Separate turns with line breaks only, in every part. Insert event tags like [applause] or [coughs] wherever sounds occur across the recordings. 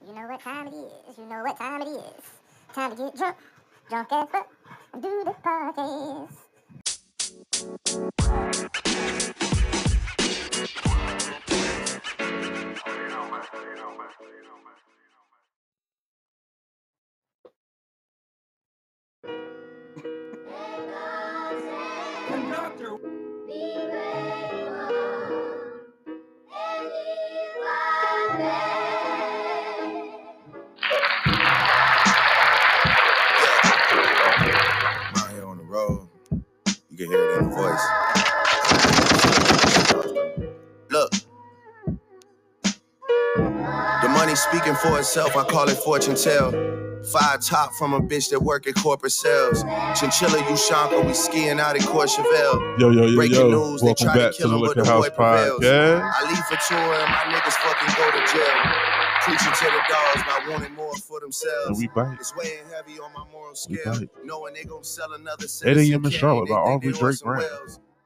what time it is. You know what time it is. Time to get drunk. Drunk as fuck. And do the podcast.
Conductor,
out here on the road. You can hear it in the voice. Look. The money speaking for itself, I call it fortune tell. Five top from a bitch that work at corporate sales. Chinchilla, you shonka, we skiing out at Court Chevelle.
Yo, yo, yo,
Breaking
yo.
news, they
Welcome
tried to
back to
kill
the
him, but
Liquor
the
House
boy prevailed.
Podcast.
I leave for tour and my niggas fucking go to jail. Preaching to the dogs by wanting more for
And
themselves.
we bite.
It's weighing heavy on my moral
We
scale.
back.
Knowing they gonna sell another
8
citizen
a.m. in
candy,
Charlotte
they
by
think
Aubrey
they
Drake
Orson
Brown.
Welles.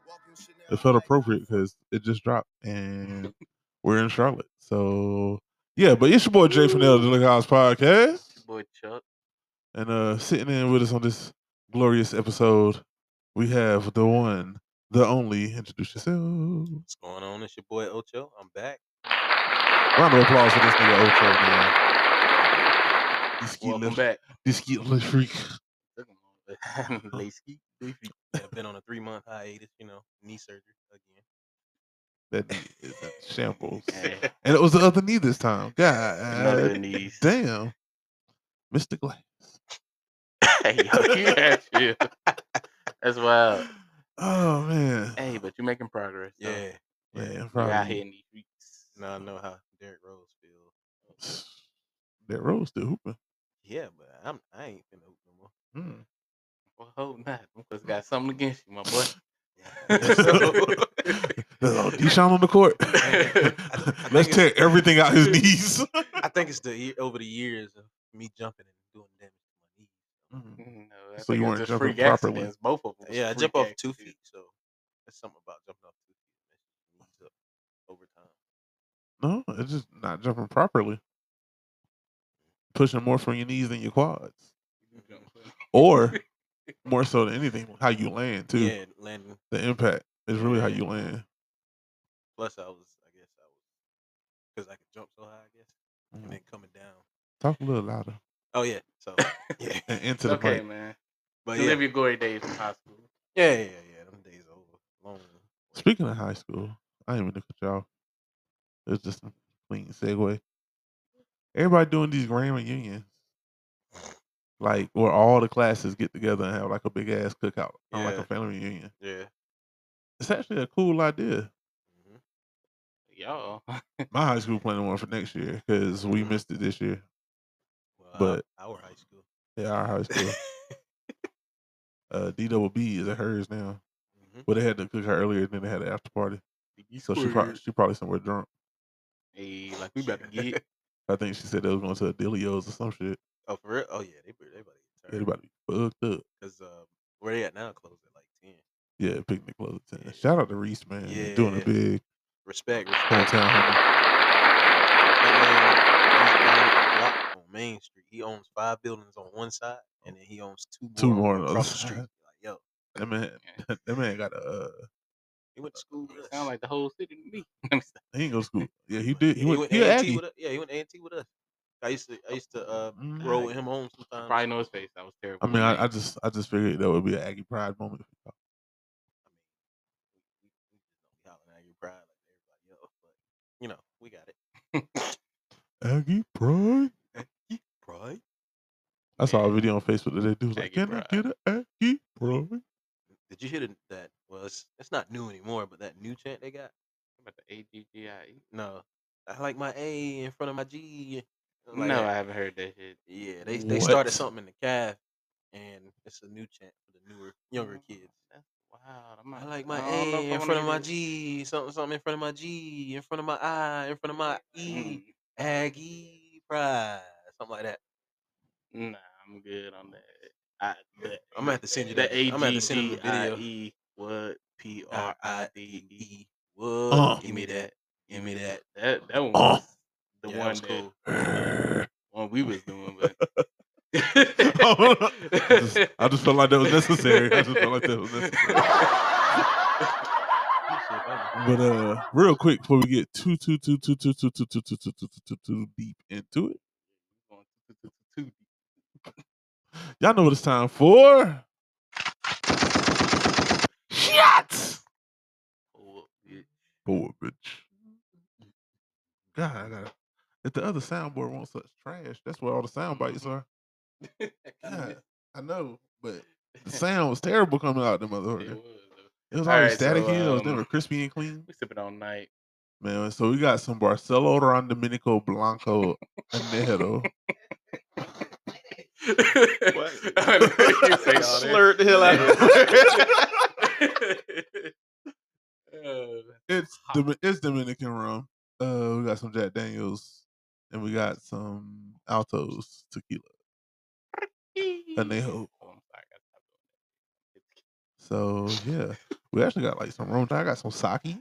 Walking Chanel
It felt
like-
appropriate because it just dropped and we're in Charlotte. So, yeah, but it's your boy Jay Fennell, the Liquor House Podcast.
boy Chuck,
And uh sitting in with us on this glorious episode, we have the one, the only. Introduce yourself. Round
what's going on? It's your boy Ocho. I'm back.
of applause for this nigga Ocho, man. The ski
Welcome
lift-
[laughs] back.
the ski lift freak.
[laughs] Lacy, I've been on a three month hiatus. You know, knee surgery again.
That knee is in shambles.
[laughs]
And it was the other knee this time. God
Another knees.
damn. Mr. Glass.
[laughs] hey, yo, you got you. That's wild.
[laughs] Oh man.
Hey, but you're making progress. though.
Yeah,
Man, I'm
You out
proud of
here
you.
in these streets.
now I know how Derrick Rose feels.
[sighs] That rose still hooping.
Yeah, but I'm I ain't finna hoop no more. [laughs]
[laughs] Mm.
Well, hope not. Because got something against you, my [laughs] boy.
[laughs]
Oh, Deshaun on the court.
I
[laughs]
[laughs]
Let's
think
tear
it's-
everything out his knees. [laughs]
I think it's the ye- over the years of me jumping and doing damage to my knee. Mm-hmm.
Mm.
No, I
So
think
you
it's
weren't
just
jumping
freak
properly.
accidents, Both of them.
Yeah, I jump off two feet, so that's something about jumping off two feet that moves up over time.
no, it's just not jumping properly. Pushing more from your knees than your quads.
[laughs]
Or more so than anything, how you land too.
Yeah, landing.
The impact is really how you land.
Plus, I was, I guess, I was because I could jump so high, I guess, and
Mm-hmm.
then coming down.
Talk a little louder
Oh yeah,
[laughs]
so yeah,
and into the
Okay,
mic.
man.
but
You
yeah,
live
yeah,
your glory days in high school.
yeah, yeah, yeah. Them days are over. Long.
Speaking of high school, I ain't even look at y'all. It's just a clean segue. Everybody doing these grand reunions, like where all the classes get together and have like a big ass cookout, kinda like
Yeah.
a family reunion.
Yeah.
It's actually a cool idea.
hmm [laughs]
Y'all. [laughs]
My high school planning one for next year because we
Mhm.
missed it this year.
Well,
But-
our, our high school.
Yeah, our
[laughs]
high school. uh, D double B is at hers now, [laughs]
Mhm.
but they had to cook her earlier. Then they had an after party, so she probably she probably somewhere drunk.
Hey, like we about to get.
I think she said they was going to a Dilio's or some shit.
Oh, for real? Oh yeah, they pretty- they about to get tired.
Everybody fucked up.
Because um, where they at now closed at like ten.
Yeah, picnic clothes. at
Yeah.
ten. Shout out to Reese, man. Yeah. Doing a
Yeah.
big
Respect, respect.
hometown homie.
That man owns a block on Main Street. He owns five buildings on one side, and then he owns two more,
Oh. Two more on the other [laughs]
across the
side.
street. Like, yo,
That man, [laughs] that man got a. Uh,
he went to school. With us.
Sound like the whole city to me. Let me stop.
he ain't go to school. Yeah, he did. He,
Yeah,
went. He a
A&T
Aggie.
with us. Yeah, he went A&T with us. I used to, I used to uh,
Mm.
roll with him home sometimes.
Probably know his face. That was terrible.
I mean, I, I just, I just figured that would be an Aggie pride moment.
We- we just don't be hollering at you, pride like everybody else, but you know, we got it.
Aggie pride.
Pride.
I saw a video on Facebook today. Dude was like,
Aggie
"Can
pride.
I get an Aggie
[laughs]
pride?" [laughs]
Did you hear the- that? Well, it's, it's not new anymore, but that new chant they got.
about the A-G-G-I-E.
No, I like my A in front of my G. uh, Like
no,
that.
I haven't heard that shit.
Yeah, they, they started
What?
something in the calf, and it's a new chant for the newer younger kids.
That's wild. I'm
I
not-
like my
don't know
A
if I
in
wanna
front of
hear
my
this.
G, something something in front of my G, in front of my I, in front of my E,
Mm,
Aggie Pride, something like that.
Nah, I'm good on that. I, the,
[laughs] I'm gonna have to send you
the
that. I'm gonna have to send you the video.
AGGIE, E, What P
R
R
I
I
D
D E.
E. Wood,
Uh.
give me that, give me that.
That that one
Uh.
was the
Yeah, that
one
was
that
cool.
one we was doing,
[laughs]
but [laughs]
I just, I just felt like that was necessary. I just felt like that was
[laughs]
necessary.
[laughs]
But uh, real quick before we get too too too too too too too too too too too too too deep into it, y'all know what it's time for. Shots.
Oh, yeah.
Boy, bitch. God, I gotta. If the other soundboard won't such trash, that's where all the sound bites are. God, I know, but the
[laughs]
sound was terrible coming out of the
It
motherfucker.
was, though.
It was
All
always
right, so,
staticky. it was
um,
never crispy and clean.
We sipping all night.
Man, so we got some Barcelo Ron Domenico Blanco
[laughs]
Anejo.
I know
[laughs]
you say all that.
Slurred the hell out of
[laughs]
Uh,
It's
Hot.
Domi- it's Dominican rum. Uh, we got some Jack Daniels, and we got some Altos tequila Anejo.
Oh, I'm sorry, I stopped doing
So
that.
yeah, we actually got like some rum. I got some sake.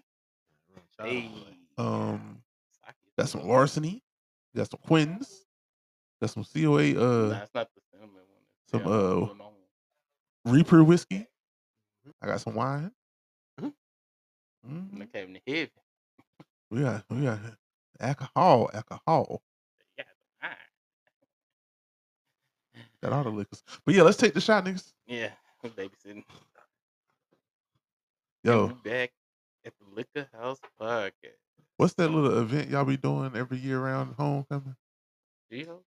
Hey.
Um,
Sake is
got some
good.
larceny. Got some Quins. Got some COA
Nah,
uh
it's not the cinnamon one. It's
some,
the
uh,
normal one.
Reaper whiskey. I got some wine.
Mhm.
Mhm.
And the cabinet heavy.
We got we got alcohol, alcohol.
Yeah, the wine.
Got all the liquors. But yeah, let's take the shot, niggas.
Yeah, [laughs] I'm babysitting. And
[laughs] Yo,
we back at the Liquor House Podcast.
what's that little event y'all be doing every year around homecoming?
Do you hope?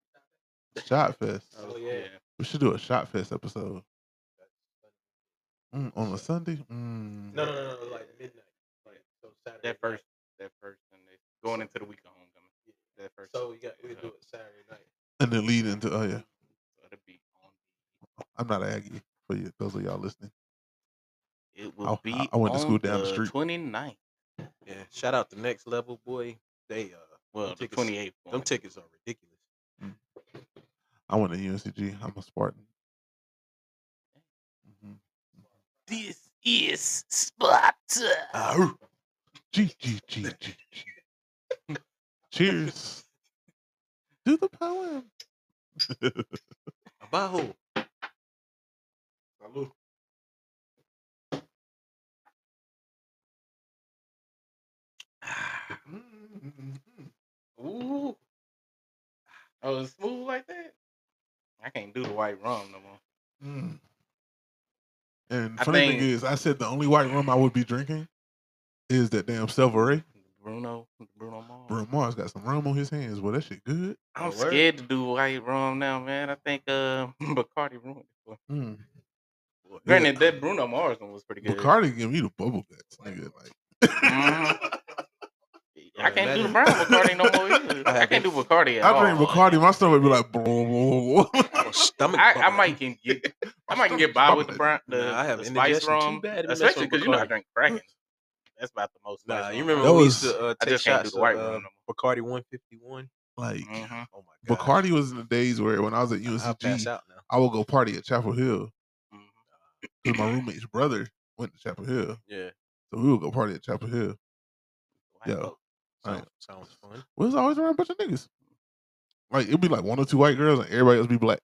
Shot fest.
Oh, yeah.
We should do a shot fest episode. Mm, on a Sunday? Mm.
No, no, no, no, like midnight. Like, so Saturday.
That
night.
first, that first Sunday. Going into the week of homecoming. That first.
So we got we
Sunday.
do it Saturday night.
And then lead into oh yeah.
So it'll be on.
I'm not an Aggie for you those of y'all listening.
It will
I-
be
I went to school
on
down the street.
29th.
Yeah. Shout out to Next Level, boy. They uh,
Well, the
tickets-
28th.
them
one.
tickets are ridiculous.
I went to UNCG. I'm a Spartan. Mhm.
This is Sparta.
Arr. G G G G G. Cheers. Do the poem.
Abajo. Salud. [sighs]
Ooh. Oh, it's smooth like that? I can't do the white rum no more.
Mm. And
I
funny
think-
thing is, I said the only white rum I would be drinking is that damn Silveray.
Bruno, Bruno Mars.
Bruno Mars got some rum on his hands. Well, that shit good.
I'm
Oh, word.
scared to do white rum now, man. I think uh, [laughs] Bacardi ruined it for me.
Mm.
Granted, that Bruno Mars one was pretty good.
Bacardi give me the bubble guts, nigga. Like,
Mhm. I can't do
Mm-hmm.
the
Imagine-
brown Bacardi no more either.
I
I,
had
can't do
this-
Bacardi at
I drink
all.
Bacardi, my stomach be like, [laughs] blah, blah, blah.
My
[laughs]
stomach
I, I
bubbling.
might can get,
My
I might can get
stomach's
by with the
bubbling.
brown, the,
Nah, I have
the spice
indigestion too
rum,
bad to mess
especially
with
because you know I
Bacardi.
drink Kraken. That's about the most.
Nah,
spice
you
rum
remember
I
That
when we
was-
used to uh,
I
take
just can't do
shots
the
of
white
uh,
rum no
Bacardi 151?
Like,
more. Mhm.
Oh my god.
Bacardi was in the days where when I was at
I'll pass
UNCG,
out now.
I would go party at Chapel Hill
Mhm.
because my roommate's brother went to Chapel Hill.
Yeah.
So we would go party at Chapel Hill.
White
Yo.
folk.
All right.
Sounds, sounds fun.
Well, it's always around a bunch of niggas. Like it'd be like one or two white girls and everybody else be black.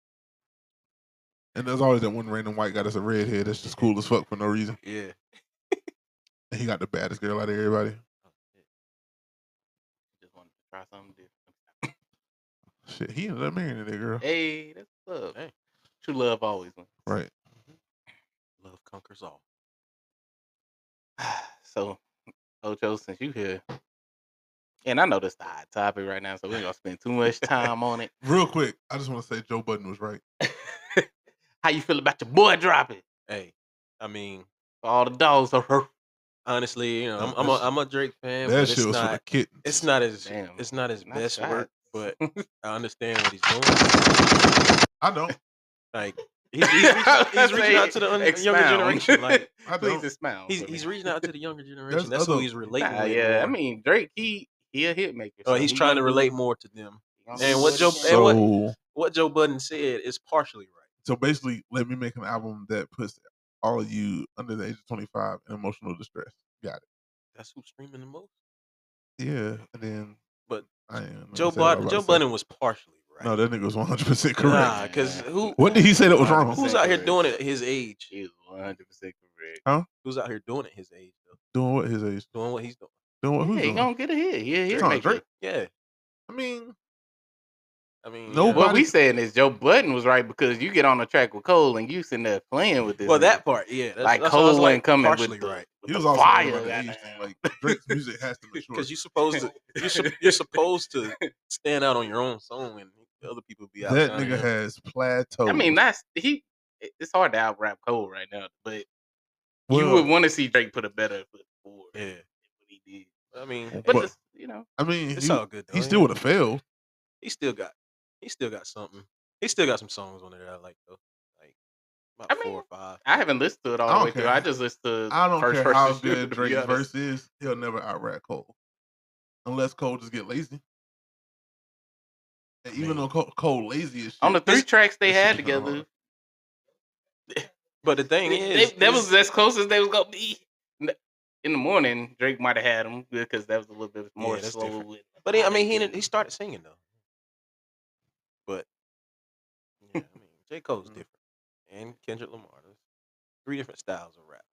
And there's always that one random white guy that's a redhead that's just cool as fuck for no reason.
Yeah.
And he got the baddest girl out of everybody.
Oh, shit. Just wanted to try something different.
Shit, he ended up marrying that girl.
Hey, that's what's up.
Hey.
True love always wins.
Right.
Love conquers all.
[sighs] So, Ocho, since you here, and I know this the hot topic right now, so we ain't gonna spend too much time on it.
Real quick, I just want to say Joe Budden was right.
How you feel about your boy dropping?
Hey, I mean,
All the dogs are hurt.
honestly, you know, I'm,
That-
I'm, a,
that's-
I'm a Drake fan,
that
but
shit
it's
was for
not,
the kittens.
it's not his,
Damn.
it's not his
Nice
best
shot.
work, but
[laughs]
I understand what he's doing.
I don't.
Like he's, he's, reaching, out,
[laughs]
he's reaching out to the un- younger
Expound.
generation.
[laughs]
Like
I
Please
don't.
expound.
he's,
for me.
he's reaching out to the younger generation.
There's
That's who
other-
he's relating.
Nah,
with
yeah, I
more.
mean Drake, he he a hit maker.
Oh,
so
he's
he
trying to
gonna
relate
do-
more to them.
he gonna
And
do
what
he
Joe-
can.
and what-
So,
What Joe Budden said is partially right.
so basically, let me make an album that puts all of you under the age of 25 in emotional distress. Got
That's who's streaming the most.
it. Yeah. And then.
But
I am.
Joe Budden, Joe Budden was partially right.
No, that nigga was 100 percent correct.
nah, because who
What did he say that was wrong?
who's out here doing it at his age?
He's 100 percent correct.
Who's out here doing it at his age though?
Doing what his age?
Doing what he's doing.
Doing what? Who's
yeah, he
doing?
gonna get a hit. Yeah,
It's
yeah.
on
make
Drake.
it.
Yeah,
I mean,
I mean,
No,
yeah.
but-
What we saying is Joe Button was right because you get on the track with Cole and you sitting there playing with this.
well,
nigga.
that part, yeah, that's,
like
that's what I was,
Cole ain't coming
partially
with the,
right.
he
with the
was also
fire.
about the age
goddamn.
thing. Like Drake's music has to mature.
because you're supposed
[laughs]
to you're, sup- you're supposed to stand out on your own song and the other people be out.
that nigga has plateaued.
I mean, that's he. it- It's hard to out rap Cole right now, but you
Well, Eh,
would want to see Drake put a better foot forward. than
yeah.
what he did.
I mean,
But
But-
it's, you know,
I mean,
it's
he,
all good. Though.
he
ain't
still
it?
would have failed.
he still got he still got something. He still got some songs on there that I like though. Like about
I mean,
four or five.
I haven't listened to it
I
all the way
don't
through.
care.
I just listened to
I don't
first
care how
verses,
good
to be
Drake's
honest.
verse is, he'll never outrat Cole, unless Cole just get lazy. And even
mean-
though Cole, Cole lazy as shit,
On the three
his-
tracks they
this
had
shit kinda
together,
But the thing
they-
is,
they- that
is-
was as close as they was gonna be. N- In the morning, Drake might have had them because that was a little bit more
that's
slow.
different.
with
but he, I
how they
mean, he
did
didn't- he
it.
started singing though. But yeah, [laughs] I mean, J Cole's different, and Kendrick Lamar. There's three different styles of rap.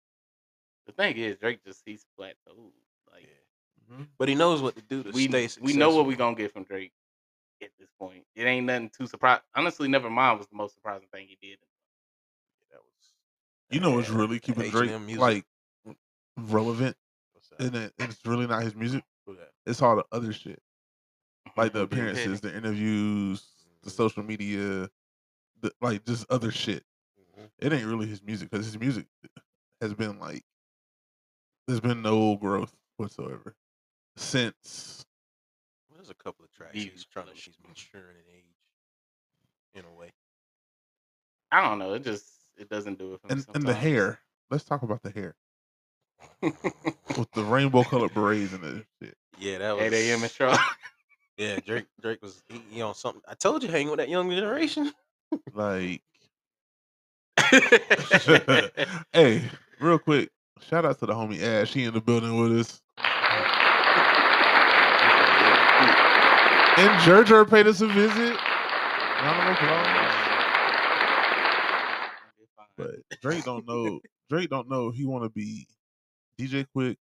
The thing is, Drake just he's plateaued. Like Mm-hmm.
Mhm.
But he knows what to do to
we
stay
we know what we
successful.
gonna get from Drake at this point. It ain't nothing too surprising. Honestly, never mind was the most surprising thing he did.
That was,
You know what's really keeping Drake
H&M music.
like relevant,
what's that?
and it, it's really not his music.
Who that?
It's all the other shit, like
[laughs]
the
Big Mm-hmm. Pun.
appearances, the interviews, the social media, the, like just other shit.
Mm-hmm.
It ain't really his music because his music has been like there's been no growth whatsoever since
Well, there's a couple of tracks
Views
he's trying to.
push.
She's maturing in age, in a way.
I don't know. It just it doesn't do it for me.
and, and the
sometimes. [laughs]
hair. Let's talk about the hair with the rainbow colored braids and the shit.
Yeah, that was
8 a.m. in
[laughs]
Charlotte.
Yeah, Drake Drake was he, he on something. I told you hang with that young generation. [laughs]
Like, [laughs] hey, real quick, shout out to the homie Ash. He in the building with us. And Jerger paid us a visit. Round of applause. But Drake don't know. Drake don't know if he want to be DJ Quick,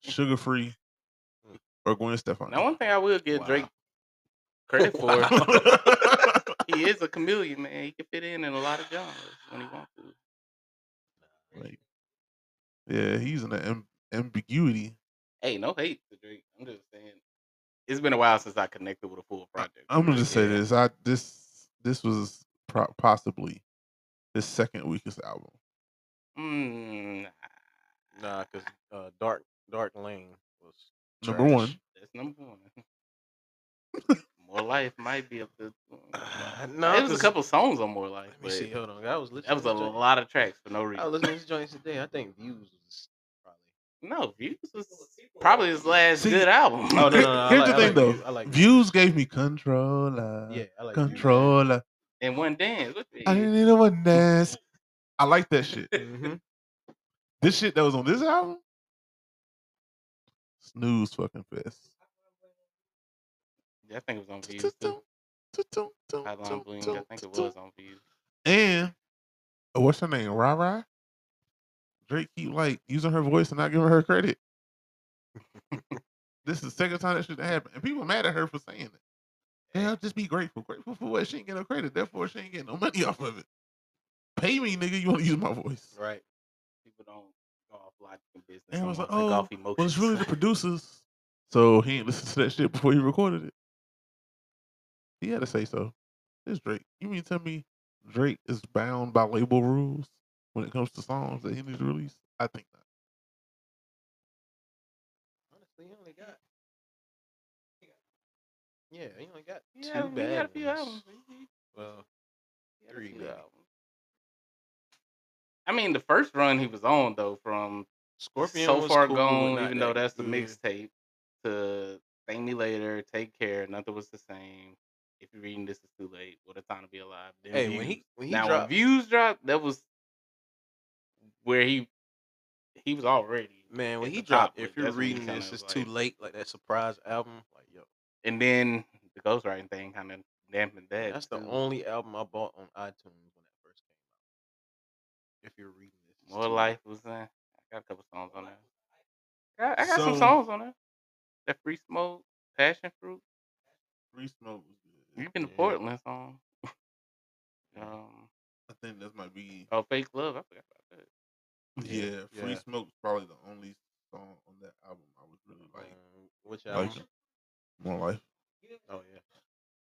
Sugar
[laughs]
Free, or Gwen Stefani.
now, one thing I will give
Wow.
Drake
[laughs]
credit
[laughs]
for, [laughs]
Wow.
he is a chameleon, man. He can fit in in a lot of genres when he wants to.
Like, yeah, he's in the am- ambiguity.
Hey, no hate to Drake. I'm just saying. It's been a while since I connected with a full project.
I'm gonna just say
Yeah.
this. I this this was pro- possibly his second weakest album.
Mm,
Nah, cause uh, Dark Dark Lane was
[sighs]
Number
trash.
one.
that's number one. More Life might be up to.
[sighs] Uh,
No,
no,
it was a
'cause-
couple songs on More Life.
Let me
But
see. Hold on, I was listening.
that was
to
a
Drake-
lot of tracks for no
I was
reason.
listening to joints today. I think Views was probably.
No, Views was probably his last
See,
good album. [laughs]
Oh, no,
Here-
no, no, I
Here's
like-
the
I
thing
like
though. uh,
Views. I like
Views gave me controller.
Yeah, I like Views.
Controller.
And one dance. What the-
I need a one
[laughs]
dance. I like that shit.
Mhm.
This shit that was on this album. Snooze fucking fest.
I think it was on Views. Too. How long Bling? I think it was on Views.
And uh, what's her name? Ra Ra? Drake keep like using her voice and not giving her credit. this is the second time that shit happened. And people mad at her for saying it. Hell, just be grateful. Grateful for what? She ain't getting no credit. Therefore, she ain't getting no money [laughs] off of it. Pay me, nigga. You want to use my voice.
Right.
People don't go off logic and business.
And it was
Someone
like,
think off
"Oh,
Well, it's
emotions.
really
[laughs]
the producers. So he ain't listened to that shit before he recorded it. He had to say so. It's Drake. You mean to tell me Drake is bound by label rules when it comes to songs that he needs to release? I think not.
Honestly, he only got. he got- Yeah, he only got
yeah,
two
he
bad
had a few
ones.
albums. He- he-
Well,
Yeah, that's
Three,
good
maybe.
albums. I mean, the first run he was on though, from
Scorpion
so
was
far
cool, but
gone,
not
even though
that
that's the
good.
mixtape, to thank me later, take care, nothing was the same. If you're reading this, it's too late. What a time to be alive. then
Hey, when
Views.
he when he
now
dropped,
when views dropped, that was where he he was already
man, when
at
he
the top
dropped,
with,
if you're
that's when he
reading
kinda
this,
was
it's too
like-
late. Like that surprise album, like yo,
and then the ghostwriting thing kind of dampened that.
That's the
too.
only album I bought on iTunes when it first came out. If you're reading this, it's
More
too late.
Life was in. I got a couple songs on there. I got, I got some
So-
songs on there. That Free Smoke, Passion Fruit,
Free Smoke was good.
even the
Yeah.
Portland
[laughs]
song. um,
I think that might be.
oh, Fake Love. I forgot about that.
Yeah,
yeah,
Free
yeah.
Smoke's probably the only song on that album I was really like.
Um, which album?
like
Mm.
more life.
Oh yeah,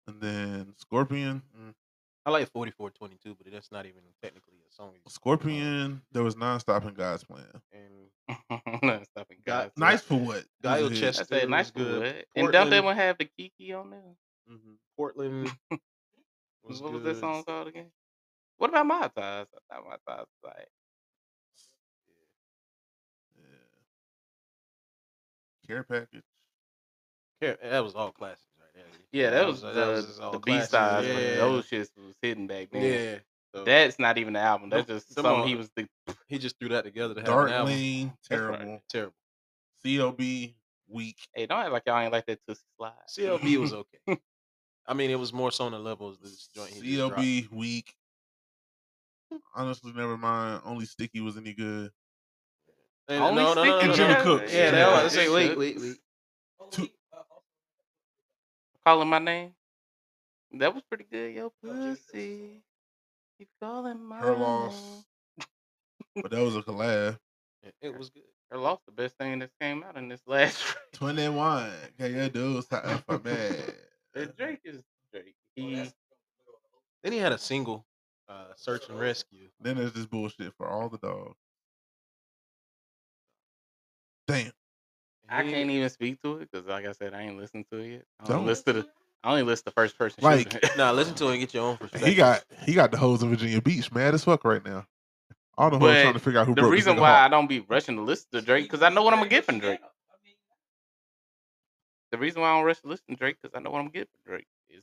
And then Scorpion.
I like 4422, but that's not even technically a song. It's just a melody.
Scorpion, there was non-stop in God's plan.
and
[laughs] No, stop and
Got-
God's
Nice
Love.
for what?
Guile
This is
Chest-
I
it.
said
Still
nice
was good.
good. And don't that
Portland-
one have the Kiki on there?
mm-hmm, Portland
[laughs]
was
what was
good.
that song called again? What about my thighs? I thought my thighs was like
Yeah. Care package.
Care- That was all classics right there.
yeah, that was,
uh,
the,
just all
the B
classics.
sides
Yeah,
when those shits was hidden back then.
yeah. So
That's not even an album. That's
Them-
just
them
something
are-
he was the
he just threw that together to have an
Dark
album.
Lane,
That's right.
terrible.
Terrible.
CLB, weak.
Hey, don't act like y'all ain't like that Tootsie Slide.
CLB
[laughs]
was okay. I mean, it was more so on the levels. This joint he just dropped.
CLB, weak. Honestly, never mind. Only Sticky was any good.
And-
Only
no, no, no,
Sticky
no,
And Jimmy
no.
Cook.
Yeah, that
Yeah.
was. Say,
[laughs]
wait, wait, wait.
Two-
Calling my name. That was pretty good, yo pussy. Keep calling my
Her
name.
loss. but that was a collab.
It- It was good.
Her loss, the best thing that came out in this [laughs] last.
21. Can you do something for me?
that Drake is Drake.
Oh,
He
Then he had a single, uh, "Search and Rescue."
Then there's this bullshit for all the dogs. Damn.
I
He-
can't even speak to it because, like I said, I ain't listened to it yet. I
Don't.
only listen to the. I only list the first person.
Like-
[laughs] shooter.
Nah, listen to it and get your own perspective.
He got he got the hoes in Virginia Beach mad as fuck right now. All the hoes
But
trying to figure out who
the
broke
reason
nigga
why I
heart.
don't be rushing to listen to Drake because I know what I'm gonna get from Drake. The reason why I don't rush to listen to Drake because I know what I'm getting from Drake is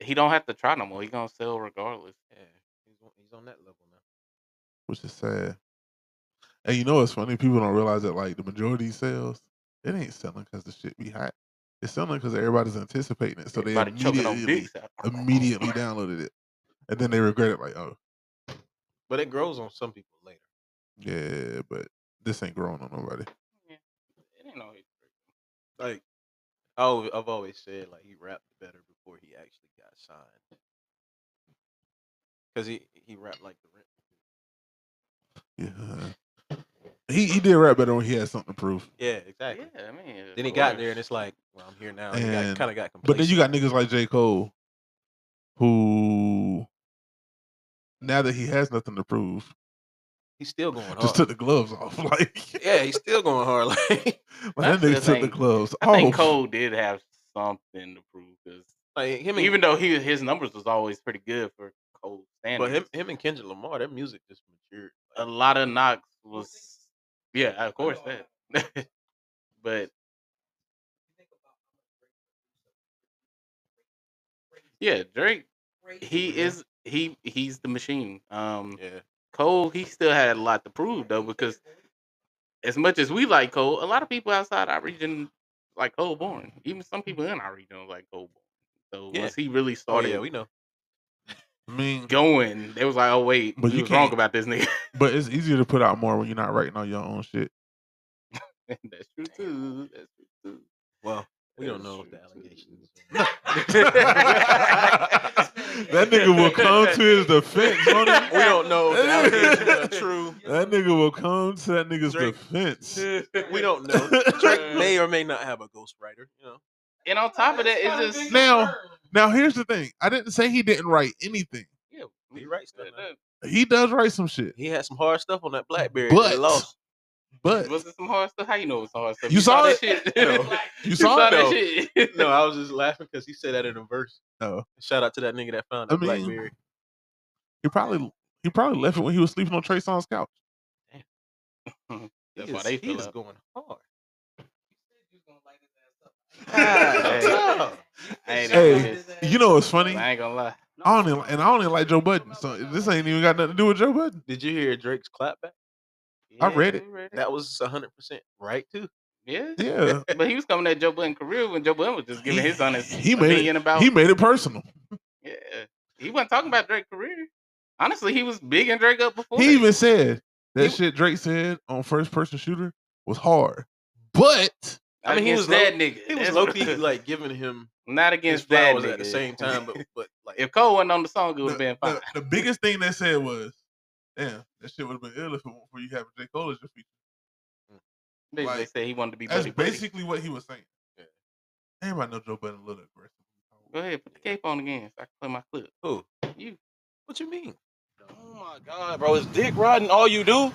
he don't have to try no more. He gonna sell regardless.
Yeah, he's on, he's on that level now.
which is sad. And you know what's funny? People don't realize that like the majority of these sales, it ain't selling because the shit be hot. It's selling because everybody's anticipating it, so
Everybody
they
choking on
immediately
dicks out.
immediately downloaded it, and then they regret it. Like, oh
But it grows on some people later.
yeah, but this ain't growing on nobody.
It ain't always Drake.
Like, I always, I've always said like he rapped better before he actually got signed. Cause he he rapped like the rent.
Yeah, he he did rap better when he had something to prove.
Yeah, exactly.
Yeah, I mean. of
Then he got
course.
there and it's like, well, I'm here now. And he got,
And-
kind of got
But then
complacent.
you got niggas like J Cole, who now that he has nothing to prove,
he's still going hard.
Oh.
just took the gloves off. [laughs] Like,
yeah, he's still going hard. [laughs] Like,
like that
That's the
nigga took the
thing.
gloves
I think
off.
Cole did have something to prove because
like him and
even though he his numbers was always pretty good for Cole
but
standards,
him him and Kendrick Lamar, their music just matured.
a lot of knocks was yeah, of course
Oh.
that. [laughs] but yeah, Drake, he is he he's the machine. Um,
Mm-hmm. Yeah,
Cole, he still had a lot to prove though because as much as we like Cole, a lot of people outside our region like Cole Born. Even some people in our region like Cole Born. So
Yeah.
once he really
oh
started
yeah, we know.
I mean,
going, they was like, oh wait,
But
we
you
was wrong
can't-
about this nigga. [laughs]
but it's easier to put out more when you're not writing on your own shit.
That's true too. That's true too.
Well, we don't
That's
know if the
true, too.
allegations. [laughs]
that nigga will come to his defense. won't he?
we don't know if the allegations are true.
That nigga will come to that nigga's
Drake.
defense.
We don't know. Drake may or may not have a ghostwriter. You know,
And on top of that, it's just
Now, now here's the thing. I didn't say he didn't write anything.
yeah,
He right, son,
that-
man.
that-
He does write some shit,
he had some hard stuff on that BlackBerry. that he
But-
lost.
but
Was it some hard stuff? How you know it was some hard stuff?
You saw
that
it?
[laughs] shit?
No.
you saw it.
that
No.
[laughs] shit?
[laughs] No, I was just laughing because he said that in a verse.
Oh.
Shout out to that nigga that found
I
that
mean-
BlackBerry.
He probably he probably left it when he was sleeping on Trey Song's couch.
That's
he
why
is,
they
he
fell
is
out.
going hard. [laughs]
Hey. I ain't
Hey,
even gonna-
You know what's funny?
I ain't gonna lie.
I don't even, and I don't even like Joe Budden, so this ain't even got nothing to do with Joe Budden.
Did you hear Drake's clapback?
I read
Yeah,
it.
we read
That was 100% right, too.
Yeah,
[laughs] Yeah,
but he was coming at Joe Budden career when Joe Budden was just giving his honest
he made
opinion
it,
about
he made it personal.
He wasn't talking about Drake's career. Honestly, he was big and Drake up before.
He
that.
even said that
He-
shit Drake said on first person shooter was hard, but
I mean, he
Against
was low-
that nigga.
He was
That's
low
what-
key like giving him
[laughs] not
his
against that
flowers at the
nigga.
same time, but but like
[laughs] if Cole wasn't on the song, it would
the,
have been fine.
the, the biggest thing they said was, "Damn, that shit would have been ill if it weren't for you having J Cole as your feature."
they, they
like,
said he wanted to be
That's
buddy buddy.
basically what he was saying.
Yeah.
Everybody know Joe Budden a little aggressive.
Go ahead, put the cape on again so I can play my clip.
who?
You.
What you mean? Oh my god, bro, is dick riding all you do?
No, I'm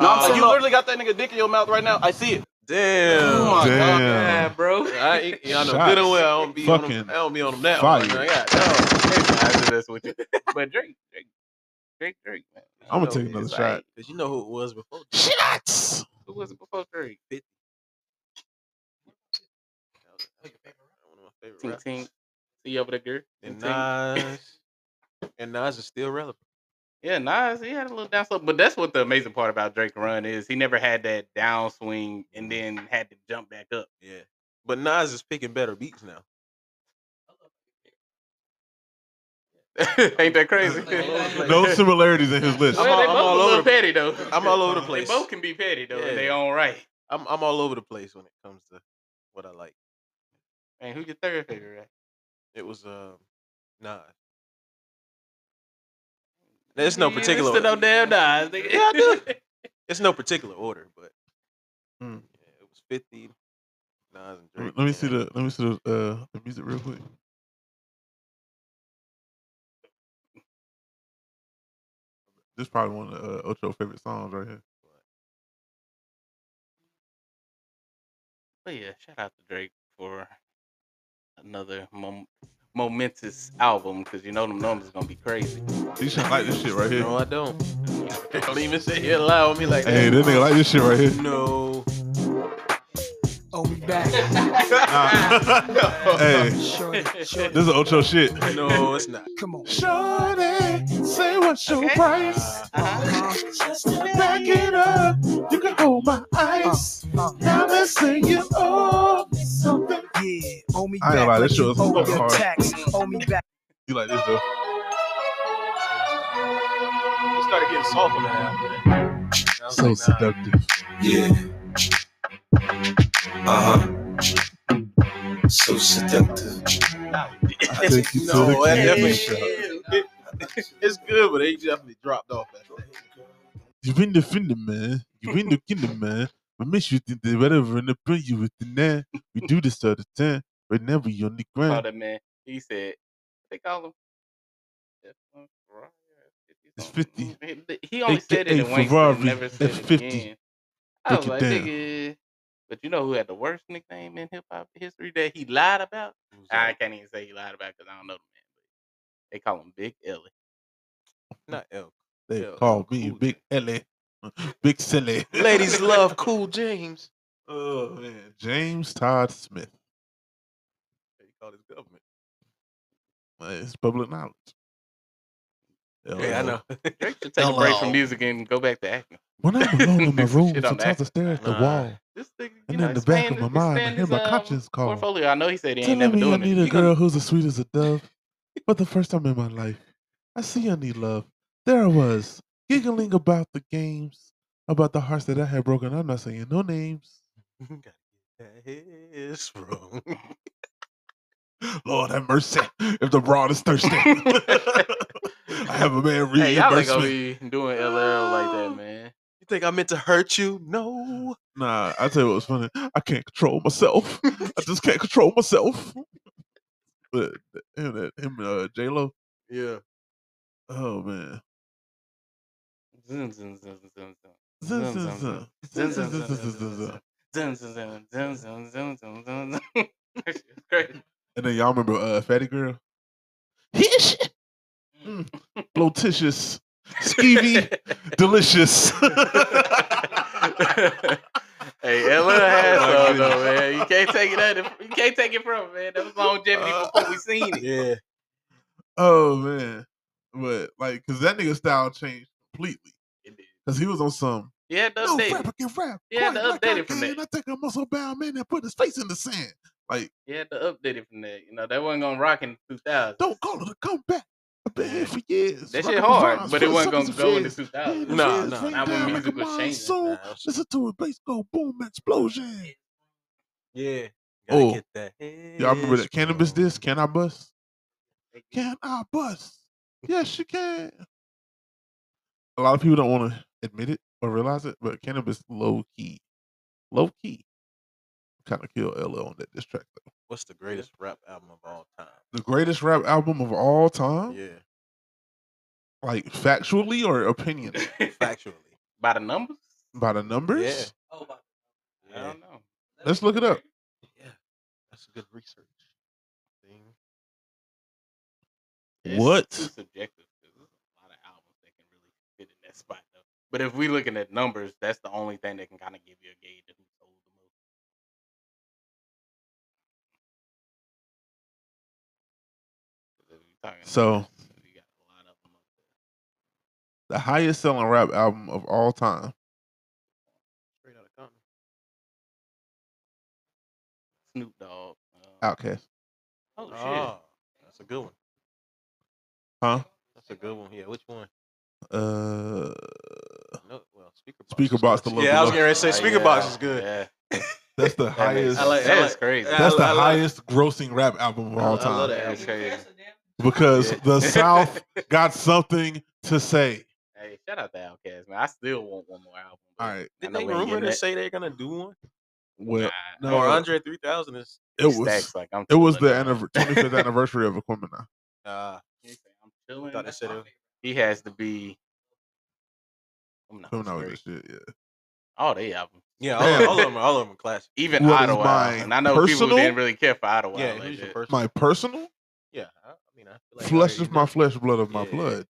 Oh,
saying
you
you literally got that nigga dick in your mouth right now. I see it.
Damn.
Oh, my
Damn.
Yeah, [laughs] bro.
I, I know
Shots.
good and well I don't be on them,
Fucking
I don't be on them that
fire.
one. man. God,
I do this with [laughs] you. But Drake, Drake, Drake, Drake, man.
I'm gonna
You
take
know,
another
it's
shot.
like,
Cause you know who it was before.
Shots.
who was it before Drake?
One of my favorite
Tink
rappers.
Tink. See you over there, girl.
And
Tink, tink.
Nas, and Nas is still relevant.
Yeah, Nas, he had a little downslope, but that's what the amazing part about Drake run is. He never had that downswing and then had to jump back up.
Yeah, but Nas is picking better beats now.
[laughs] Ain't that crazy? [laughs]
No similarities in his list.
Well,
I'm all-
they
I'm
both
all
a
over
little
the-
petty though.
I'm all over the
They
place.
both can be petty though in their
Yeah.
own right.
I'm I'm all over the place when it comes to what I like.
And who's your third favorite? Right?
It was uh, Nas. There's no
You listen
particular.
to no damn Nas. nigga.
Yeah, I
[laughs]
do. It's no particular order, but
Mm.
yeah, it was fifty. Nas and
Let me-
Drake.
let me see
and-
the let me see the uh the music real quick. This is probably one of uh, Ocho's favorite songs right here.
But yeah, shout out to Drake for another mom- momentous album because you know them numbers gonna be [laughs] crazy.
He should like this shit right here.
No, I don't. [laughs] don't even sit here and lie on me like
Hey,
that.
this nigga like this shit right here.
No.
Oh, we back.
[laughs]
Hey,
Shorty,
[laughs]
this is Ocho shit.
No, it's not.
come on.
Shorty, say what's your
Okay.
price?
Uh-huh.
Back it up, you can hold my eyes.
Uh,
Now let's sing you owe me something.
Yeah, owe me
I
back.
ain't gonna lie,
like
this shit
you
was
owe
fucking
your
hard.
tax. Owe me back.
You like this though?
It started getting soft on that album. man. I was
So
like, nah.
seductive.
Yeah. Uh
Uh-huh.
huh. So seductive.
I take you to
No,
the
that
candy
definitely-
shop.
[laughs] It's good, but they definitely dropped off. After that.
You win the kingdom, man. You win the kingdom, man. We miss you think they better run up on you with the net. We do this all the time. Right now we on the
Saw
ground.
that man. He said, "What they call him." F1 Ferrari or
It's
something. He- He only said it
AKA
in one
Ferrari
and never said it
F50.
again. I
Break
was
it
like,
down.
nigga. But you know who had the worst nickname in hip hop history that he lied about?
It was
I
like,
can't even say he lied about because I don't know the man. But they call him Big Ellie.
[laughs] not elk.
They
Yeah,
call me
cool,
Big Ellie. Big Silly.
[laughs]
[laughs]
Ladies love Cool James.
Oh man. James Todd Smith.
They call this government.
Uh, It's public knowledge.
Yeah, I
LL.
know. [laughs]
Drake should take a break
Hello.
from music and go back to acting.
When I'm alone
[laughs]
in my
Some
room,
shit on
sometimes I
that.
stare at the
Nah.
wall.
This thing, you
And
know,
in the back
expand-
of my mind, I
expand
hear
his,
my
um,
conscience call.
Portfolio. I know he said he ain't never
Telling me I
doing
need
[laughs] it.
a girl who's as sweet as a dove. For the first time in my life, I see I need love. There I was, giggling about the games, about the hearts that I had broken. I'm not saying no names. [gasps]
Gotta get that hiss [laughs] wrong.
Lord have mercy. If the broad is thirsty, [laughs] I have a man
Hey, y'all
reimburse
ain't gonna
me.
be doing LL like that, man.
You think I meant to hurt you? No.
Nah, I tell you what's funny. I can't control myself. [laughs] I just can't control myself. [laughs] But him, that- him uh, J Lo.
Yeah.
Oh man.
Zun, zun, zun, zun, zun.
Zun,
Zun,
zun,
zun,
zun. Zun,
Zun,
zun,
zun,
zun,
zun,
zun, zun, zun.
zun, zun, zun, zun, zun, zun, zun, zun, zun, zun. [laughs] That shit's
[laughs]
crazy.
And then y'all remember uh, Fatty Girl?
[laughs]
Hish. Mm. Blotitious.
[laughs]
Skeevy. delicious.
hey, LL has
Oh,
some
goodness.
though, man. You can't take it out. of- You can't take it from him, man. That was longevity
Uh,
before we seen
[laughs]
it.
Yeah.
oh man, but like, cause that nigga style changed completely. Cause he was on some
You had
[laughs]
to
no
update. it.
fabric and rap.
He had
quite
to
like
update
I
it from
can.
that.
I take a muscle bound man and put his face in the sand. Like,
You had to update it from that. You know that wasn't gonna rock in 2000.
don't call it a comeback. I been for years.
That
Like
shit
a
hard,
Bronx
but it wasn't
Suckers
gonna go in
and
the
Fizz. Yeah,
2000s.
the
Nah,
Fizz
nah,
came
nah.
down
Not when
like
music
a
was
bomb
changing.
[laughs] soul.
Nah, that
Listen to it, bass go boom, explosion.
Yeah. Gotta
Oh.
get that.
Y'all remember
Yes,
that cannabis
bro.
disc? Can I bust? Can I bust? Yes, you can. A lot of people don't want to admit it or realize it, but cannabis low key, low key, kind of killed LL on that diss track though.
What's the greatest rap album of all time?
The greatest rap album of all time,
Yeah, [laughs]
like factually or
[laughs]
opinion
factually.
By the numbers?
by the numbers.
Yeah.
I
Yeah,
don't know.
Let's look it up.
yeah. That's a good research thing.
It's
What?
Too subjective. 'cause There's a lot of albums that can really fit in that spot, though. But if we're looking at numbers, that's the only thing that can kind of give you a gauge of who sold the most. If you're talking
So-
numbers, you got a lot of them up there.
The highest selling rap album of all time.
Straight out of Compton.
Snoop Dogg. uh,
Outkast.
oh, shit.
Oh, that's a good one.
Huh?
That's a good one. Yeah, which one?
Uh,
No, well, speaker box.
Speaker
is
Box
good
the
too.
Love
Yeah, I was
Below.
getting ready to say
Oh,
speaker
yeah,
box is good.
Yeah.
that's
[laughs]
the
That makes-
highest.
I like- I
That's
like-
crazy.
I
that's the
lo- I lo-
highest grossing rap album of
I-
all
I love
time
that.
That's crazy.
because
Yeah.
the
[laughs]
South got something to say.
Hey, shout out to Outkast, man. I still want one more album. but
All right.
I
Did
know
they
we ain't
rumor
getting
to
that.
say they're gonna do one?
Well,
Nah,
no,
Or
uh,
Andre 3000 is.
it was
stacks, like, I'm
it was the
chilling.
anniver- 25th anniversary of Aquemini.
[laughs] Uh,
He say, I'm chilling.
Thought they
That's
said
my
it-
favorite. He has to be. I'm not
Aquemini was
straight.
this shit. Yeah.
All they album,
yeah, all,
Damn.
of, all of them are all of them are
[laughs]
classic.
even
What is
Idlewild,
my
and I know people
personal-
who didn't really care for Idlewild.
Yeah,
like
who's your
that.
first?
My personal
yeah, I, I mean, I feel like I
flesh
already
of
knew-
my flesh, blood of my
Yeah.
blood.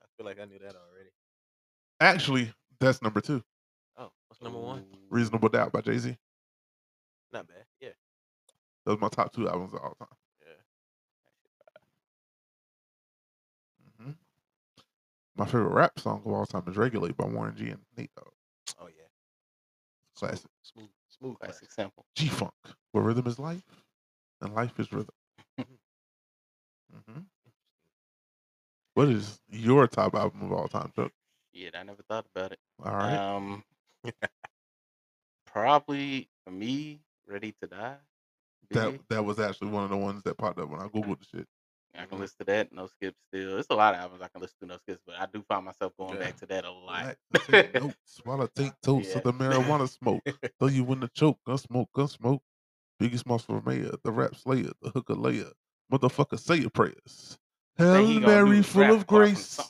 I feel like I knew that already.
Actually, that's number two.
Oh, what's number one?
Ooh.
Reasonable Doubt by Jay Z.
Not bad. Yeah,
Those are my top two albums of all time.
yeah.
hmm My favorite rap song of all time is "Regulate" by Warren G and Nate Dogg.
Oh yeah.
Classic.
Smooth, smooth, smooth
Classic
classic.
sample.
G Funk, where rhythm is life and life is
[laughs]
rhythm. Mhm. What is your top album of all time, Chuck?
Shit, I never thought about it.
All right. [laughs]
Um, probably for me, Ready to Die.
that
Big.
that was actually one of the ones that popped up when I Googled the shit.
I
mm-hmm.
can listen to that. No skip still. It's a lot of albums I can listen to. No skips, but I do find myself going
Yeah.
back to that a lot.
Relax
[laughs]
and take notes while I take toast
Yeah.
of the marijuana
[laughs]
smoke. Throw you in the choke, gun smoke, gun smoke. Biggest monster mayor, the rap slayer, the hooker layer. Motherfucker, say your prayers.
Thing
Hail
he gonna do
Mary,
is
full
rap
of
apart from the
grace.
song.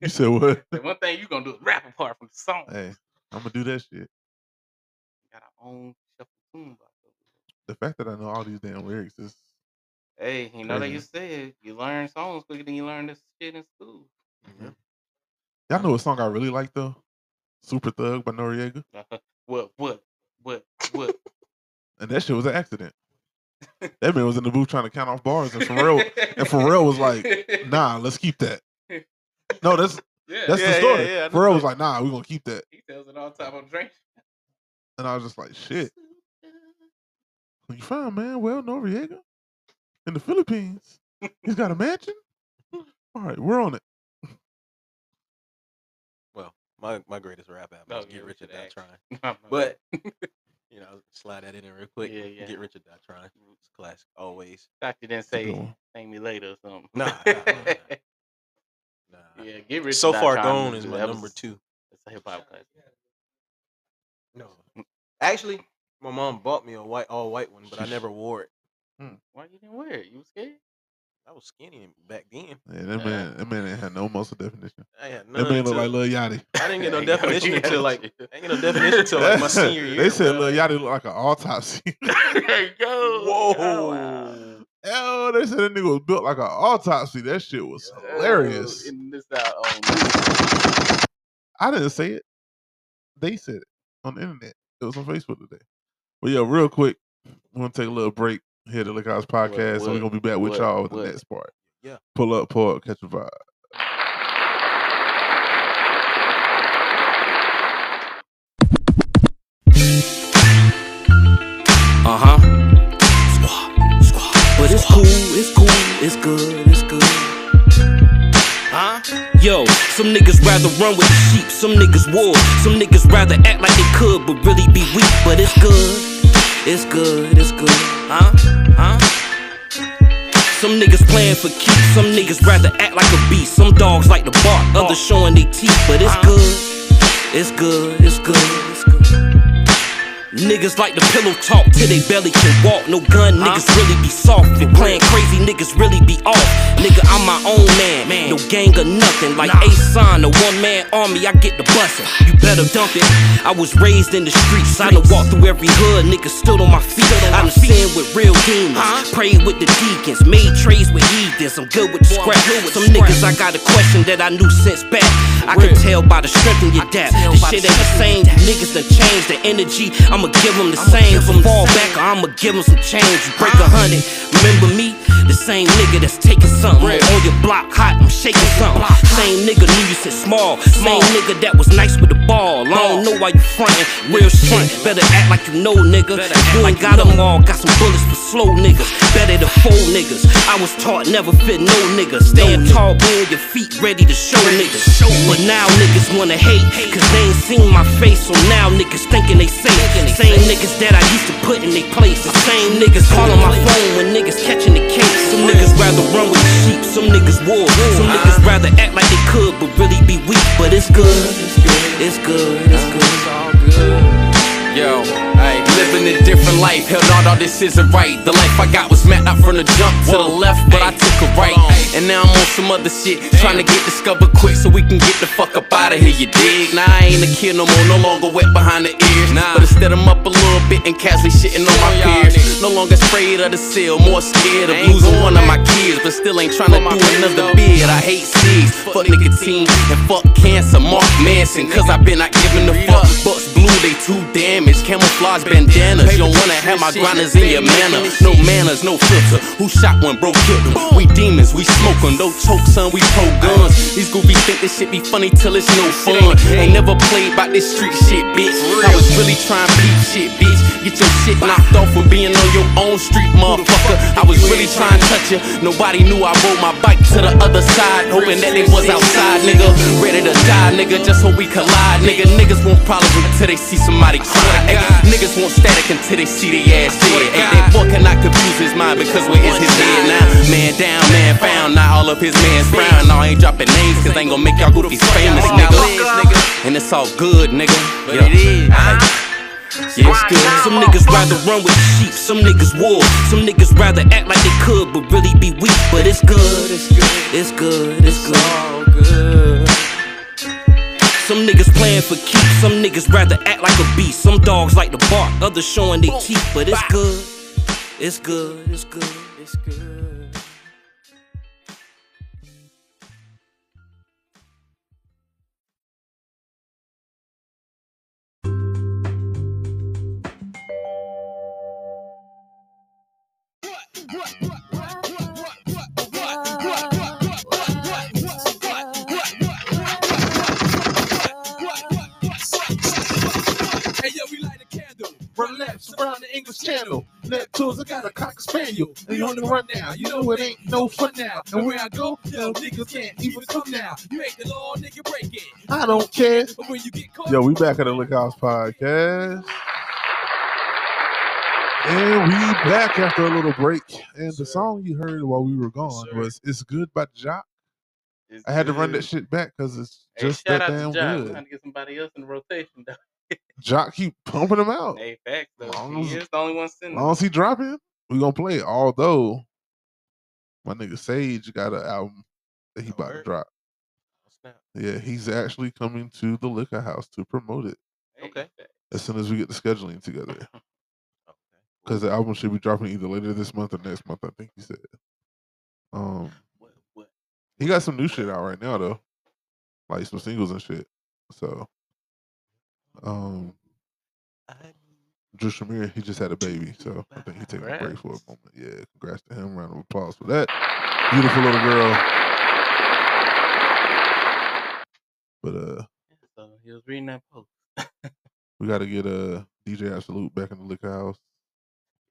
You said what?
[laughs] The one thing you gonna do is rap apart from the song.
hey, I'm gonna do that shit.
Got our own shuffle tune box over here.
The fact that I know all these damn lyrics is
Hey, you know they
Crazy.
used to say you learn songs quicker than you learn this shit in school. [laughs]
Y'all
Uh-huh.
know a song I really like though? Super Thug by Noriega.
what, what, what, what?
And that shit was an
[laughs]
accident. That man was in the booth trying to count off bars and Pharrell and Pharrell was
[laughs]
like, nah, let's keep that. No,
[laughs]
that's
yeah,
that's
Yeah,
the
yeah,
story.
yeah, I know
Pharrell was
that.
like, nah, we're gonna keep that.
he tells it all the time on drink.
And I was just like, shit. You found man well Noriega in the Philippines. He's got a mansion? [laughs] All right, we're on it.
Well, my my greatest rap album
Oh,
is
yeah,
Get
we
Rich or
should
Die
ask.
Trying.
Nah, my
But [laughs] you know, slide that in there real quick.
Yeah, yeah.
Get Rich or Die Trying. It's classic always.
doctor didn't
It's a good
say
one.
thank me later or something.
Nah, nah, nah, nah. Nah.
[laughs] yeah, get rich.
so
or Die
far
Trying
gone
was-
is my
that
number
was-
two.
It's a hip hop class.
No, actually, my mom bought me a white all white one,
[laughs]
but I never wore it.
Why you didn't wear it? You was scared?
I was skinny back then.
Yeah, that man that man ain't had no muscle definition.
I had none.
That man looked
until-
like Lil Yachty.
I
[laughs]
didn't get
[laughs] Yeah,
no
you gotta-
definition
you
until
gotta-
like I didn't get no definition until like my senior year.
They said
bruh.
Lil Yachty looked like an autopsy.
[laughs] there you go.
Whoa.
Oh, wow.
Hell, they said that nigga was built like an autopsy. That shit was
Oh,
hilarious.
and this out Oh, on
I didn't say it. They said it on the internet. It was on Facebook today. But yeah, real quick, we're gonna take a little break here at the Lick House Podcast, and we're
what-
gonna be back with
what-
y'all with
what?
the next part.
Yeah.
Pull up, pull up, catch a vibe.
Uh huh. But it's cool, it's cool, it's good, it's good. Yo, some niggas rather run with the sheep, some niggas war. Some niggas rather act like they could, but really be weak. But it's good, it's good, it's good. Huh? Huh? Some niggas playing for keeps, some niggas rather act like a beast. Some dogs like to bark, others showing they teeth. But it's good, it's good, it's good, it's good. Niggas like the pillow talk till they belly can walk. No gun, niggas really be soft. They playing crazy, niggas really be off. Nigga, I'm my own man, no gang or nothing. Like nah. Asan, a one man army, I get the bustin'. You better dump it. I was raised in the streets, I done walked through every hood, niggas stood on my feet. I done sinned with real demons, prayed with the deacons, made trades with heathens. I'm good with the scrap. Some niggas I got a question that I knew since back. I can tell by the strength in your dap. This shit ain't the same. Niggas done changed the energy. I'ma give them the same. Some fall back, or I'ma give them some change. You break a hundred. Remember me? The same nigga that's taking something. On your block, hot, I'm shaking something. Same nigga knew you since small. Same nigga that was nice with the ball. I don't know why you frontin'. Real strength. Better act like you know, nigga. You ain't got them all. Got some bullets for slow niggas. Better to fold niggas. I was taught never fit no nigga. Stand tall, be on your feet, ready to show niggas. But now niggas wanna hate, cause they ain't seen my face. So now niggas thinking they safe. Same niggas that I used to put in they place. The same niggas calling my phone when niggas catching the case. Some niggas rather run with the sheep, some niggas war. Some niggas rather act like they could, but really be weak. But it's good, it's good, it's good.
Yo, ay, living a different life. Hell no, no, this isn't right. The life I got was mapped out from the jump to the left, but I took a right. And now I'm on some other shit, trying to get discovered quick so we can get the fuck up out of here. You dig? Nah, I ain't a kid no more, no longer wet behind the ears. But instead I'm up a little bit and casually shitting on my peers. No longer afraid of the seal, more scared of losing one of my kids, but still ain't trying to do another bid. I hate seeds, fuck nicotine and fuck cancer. Mark Manson, cause I've been not giving a fuck. Bucks blue, they too damaged. Camouflage bandanas. You don't wanna have my grinders in your manner. No manners, no filter. Who shot one, bro, killed him. We demons, we smoke 'em. No choke, son, we pro guns. These goofies think this shit be funny till it's no fun. Ain't never played by this street shit, bitch. I was really trying peep shit, bitch. Get your shit knocked off for being on your own street, motherfucker. I was really trying to touch you. Nobody knew I rode my bike to the other side, hoping that they was outside, nigga. Ready to die, nigga, just hope we collide, nigga. Niggas want problems until they see somebody crying. Ay, niggas want static until they see the ass dead. Ay, that boy cannot confuse his mind because where is his head now? Man down, man found, not all of his mans brown. Now I ain't dropping names cause I ain't gonna make y'all goofies famous, nigga. And it's all good, nigga. Yeah. Ay, Yeah, it's good.
Some niggas rather run with the sheep, some niggas war. Some niggas rather act like they could, but really be weak. But it's good, it's good, it's good, it's good. Some niggas playing for keeps, some niggas rather act like a beast. Some dogs like to bark, others showing they teeth. But it's good, it's good, it's good, it's good.
Hey yo, we light a candle, relapse around the English Channel. Neptunes, I got a cocker spaniel, they on the run now. You know it ain't no fun now. And where I go, yo niggas can't even come now. You ain't the law, nigga, break it. I don't care. But when you get caught,
Yo, we back at the Lick House Podcast. And we back after a little break. And the song you heard while we were gone
Sir.
was It's Good by Jock. I had to run that shit back because it's
Hey,
just
shout
that damn
out to Jock.
good.
Trying to get somebody else in the rotation though.
Jock keep [laughs] pumping them out.
Hey, facts though.
Long
He
as-
is the only one sending.
long as he dropping, we gonna play it. Although my nigga Sage got an album that he
Oh,
about to
word.
drop.
Oh,
Snap.
Yeah, he's actually coming to the liquor house to promote it
Hey,
Okay.
facts.
as soon as we get the scheduling together.
[laughs] Okay.
Because the album should be dropping either later this month or next month, I think he said. Um
What, what?
he got some new shit out right now though. Like some singles and shit. So um
I-
Drew Shamir, he just had a baby, so I think he taking a break for a
Congrats.
moment. Yeah, congrats to him. Round of applause for that. Beautiful little girl. But uh
So he was reading that post.
we gotta get uh DJ Absolute back in the liquor house.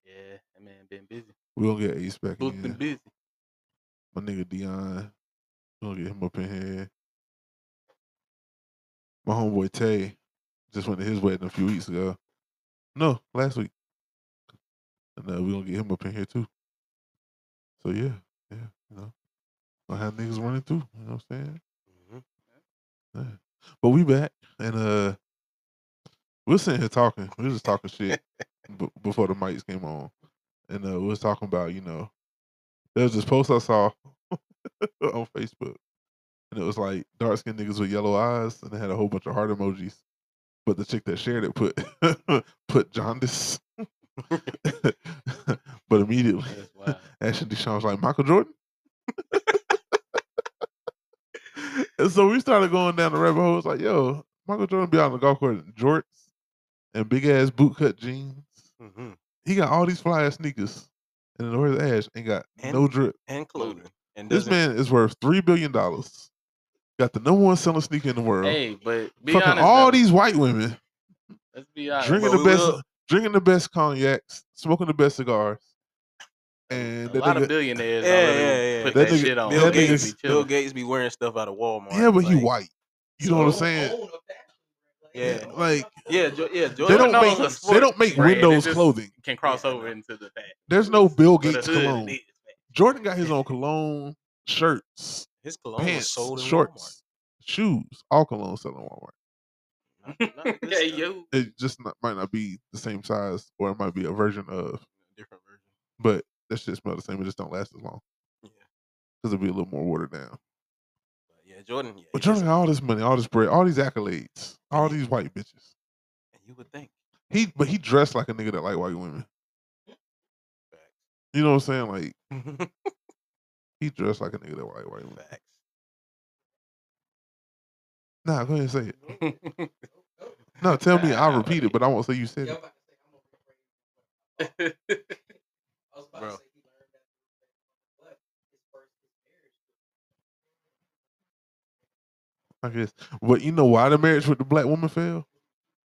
Yeah, that man been busy.
We're gonna get Ace back
Booked and
in.
busy.
My nigga Dion. We'll get him up in here. My homeboy Tay just went to his wedding a few weeks ago. No, last week. And uh, we're gonna get him up in here too. So yeah, yeah, you know. Gonna have niggas running through, you know what I'm saying?
Mhm.
Yeah. But we back and uh we are sitting here talking. We were just talking shit b- before the mics came on. And uh we was talking about, you know, there was this post I saw [laughs] on Facebook. And it was like dark skinned niggas with yellow eyes and they had a whole bunch of heart emojis. But the chick that shared it put [laughs] put jaundice. [laughs] but immediately [laughs]
That's wild.
Ashton Deshaun was like Michael Jordan. [laughs] and so we started going down the rabbit hole. It's like, yo, Michael Jordan be out on the golf course in jorts and big ass bootcut jeans.
Mm-hmm.
He got all these fly ass sneakers. And then where's Ash? Ain't got
And-
no drip.
And clothing. And
This
doesn't- [laughs]
man is worth three billion dollars. Got the number one selling sneaker in the world.
Hey, but be
Fucking
honest,
all
though.
these white women
Let's be honest.
drinking
but
the
we
best,
will-
drinking the best cognacs, smoking the best cigars,
a
and that
lot
nigga-
of billionaires
Yeah,
already
yeah, yeah.
put
That
that,
nigga-
shit on.
Bill
Bill
that
They
Gates,
be
[laughs]
Bill
chilling.
Gates be wearing stuff out of Walmart.
yeah, but he
like-
white. You know what I'm saying?
Yeah,
[laughs] Like
yeah, jo- yeah.
they
Jordan
don't
knows
make
the
they
sport
don't make
brand, it
Windows
just-
clothing.
Can cross
Yeah, I
over
know.
into the fact.
There's no Bill
But the
Gates
hood
cologne.
[laughs]
is
Jordan got his own cologne shirts,
his cologne was
pants,
sold in
shorts, shoes. All cologne selling Walmart.
Walmart. Not- [laughs] not
bad.
this
Hey,
stuff.
[laughs] yo.
It just not, might not be the same size, or it might be a version of,
different version.
but that shit smell the same. It just don't last as long.
Yeah.
Cause it'll be a little more watered down.
But yeah, Jordan. Yeah,
But
he just-
Jordan got all this money, all this bread, all these accolades, all
Yeah.
these white bitches.
and you would think.
He but he dressed like a nigga that like white women. You know what I'm saying? Like
Facts.
he dressed like a nigga that like white women.
Facts.
Nah, go ahead and say it.
[laughs]
No, tell me. I'll repeat it, but I won't say you said it.
Bro.
I guess. But you know why the marriage with the black woman failed?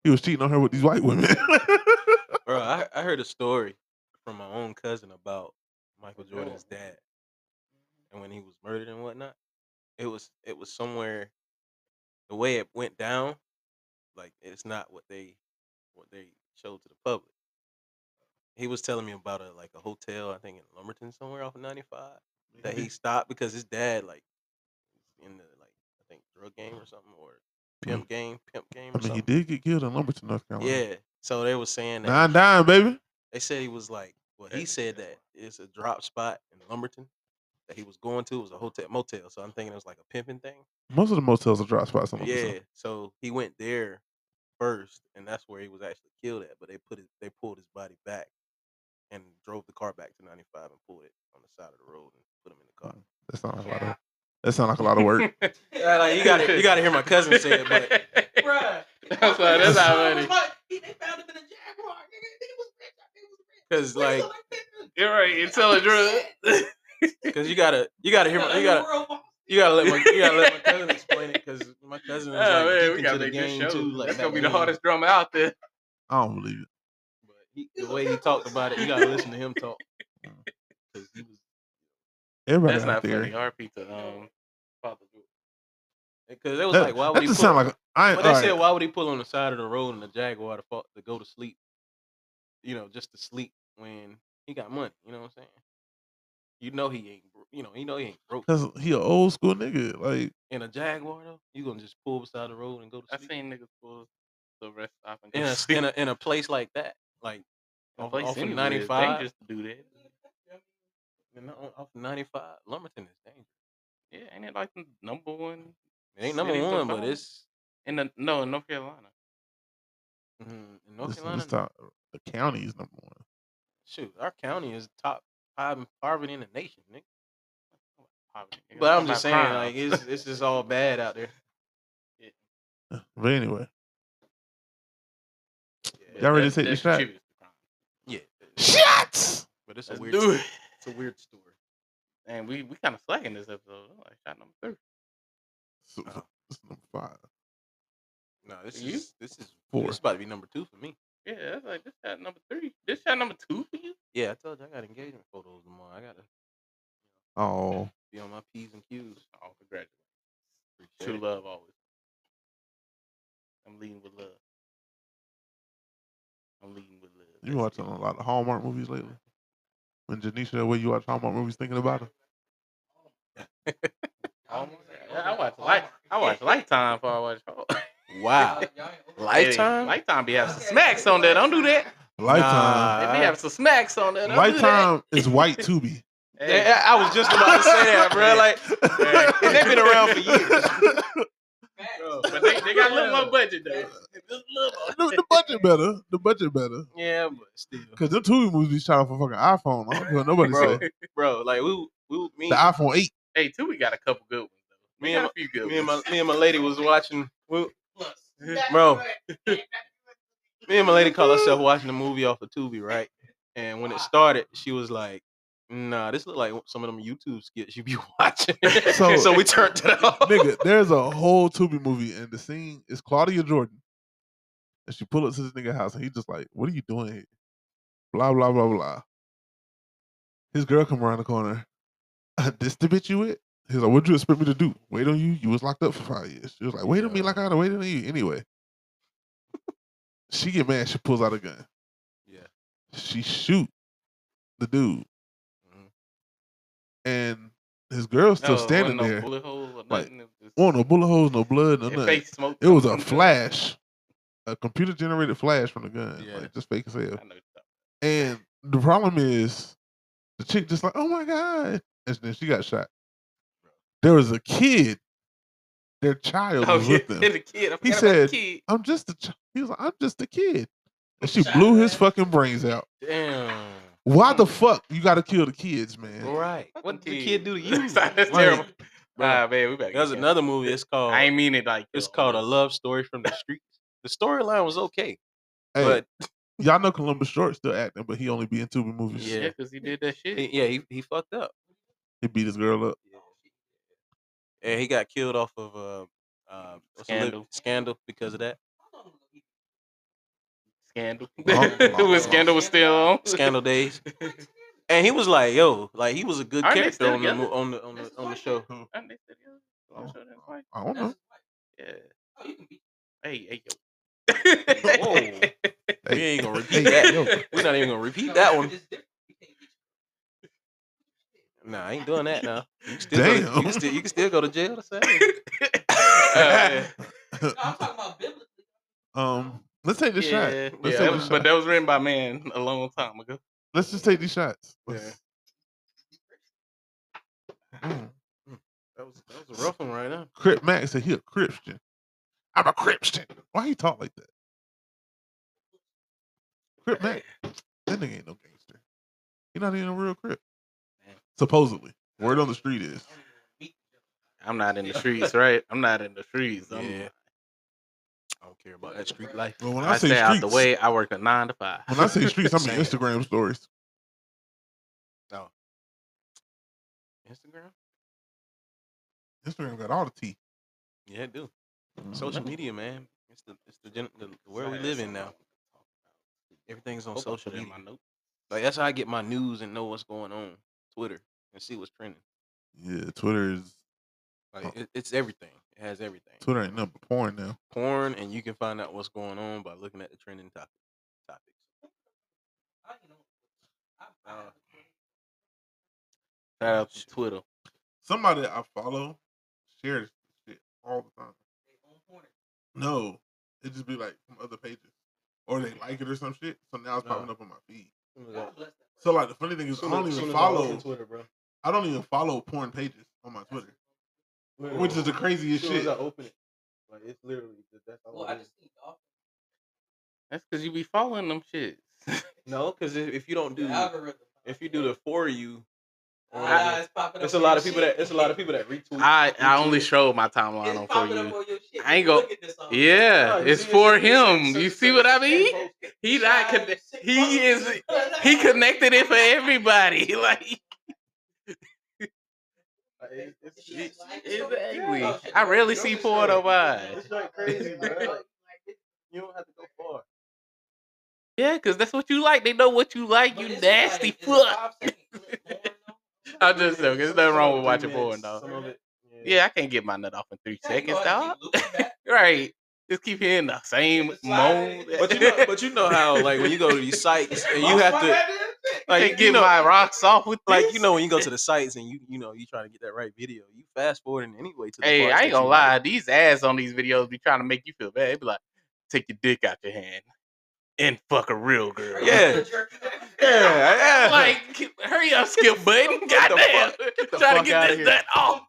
He was cheating on her with these white women. [laughs]
Bro, I, I heard a story from my own cousin about Michael Jordan's dad, and when he was murdered and whatnot, it was it was somewhere. The way it went down, like it's not what they what they showed to the public. He was telling me about a like a hotel, I think in Lumberton somewhere off of ninety five, that he stopped because his dad like was in the like I think drug game or something or pimp game, pimp game.
Mm. I mean,
Or
he
something.
did get killed in Lumberton, North Carolina.
Yeah. So they were saying that
nine dime, baby.
they said he was like, well, he
That-
said that it's a drop spot in Lumberton that he was going to. It was a hotel motel. So I'm thinking it was like a pimping
[laughs]
thing.
Most of the motels are dry spots. In Lumberton.
Yeah. So he went there first, and that's where he was actually killed at. But they put his, they pulled his body back and drove the car back to 95 and pulled it on the side of the road and put him in the car.
That sound like a lot of. That sound like a lot of work.
[laughs]
Mm.
Yeah, like you got to you got to hear my
[laughs]
cousin say it, but
Bruh. [laughs] That's why
[laughs]
that's how funny.
because
[laughs]
like
You're right. It's all a drug.
[laughs] because you gotta you gotta hear my, you gotta you gotta let my you gotta let my cousin explain it because my cousin
[laughs] Oh
was like
man,
deep
we
into
gotta
the
make this
game
show.
too. Like
That's
back
gonna be the
then.
hardest drama out
[laughs]
there.
I don't believe it.
But he, the way he talked about it, you gotta listen to him talk. 'Cause he was-
Everybody
That's
Mm. out
not
there.
funny. RP to um Papa Duke.
Because it was
That,
like, why
that
would he
just
pull-
sound like I. ain't
Well, they
all right.
said, why would he pull on the side of the road in the Jaguar to, fall, to go to sleep? You know, just to sleep when he got money. You know what I'm saying? You know he ain't. bro- You know you know he ain't broke.
Cause he an old school nigga. Like
In a Jaguar though, you gonna just pull beside the road and go to
I've
sleep
seen niggas pull the rest off and go
in
[laughs]
[laughs]
to
a
sleep.
in a in a place like that, like
A
off,
place
off of
anywhere is
95.
dangerous to do that.
you know, off of 95, Lumberton is dangerous.
Yeah, ain't it like the number one
It ain't number
Cities of
one, but
Bone.
it's
in the no in North Carolina?
mm, in North
this,
Carolina.
this time, the county is number one.
shoot, our county is top five in poverty in the nation, nigga.
Poverty, nigga.
But I'm
Talking
just
about
saying,
crime.
like, it's it's just all bad out there.
But anyway,
But
y'all ready
that-
to take
that
the shot?
contributes to crime.
[laughs] Yeah, uh,
Shots.
but it's a
Let's
weird,
do
story.
it.
[laughs] it's a weird story.
And we we kind of slacking this episode. I'm Like shot number three.
So,
Uh-huh.
it's number five.
No, this
You?
is this is
Four.
This about to be number two for me.
Yeah, that's like this shot number three. This shot number two for you.
Yeah, I told you I got engagement photos tomorrow. I gotta
Oh,
Be on my P's and Q's.
Oh, congratulations.
Appreciate
True
it.
love always. I'm leading with love. I'm leading with love.
You watching a lot of Hallmark movies lately? When Janisha, that way you watch Hallmark movies thinking about her?
Hallmark? Yeah, I watch light. I watch Lifetime before I watch
[laughs]
Hall-
Wow.
Hey, Lifetime be having some smacks on there. Don't do that.
Lifetime.
They
Nah.
be having some smacks on there. Don't
Lifetime
[laughs]
is white Tubi.
Do that. Hey,
Yeah, I was just about to say [laughs] that, bro. Like, and they've been around for years.
[laughs]
but they, they got a little more budget though. Just a little more.
the, the budget better. The budget better.
Yeah, but still,
Because them Tubi movies shot off a fucking iPhone. I don't care what nobody
[laughs] bro,
said.
bro, like we, we, me,
The iPhone 8.
Hey, too, we got a couple good ones though.
Me
We
and
got a few good
me and my,
ones.
me and my lady was watching. We, bro, me and my lady called herself watching the movie off of Tubi, right? And when it started, she was like, "Nah, this look like some of them YouTube skits you be [laughs] watching."
So-
[laughs] So, we turned it off.
Nigga, there's a whole Tubi movie, and the scene is Claudia Jordan. And she pull up to this nigga house, and he just like, What are you doing here? Blah, blah, blah, blah. His girl come around the corner. "Uh, this the bitch you with? He's like, What'd you expect me to do? Wait on you? You was locked up for five years. She was like, Wait on me like I had to wait on you. Anyway, she get mad. She pulls out a gun.
Yeah.
She shoot the dude,
Mhm.
and his girl's still
No, wasn't
standing
no
there.
bullet hole or
Like,
nothing. It was just-
Oh, no bullet holes, no blood, no
it
nothing.
fake smoke
It was a
coming from the-
flash, a computer generated flash from the gun,
Yeah.
like just fake as hell.
I know.
And the problem is, the chick just like, oh my god, and then she got shot. There was a kid, their child
Oh,
was
yeah,
with them.
the kid. I
He
forgot about the
said-
kid.
I'm just a. Ch-. He was like, I'm just a kid, and she blew
[laughs]
his fucking brains out.
Damn.
Why
Mm.
the fuck you got to kill the kids, man?
Right. What did the kid do to you?
That's terrible.
Like,
Ah, man, we better. get
There's
canceled.
another movie. It's called.
I ain't mean it like
It's
uh,
called A Love Story from the Streets. The storyline was okay,
Hey,
but
y'all know Columbus Short still acting, but he only be in two movies.
Yeah, because he did that shit.
he- eh, yeah, he, he fucked up.
He beat his girl up.
and he got killed off of uh, uh what's the li-
Scandal.
scandal because of that.
Scandal.
Long- long-
when Scandal was still on.
Scandal days. And he was like, yo, like he was a good
Aren't they
character
still
on the,
together?
mo- on the on the on the show.
Aren't they still together? I'm sure that's right.
I don't know.
Yeah. Hey, hey, yo.
We ain't gonna repeat
Hey,
that.
yo,
We're not even gonna repeat that one. Nah, I ain't doing that now. You can still, Go, to, you
Damn.
can still you can still go to jail. The same.
[laughs]
[laughs]
Uh,
Um, let's take this shot.
yeah,
Let's take
yeah, that was,
this
but
shot.
that was written by man a long time ago.
Let's just take these shots.
Yeah.
Let's- Mm.
That was that was a rough one right now.
Crip Max said he a Christian. I'm a Christian. Why he talk like that? Crip Max.
[laughs]
That nigga ain't no gangster. He not even a real Crip. Supposedly. Word on the street is.
I'm not in the streets, right? I'm not in the streets. I'm,
Yeah. I don't care about that street life.
But when I,
I,
say
stay out
streets,
the way. I work a nine to five.
when I say
[laughs]
streets, I mean
Same.
Instagram stories.
Instagram?
Instagram got all the tea.
Yeah, it do.
Mm-hmm.
Social media, man. It's the it's the, gen- the, the world we live in now. Everything's on
Hope I
social
put it in
media.
my notes.
Like that's how I get my news and know what's going on. Twitter and see what's trending.
Yeah, Twitter is
Like it, it's everything. It has everything.
Twitter ain't nothing but porn now.
Porn, and you can find out what's going on by looking at the trending topic topics. Uh,
Shout out to Twitter.
Somebody I follow shares shit all the time. No, it just be like from other pages, or they like it or some shit. So now it's popping up on my feed. So like the funny thing is, I don't even follow.
Twitter, bro.
I don't even follow porn pages on my Twitter, which is the craziest shit.
open it, like it's literally that's
That's because you be following them
[laughs]
shits.
No, because if, if you don't do if you do the for you, on
Ah,
the- Uh, it's a lot of people that it's a lot of people that retweet.
I I
retweet
only
it.
show my timeline on for you. I ain't go.
No,
Yeah,
you
it's
see,
for
it's- it's-
him.
it's-
You
it's-
see what I mean?
it's-
He not conne- He is. He connected it for everybody. [laughs] Like
it's- it's- it's-
exactly. I rarely see porn on mine.
It's like crazy, bro. Like, you don't have to go [laughs] far.
Yeah, cause that's what you like. They know what you like. You nasty fuck. [laughs] I'm just joking. There's nothing wrong with watching
Some
porn, dog.
of it.
Yeah, I can't get my nut off in three
Yeah, you
seconds,
know, I
dog.
keep looking back.
[laughs] Right. Just keep hearing the same moan. [laughs]
But you know, but you know how like when you go to these sites and you have to
like,
like
get
you know,
my rocks off with
like
this.
you know when you go to [laughs] the sites and you you know you trying to get that right video, you fast forwarding anyway to the
Hey,
parts
I ain't
that
gonna
you [laughs]
lie.
like.
These ads on these videos be trying to make you feel bad. They be like, take your dick out your hand and fuck a real girl. [laughs]
Yeah. Yeah, yeah.
Like, get- hurry up, skip button.
get the
Goddamn.
the
Try
fuck
to get
outta
this
here.
nut off.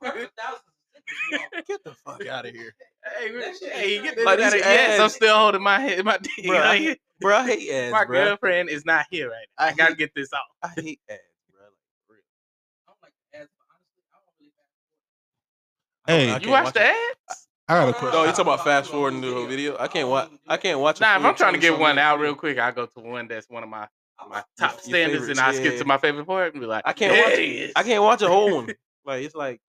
[laughs]
get the fuck out of here.
Hey, hey, get this
Like,
out of
these
Yes, I'm
ads-
still holding my head, [laughs] my dick.
Bruh,
Like,
Bro, I hate ads,
my
bro.
girlfriend is not here right now. I gotta get this off.
I hate ads, bro.
Hey,
I
You
can't
watch
watch
the
it.
ads?
I got a
No,
question.
you talking about fast forwarding to a video? I can't watch. I can't watch. a
Nah, if
full
I'm trying to get
20-something
one out
minute
real quick, I go to one that's one of my, my
Your-
top
your
standards, and
favorites,
I skip
yeah.
to my favorite part and be like,
I can't
"There
watch
it
it.
is."
I
[laughs]
can't watch a whole one. Like it's like,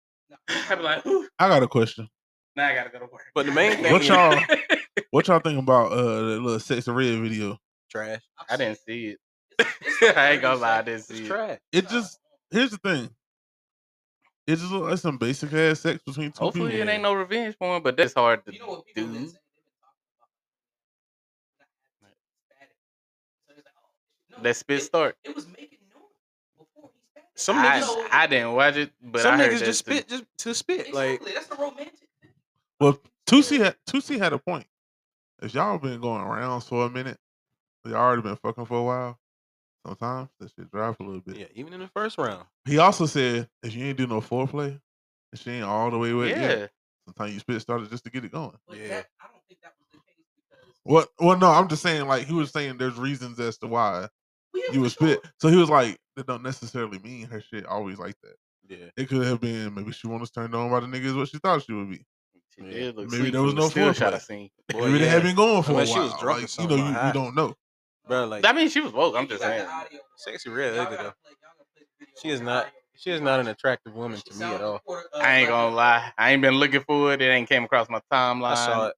I be like, "Ooh,
I got a question.
now I gotta go to work.
but the main thing
What
is
[laughs]
y'all? what y'all think about uh the little sex and red video?
trash.
I didn't see it. [laughs] I ain't gonna lie, I didn't
It's
see it.
trash.
It just here's the thing. It just look like some basic ass sex between two
Hopefully,
people.
it ain't no revenge porn, but that's hard to do. That spit start.
Some
I,
niggas,
I didn't watch it, but
some
I heard
niggas
that
just
too.
spit just to spit. Like
Well, Tusi had Tusi had a point. If y'all been going rounds for a minute, y'all already been fucking for a while. Sometimes that shit drop a little bit.
yeah, even in the first round,
He also said if you ain't do no foreplay, if she ain't all the way with yeah.
Yeah,
sometimes you spit started just to get it going.
yeah,
What? Well, no, I'm just saying like he was saying there's reasons as to why you would spit. So he was like, that don't necessarily mean her shit always like that.
yeah.
It could have been maybe she was turned on by the niggas what she thought she would be.
She
Yeah.
did look
Maybe
sweet
there was
from the
no
still shot
foreplay.
I seen.
Boy,
maybe they had
yeah.
been going for
Unless
a
she
while.
was drunk or
like, you know,
something, like,
you,
I-
you don't know.
bro. Like
I mean, she was woke. I'm just saying.
sexy red ugly though. She is not. She is not an attractive woman to me at all.
I ain't gonna lie. I ain't been looking for it. It ain't came across my timeline.
I saw it.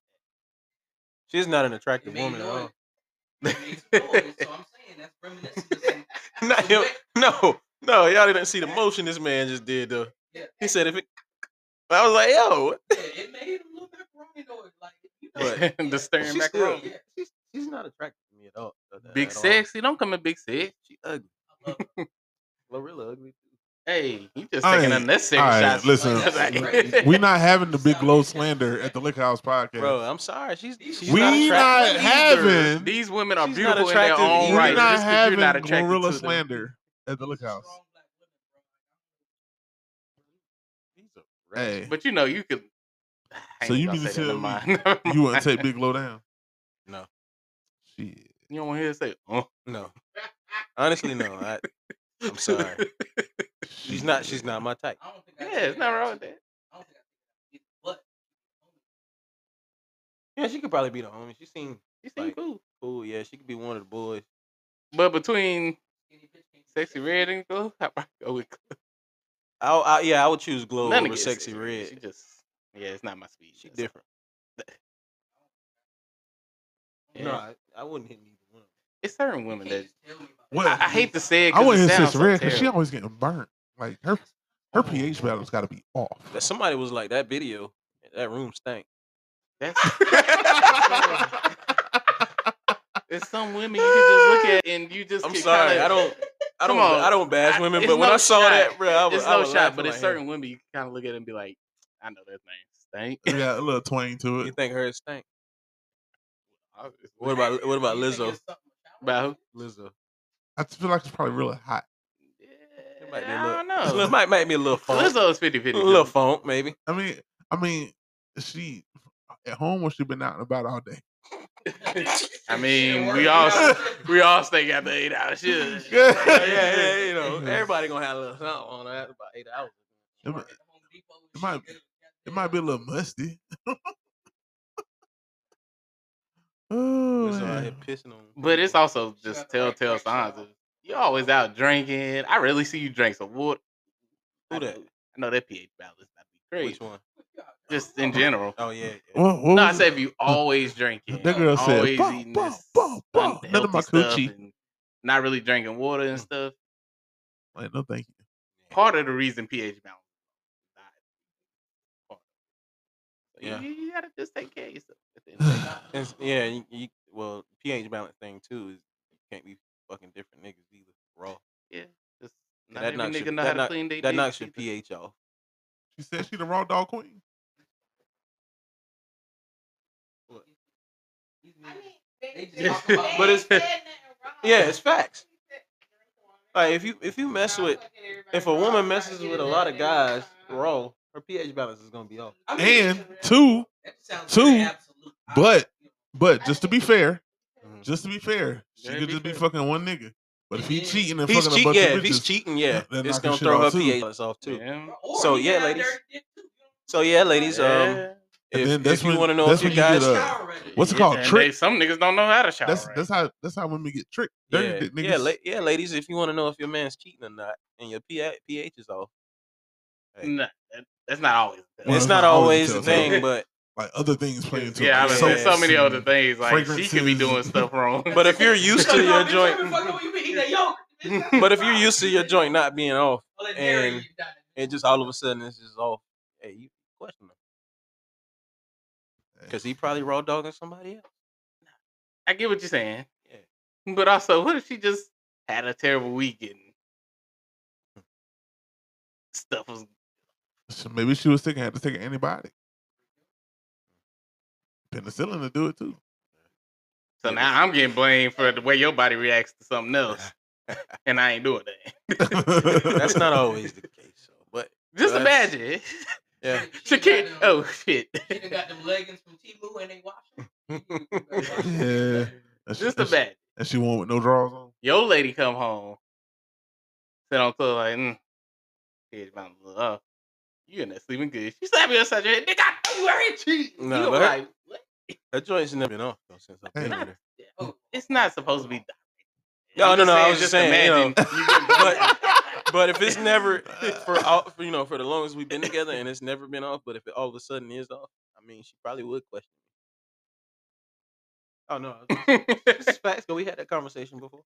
She's not an attractive woman at
[laughs]
all. Not [laughs]
[laughs]
him. No, no, y'all didn't see the motion this man just did though. He said if it. I was like, yo, what?
[laughs]
But
the staring
she's
back
still,
room.
she's, she's not attractive to me at all. at-
Big
at all.
sexy. Don't come in big sex.
She ugly. Lorilla ugly.
Hey, you just
All
taking
right,
unnecessary
all right,
shots.
listen,
[laughs]
[laughs]
Like-
We not having the big low slander at the Liquor House podcast.
Bro, I'm sorry. She's, she's
we
not,
not,
attractive either.
having we
These women are
She's not
beautiful in their
attractive
own
either.
right.
not
Just 'cause you're
having
not attracted
gorilla
to them.
slander at the Liquor House. Hey,
But you know, you could. I
So
ain't
you
gonna
mean to
say that,
tell
never
me
mind. [laughs]
you wouldn't take big low down?
No.
Shit.
You don't want to hear it say. "Oh."
No. Honestly, no. I, I'm sorry. She's not. She's not my type.
[laughs] Yeah, it's not wrong with that.
Yeah, she could probably be the homie. She seemed
You seem
Like-
cool.
cool. Yeah, she could be one of the boys.
But between sexy red and glow, [laughs] I probably go with glow.
I, I yeah, I would choose Glow
None
over
against
Sexy
Sexy
Red.
She just yeah, it's not my speed.
She different.
Yeah.
No, I, I wouldn't hit neither one. of
It's certain women that
What?
I, I hate to say it.
I
'cause
wouldn't
it
hit
sounds
Sis
so
Red because she
terrible. Oh.
always getting burnt. Like her, her pH battle's got to be off.
[laughs]
them. That somebody was like that video. That room stank.
That's- [laughs] It's some women you can just look at and you just.
I'm
can
sorry.
kinda-
I don't. I
Come
don't.
on.
I don't bash
I-
women,
it's
but when
no
I saw
shot.
that, bro, I was.
It's
I
no
was
shot,
laughing
but it's
like,
certain women you can kind of look at and be like, I know that name
It got a little twang to
You
it.
think hers stank?
stank.
What about what about Lizzo?
About
Lizzo.
I just feel like it's probably really hot.
who?
It might be a
I
little,
don't know.
It [laughs] might might be a little funk.
Lizzo's 50
a
50.
little funk,
[laughs]
maybe.
I mean, I mean, she at home or she been out and about all day.
I mean, we all we all stay got the eight
[laughs]
hour shift.
Yeah,
yeah, yeah, yeah, you know,
[laughs]
[laughs]
Yeah.
everybody gonna have a little something on that about eight hours.
It might,
oh,
it might, it might be a little musty. [laughs] oh,
Lizzo out here
man.
pissing on.
But it's
people.
also just telltale signs of you always out drinking. I rarely see you drink some water.
Who
I
that?
know- I know that pH balance might be
Which
great.
one?
Just in general.
Oh yeah. yeah.
What, what
No, I
was
said
it?
if you always drinking,
That girl said,
always
"Bow,
eating
bow,
this
bow, bow, none of
unhealthy
my
stuff
coochie."
Mm.
and not really drinking water and stuff.
Like, no, thank you.
part of the reason pH balance. is off. Part of it. So
Yeah.
You, you gotta just take care of yourself. at the
[sighs]
end of the day.
It's, yeah, you, you, well, pH balance thing too is you can't be fucking different niggas either. Raw.
Just
Yeah,
not
that
every
knocks
nigga
your-
know
that
how to
knock-
clean they
That
dick
knocks your
either.
pH off.
She said she the raw dog queen.
But it's yeah, it's facts. Like if you if you mess with if a woman messes with a lot of guys raw, her pH balance is gonna be off.
And two, two, but but just to be fair,
Mhm.
just to be fair, she
Yeah,
could
Mm-hmm. be
just be
fair.
fucking one nigga. But if he cheating and
He's
fucking
cheat-
a bunch
yeah,
of
if he's
bitches,
cheating, yeah,
that
it's
knock
gonna
your shit
throw her
off, too.
pH balance off too.
Yeah.
So yeah, ladies. So yeah, ladies. Um,
Yeah.
And
if,
then that's
if you
when-
want to know
that's
if your
when you
guys,
get
[laughs]
a- what's it called?
And
Trick.
They, some niggas don't know how to shower.
That's
right.
that's how that's how women get tricked. Dirty
yeah,
dick niggas.
yeah, la- yeah, ladies, if you want to know if your man's cheating or not, and your pH pH is off,
Nah, that- that's not always. the
Well,
case.
it's
it's
not
not always
always
a
the
telltale.
[laughs] thing, but
like other things playing into
yeah, I
it.
mean,
so-
there's so many
and-
other things. Like she could be
fragrances.
doing stuff wrong.
but if you're used to your joint, but if you're
[laughs]
used to your joint not being off, and it just all of a sudden it's just off, hey, you question him because he probably raw dogging
[laughs]
somebody else.
I get what you're saying. But also, what if she just had a terrible weekend? Stuff was
So maybe she was taking had to take an antibiotic. Penicillin to do it too.
so now I'm getting blamed for the way your body reacts to something
[laughs]
else, and I ain't doing that.
[laughs] That's
[laughs]
not always the case, so, but
Just
Well, that's-
imagine. [laughs]
[laughs]
yeah,
Shakira. Oh shit.
got them leggings from Timu and they wash them.
yeah. And she,
[laughs] Just
and, she,
imagine.
and she won with no draws on.
Your lady come home, sit on club like, mm, here's my love. You in there sleeping good. She slapped me upside your head. Nigga, I thought you were here cheating.
Nah,
you
but-
like, what?
her joint's never been off though, since I've been
Hey.
with her.
Oh,
It's not supposed to be. direct.
No,
I'm
no,
just
no, I
saying,
was just saying, you know,
imagine [laughs] you get-
But if it's [laughs] never for all, for, you know, for the longest we've been together, and it's never been off. But if it all of a sudden is off, I mean, she probably would question me. Oh no, I was just- [laughs] it's facts. 'cause We had that conversation before.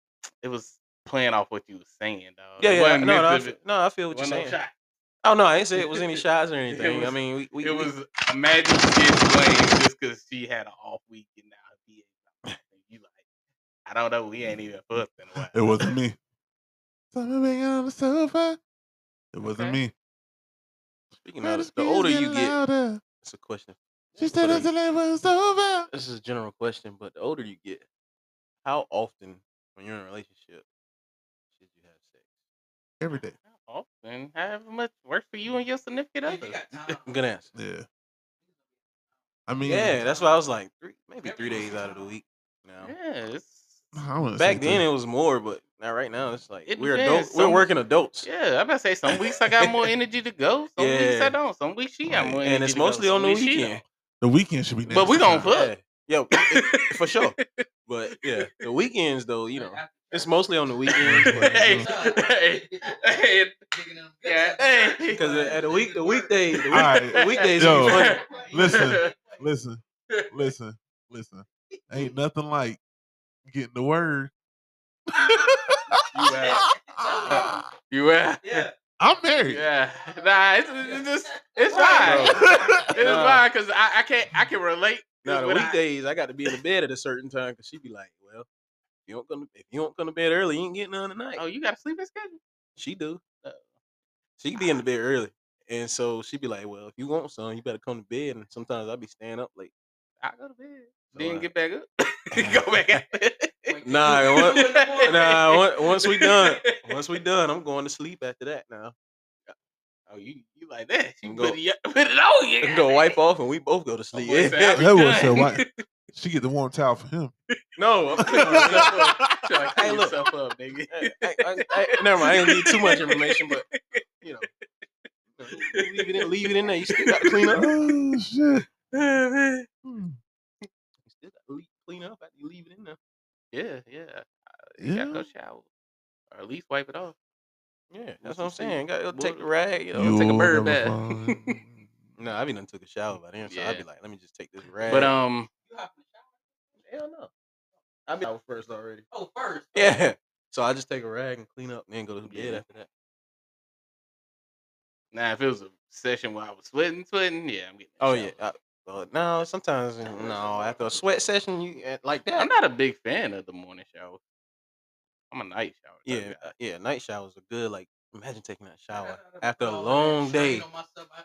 it was playing off what you was saying, dog.
Yeah,
It
yeah.
wasn't
No, no, I
meant
feel,
to
no, I feel
be-
what you're
wasn't no
saying.
shot.
Oh no, I didn't say it [laughs] was any shots or anything. I
was-
mean, we, we
It
we-
was imagine getting blamed just because she had an off week and now he ain't. You like, I don't know. We ain't even fucked in
[laughs]
a while.
It wasn't me. Summer being on the sofa. It wasn't
Okay.
me.
speaking of the older you get,
get,
it's a question.
she said
But,
it's a
uh,
label sofa.
[laughs] This is a general question, but the older you get, how often when you're in a relationship should you have sex?
Every day.
How often, however much works for you and your significant
if
other.
you got
[laughs]
time.
Good answer.
Yeah. I mean,
Yeah, that's why I was like three, maybe three days out of the week. Now,
Yeah, it's,
I wouldn't say
back then
three.
it was more, but not right now. It's like
It
we're
depends.
adults. We're
Some-
working adults.
yeah. I about to say some weeks I got more energy
[laughs]
to go. Some weeks I
Yeah.
don't. Some weeks she got
Right,
more energy.
and it's
to go,
mostly
some
on the
weeks
[laughs]
she
weekend.
the weekend should be.
But
nasty
we gon'
time.
Fuck.
Yeah, yo, [laughs]
don't.
for sure. But yeah, the weekends though, you know, it's mostly on the weekends. but-
[laughs] hey, hey, hey, yeah, hey.
[laughs] Because at the week, the weekday,
[laughs]
the, week,
Alright,
[laughs] the weekdays,
yo.
be funny.
Listen. Listen, listen, listen.
[laughs]
Ain't nothing like getting the word.
You out. [laughs] You out.
Yeah.
I'm married.
Yeah. Nah, it's, it's just it's
Right.
fine. [laughs] It's
Nah.
fine because I, I can't I can relate. 'cause
Now the
when I-
weekdays, I got to be in the bed at a certain time because she be like, "Well, if you don't come, if you don't come to bed early, you ain't getting none tonight."
oh, you got a sleeping schedule?
She do. uh, She be
Ah.
in the bed early, and so she be like, "Well, if you want some, you better come to bed." And sometimes I be staying up late.
I go to bed.
So
Then
I-
get back up. [laughs] go back out. there.
Nah,
[laughs] what-
nah. on- Once we done, once we done, I'm going to sleep after that. Now
Oh, you, you like that? You
Go-
put it, put it on you.
we go wipe off, and we both go to
My
sleep.
boy said,
[laughs]
I be
That was so
done. [laughs]
white. She get the warm towel for him.
no, I'm
Trying to clean
Hey, look.
yourself up, nigga.
[laughs]
[laughs]
I, I, I, never mind. I didn't need too much information, but you know, leave it in, leave it in there. You still got to clean
[laughs]
up.
oh shit. Hmm.
You still got to leave, clean up after you leave it in there.
Yeah, yeah. You
Yeah.
gotta go shower, or at least wipe it off.
Yeah,
Once
that's what
you
I'm
see-
saying. Got to
what-
take the rag. You know.
I'll take a
You'll
bird
never
bath. [laughs]
find-
No, I be done took a shower by then, so I'd
Yeah.
be like, let me just take this rag. [laughs]
But um,
hell no, I be out first already.
Oh, first.
Yeah, so I just take a rag and clean up, and then go to bed
Yeah.
after that.
Now, if it was a session where I was sweating, sweating, yeah, I'm getting.
Oh yeah. I, well, no, sometimes no. After a sweat session, you eh, like that.
I'm not a big fan of the morning shower. I'm a night shower. type
Yeah,
guy.
uh, yeah. Night showers are good. Like, imagine taking
[laughs]
that shower
Uh,
after a
oh, I
long
got
day,
strain on myself. I-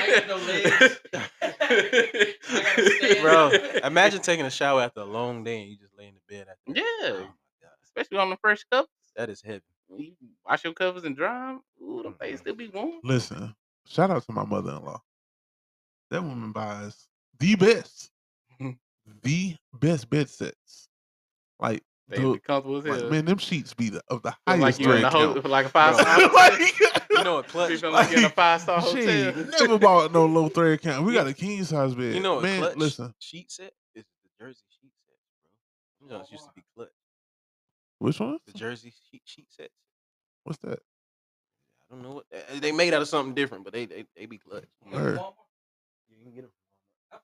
I got no
[laughs]
legs. [laughs] stand
bro.
up.
Imagine taking a shower after a long day and you just lay in the bed. After that. Oh
Yeah,
my God,
especially on the fresh cup.
that is heavy.
You wash your covers and dry them. Ooh,
Mm-hmm.
them things still be warm.
Listen, shout out to my mother in law. That woman buys the
[laughs]
best, the best bed sets. Like,
They
the-
be comfortable as
like,
hell.
man, them sheets be the, of the
Feel
highest
like you in
thread
the
count.
ho- [laughs] like a five
Bro. [laughs]
star. hotel.
[laughs] like,
You know what
[laughs] You
clutch?
feel like you in a
like,
five star
she
hotel.
ain't never bought no low thread count. We got a king size bed.
You know what
man,
clutch?
listen,
sheet set is the Jersey sheet set, bro. You know, it used to be clutch.
which one?
The Jersey sheet, sheet sets.
What's that?
I don't know what they- they made out of something different, but they they, they be clutch.
Word.
You can get them.
Oh,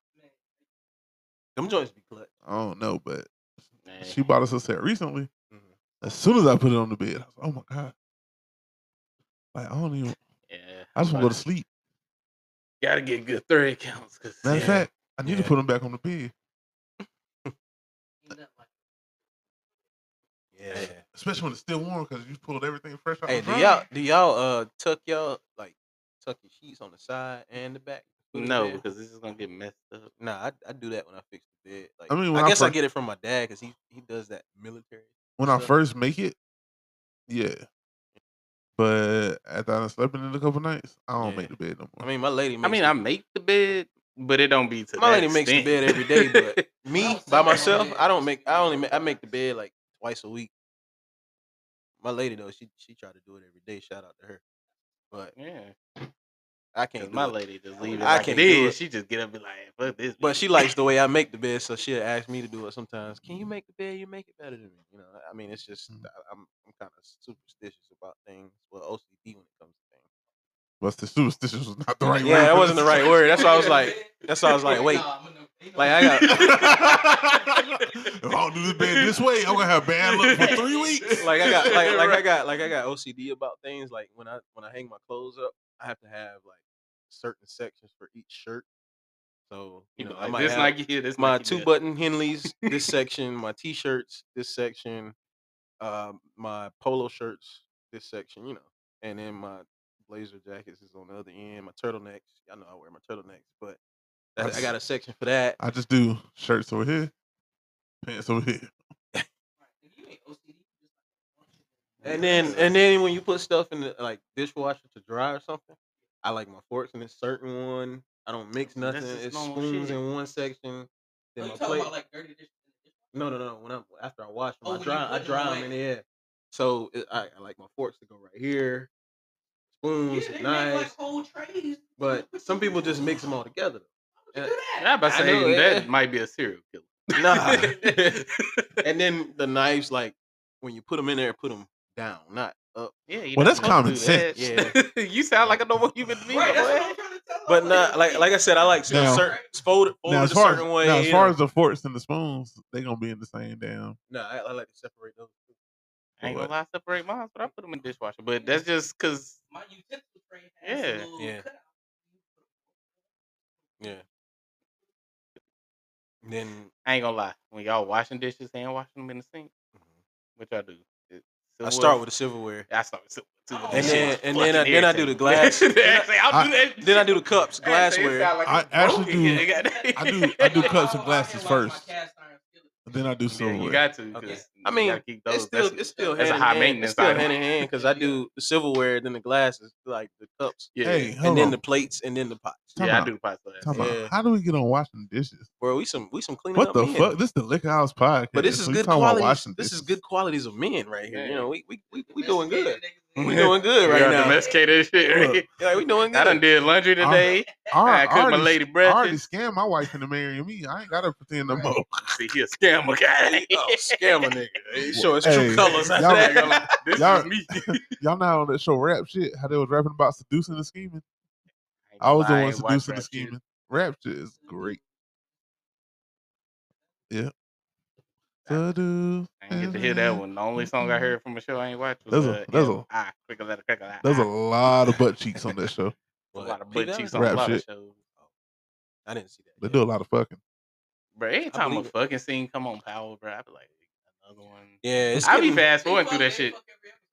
Them joints be clutch.
I don't know, but
Man,
she bought us a set recently.
Mhm.
As soon as I put it on the bed, I was like, oh my god. Like I don't even.
yeah,
I just want to go to sleep.
gotta get good thread counts. Cause
Matter
yeah.
of fact, I need to
Yeah.
put them back on the bed,
[laughs]
Yeah.
especially when it's still warm because you pulled everything fresh out.
Hey,
the
do
dryer.
y'all do y'all uh tuck y'all like tuck your sheets on the side and the back? before you
no,
bed?
because this is gonna get messed up.
Nah, I, I do that when I fix the bed. Like,
I
I
mean,
mean,
when
I
I
guess I
first-
get it from my dad because he he does that military.
When I
So-
first make it, yeah. But after I done slept in it a couple nights, I don't
Yeah.
make the bed no more.
I mean, my lady. Makes
I mean,
the-
I make the bed, but it don't be to
My
that
lady makes the
extent.
bed every day, but
[laughs]
me
was
by
thinking
myself,
about
I
that.
don't make. I only make, I make the bed like twice a week. My lady though, she she tried to do it every day. Shout out to her, but
yeah,
I
'cause
can't.
my
My lady,
lady just leave it
I
like it
can't do
is.
it.
She just get up and be like, "Fuck this."
but
bitch."
she
[laughs]
likes the way I make the bed, so she'll ask me to do it sometimes. Can you make the bed? You make it better than me. You know, I mean, it's just
Mm.
I- I'm I'm kind of superstitious about things. Well, OCD when it comes to things.
But the superstition was not the right word.
yeah, that
for
wasn't the
this.
right word. That's why I was
[laughs]
like, that's why I was like, wait, like I got.
[laughs]
if I don't do this bed this way, I'm gonna have bad luck for [laughs] three weeks.
like I got like like I got like I got OCD about things. Like when I when I hang my clothes up, I have to have like certain sections for each shirt. So you know, I
like,
might
this
have
Nike here, this
my
Nike
two
there.
button Henleys this section, my t-shirts this section, uh, my polo shirts this section. You know, and then my blazer jackets is on the other end. My turtlenecks, I know I wear my turtlenecks, but that, I
That's-
got a section for that.
I just do shirts over here, pants over here.
And then and then when you put stuff in the like dishwasher to dry or something, I like my forks in a certain one. I don't mix
That's
nothing.
just
It's
normal
spoons
shit.
in one section.
Oh,
Then
you
my
talking
plate.
about like dirty dishes?
no, no, no. When I'm after I wash them,
Oh,
I
when you
dry. I
put them
dry them
away.
in the air. So it, I, I like my forks to go right here. Spoons,
Yeah, they make,
knives.
like, whole trays.
but
[laughs]
some people just mix them all together.
Do
Yeah.
that.
Yeah, I'm about
I
saying
know,
that
yeah.
might be a serial
[laughs]
killer.
Nah. and then the knives, like when you put them in there, put them down, not up.
Yeah, you
Well,
not
that's common
supposed to do that. [laughs] you sound like a normal
[laughs]
human being.
Right, that's what
boy.
I'm trying to tell.
But
them,
not like like I said, I like
Now-
certain folded
now,
folded a
as far as,
certain way.
now, as
you
far
know.
as the forks and the spoons, they gonna be in the same damn.
No, I, I like to separate those. two.
I ain't
What? Mm-hmm.
gonna lie, separate mine, but I put them in the dishwasher. But that's just because
my utensil tray has
Yeah,
a little
yeah.
cutout.
Yeah. Then
I ain't gonna lie, when y'all washing dishes and washing them in the sink,
Mm-hmm.
what y'all do? It-
I
silver-
start with
[laughs]
the silverware.
I start with silver. too, but
And
that shit
then-
is
and then
fucking
I- then I do the
irritating. [laughs]
glass.
They
Then I-
say, I'll do that
Then I
shit.
do the cups,
They say it sound
glassware.
like
I
it's
actually do-
broken. [laughs] You got-
I do- I do
Like,
cups and
I'll go out
glasses
here and wash my
first.
cast iron skillet.
And then I do
[laughs] Yeah,
silverware.
you got to.
Okay.
'cause
I
you
mean,
gotta keep those.
it's still
That's-
it's still
that's a
hand in
high
hand.
maintenance
It's still
item.
hand in
[laughs]
hand because I do the silverware, then the glasses, like the cups,
yeah,
Hey,
and
hold
then
on.
the plates, and then the pots.
Time
yeah, I
out.
do pasta. that.
Time out.
Yeah.
How do we get on washing dishes?
Bro, we some we some cleaning
What
up
the
men.
fuck? This is the liquor house podcast.
But this is
We
good
talking about
qualities.
washing
This is
dishes.
good qualities of men right here. You
Yeah.
know, we we we, we doing good.
Domesticated niggas.
[laughs]
We doing good
We
right
are
now.
domesticated as shit. Right?
Look,
Yeah, we doing
[laughs] I done
good.
did
[laughs]
laundry today.
I,
I,
I
cooked my
already-
lady
I already
breakfast.
scammed my wife into marrying me. I ain't gotta pretend no
Right.
more.
See, he a scammer [laughs] guy.
Oh, scammer nigga.
[laughs]
He show his
Hey,
true colors after
y'all- [laughs]
I ain't
that.
gonna lie, This
Y'all-
is me.
Y'all not on that show rap shit. How they was rapping about seducing and scheming. I was the
ain't
one
watch
seducing and
rap Mm-hmm. shit.
scheming. Rap shit is great. Yeah. to do.
I didn't get to hear that
Mm-hmm.
one. The only song I heard from a show I ain't watched was
That's a-
uh,
that's a-
ah, quick letter, quick letter.
There's a lot of butt cheeks on that show.
a
But
lot of
P.
butt
Valley
cheeks
did
on a
Rap
lot of
shit.
shows.
I didn't see that.
They
yet.
do a lot of fucking.
Bro, every time a
believe it.
fucking scene come on Power, bro, I be like, another one.
Yeah, it's
I be
getting-
fast forwarding through that shit.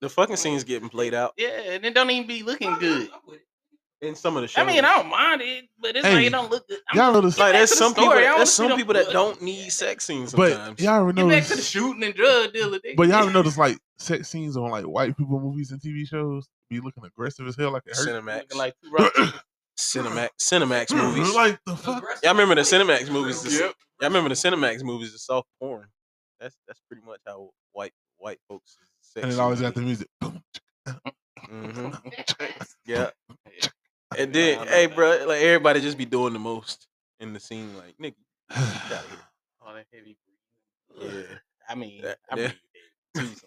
The fucking scene's getting played out
Yeah, and it don't even be looking good.
in some of the shows.
I mean, I don't mind it, but it's like
Hey,
it don't look good. I'm
Y'all know this,
Get
like
back
there's
to the
some
story.
people.
I wanna
There's
see
some
them
people that
blood.
don't need sex scenes sometimes.
but y'all ever
Get back to the
notice?
shooting and drug dealer. nigga.
[laughs] But y'all
[laughs]
ever notice like sex scenes on like white people movies and TV shows be looking aggressive as hell, like it hurts.
Cinemax,
Looking like
[laughs]
two rockets.
Cinemax, Cinemax movies. Y'all
like the fuck.
remember the Cinemax movies? [laughs] This,
Yep.
Y'all remember the Cinemax movies? The soft porn. That's that's pretty much how white white folks. Sex
And it always got the music. Boom, [sighs]
hmm
[laughs]
That's
Yeah.
Yeah.
And
I
then,
know
hey,
that.
bro, like everybody just be doing the most in the scene, like nigga. get outta here.
all that heavy breathing.
Yeah.
I mean,
That-
I
yeah.
mean,
[laughs]
sometimes.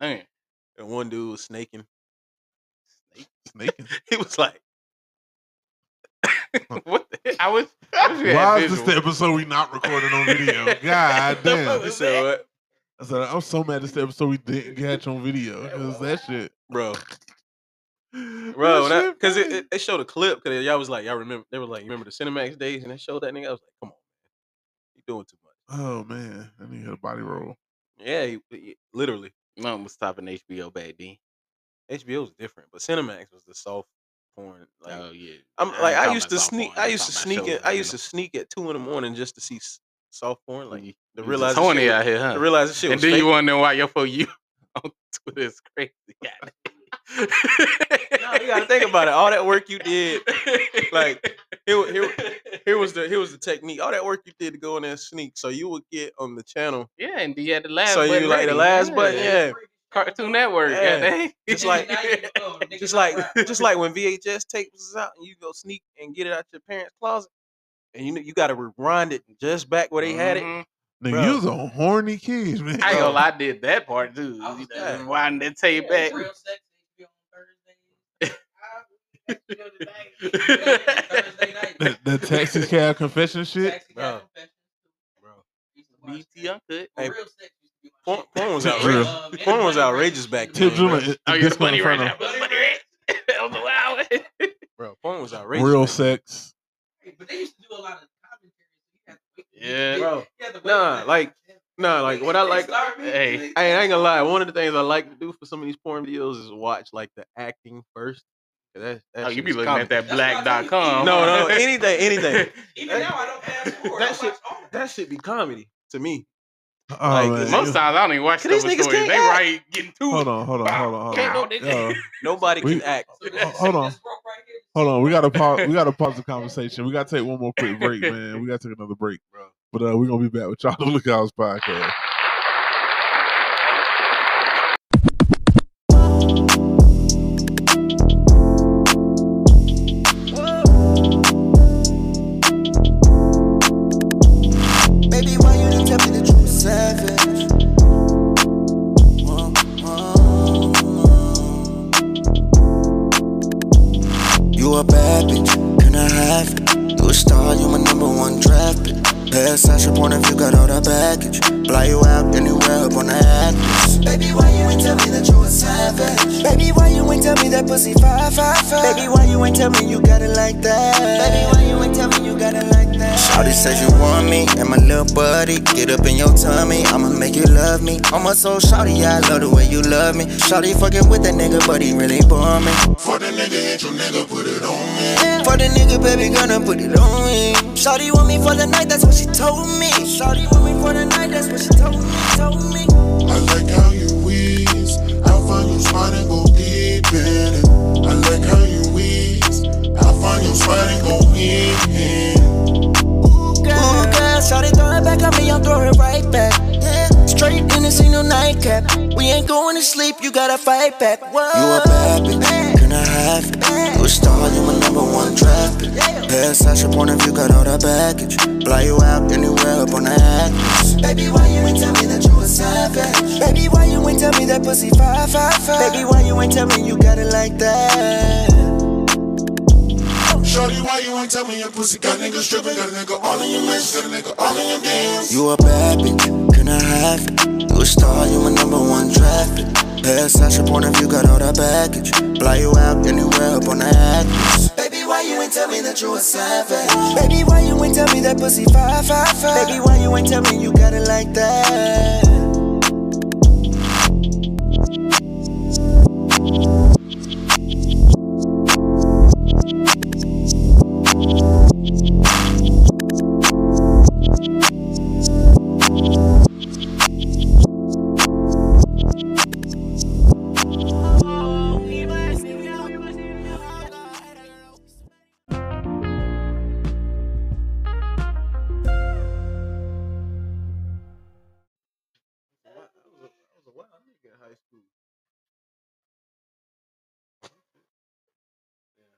Man,
And one dude was snaking. [laughs]
[laughs]
snaking.
He was like,
what? The heck? I was. I wish we had
Why is this
visuals.
the episode we not recording on
[laughs]
video? God damn.
he said, what?
I said, I'm so mad this episode we didn't catch on video. Because that shit. [laughs]
Bro,
that
bro,
shit
because it,
funny.
it, it showed a clip because y'all was like, y'all remember, they were like, remember the Cinemax days, and they showed that nigga. I was like, come on, man, you doing too much.
Oh, man. I need a body roll.
Yeah, he, he- literally.
Nothing was stopping HBO back then.
HBO was different, but Cinemax was the soft porn. Like,
oh yeah.
I'm
ain't
like, I
talking
used
about
to
soft
sneak,
porn,
I
I'm
used to
talking about
sneak, in,
shows
I
in
used to
them.
sneak at two in the morning just to see s- soft porn, like
Mm, You-
to
you just
realize the shit
horny
was-
out here, huh?
to realize this shit.
and
Was
then
fake.
you wonder why your for you [laughs] on Twitter is crazy. [laughs] God.
No, you gotta think about it. All that work you did, like here, wa- here, wa- here was the here was the technique. All that work you did to go in there and sneak, so you would get on the channel,
yeah, and you had the last.
so
button
you like
ready.
the last button, yeah.
Cartoon Network.
Yeah.
goddamn.
Just like- [laughs] Just like just like when VHS tape was out, and you go sneak and get it out your parents' closet, and you know you gotta rewind it just back where they had it.
Mhm.
Nigga,
Bro.
you was on horny kids, man.
I ain't
Bro.
gonna lie, I did that part too.
I was
You
there.
just Winding that tape back.
Real sex used to be on
[laughs]
Thursdays. I- you know, the night- you know, Thursday night,
The, the taxi
[laughs]
cab confession shit.
Taxi Cab
Bro.
Confessions.
Bro.
Used to
[laughs]
watch
BT Uncut.
that.
Hey,
Real sex used to be my
Porn,
shit.
porn was
Tip
outrageous.
Um, and
porn was
Money Rack
outrageous
used to
back
be
Tip
my
then,
Driller.
bro.
shit.
it-
Oh,
it
you're
just
the money
went
right
from
now. Put money right. That was wild.
Bro, porn was
the
outrageous.
Real
back then.
sex.
[laughs] But they used to do a lot of commentary, so you had to wait.
Yeah.
Bro,
You had to wait
nah,
for that.
like- nah, like what I
They
like.
started me.
Hey.
Hey, I ain't gonna lie. One of the things I like to do for some of these porn videos is watch like the acting first. 'cause That, that
[laughs] Oh,
shit
you be
is
looking
comedy.
at
That's
that
why I told you.
black.com.
No, no,
[laughs]
anything, anything.
Even now, I don't fast forward.
That
I
shit-
watch all of it.
That should be comedy to me.
Oh,
Like,
man.
Most times I don't even watch
Cause these
those stories.
niggas can't
They
act.
right getting too.
Hold on, hold on, hold on,
Can't
hold
no
on.
[laughs] nigga-
Yo,
Nobody
We-
can act.
So
Ho-
that's-
hold on.
that's broke right here.
Hold on, we gotta pause. We gotta
[laughs]
pause the conversation. We gotta take one more quick break, man. We gotta take another break, bro. But uh, we're gonna be back with y'all. on The Lookouts podcast.
Baby, why you done tell me that you were savage? Uh, uh. You a bad bitch, can I have it? You a star, you my number one draft pick. Pass Sasha point if you got all the baggage. Fly you out anywhere up on the atlas. Baby, why you ain't tell me that you a savage? Baby, why you ain't tell me that pussy five five five? Baby, why you ain't tell me you got it like that? Baby, why you ain't tell me you got it like that? Shawty says you want me, and my little buddy, get up in your tummy. I'ma make you love me. On my soul, Shawty, I love the way you love me. Shawty fucking with that nigga, but he really bore me.
For the nigga, ain't your nigga, put it on me.
For the nigga, baby, gonna put it on me. Shawty want me for the night, that's what she told me. Shawty want me for the night, that's what she told me, told me.
I like how you wheeze. I find your spot and go deep in it. I like how you wheeze. I find your spot and go deep in it.
Ooh, girl, shawty throw it back at me, I'm throwing it right back. Yeah. Straight in the single nightcap. We ain't going to sleep, you gotta fight back. Whoa. You a bad bitch, can I have it? You a star, you my number one draft pick. Pass Sasha point if you got all the baggage. Fly you out anywhere up on the atlas. Baby, why you ain't tell me that you a savage? Baby, why you ain't tell me that pussy five five five? Baby, why you ain't tell me you got it like that?
Shorty, why you ain't tell me your pussy got niggas stripping? Got a nigga all in your mix, got a nigga all in your dance.
You a bad bitch, can can I have it? You a star, you my number one draft pick. Pass out your point if you got all that baggage. Fly you out anywhere up on the atlas. Baby, why you ain't tell me that you a savage? Baby, why you ain't tell me that pussy five five five? Baby, why you ain't tell me you got it like that?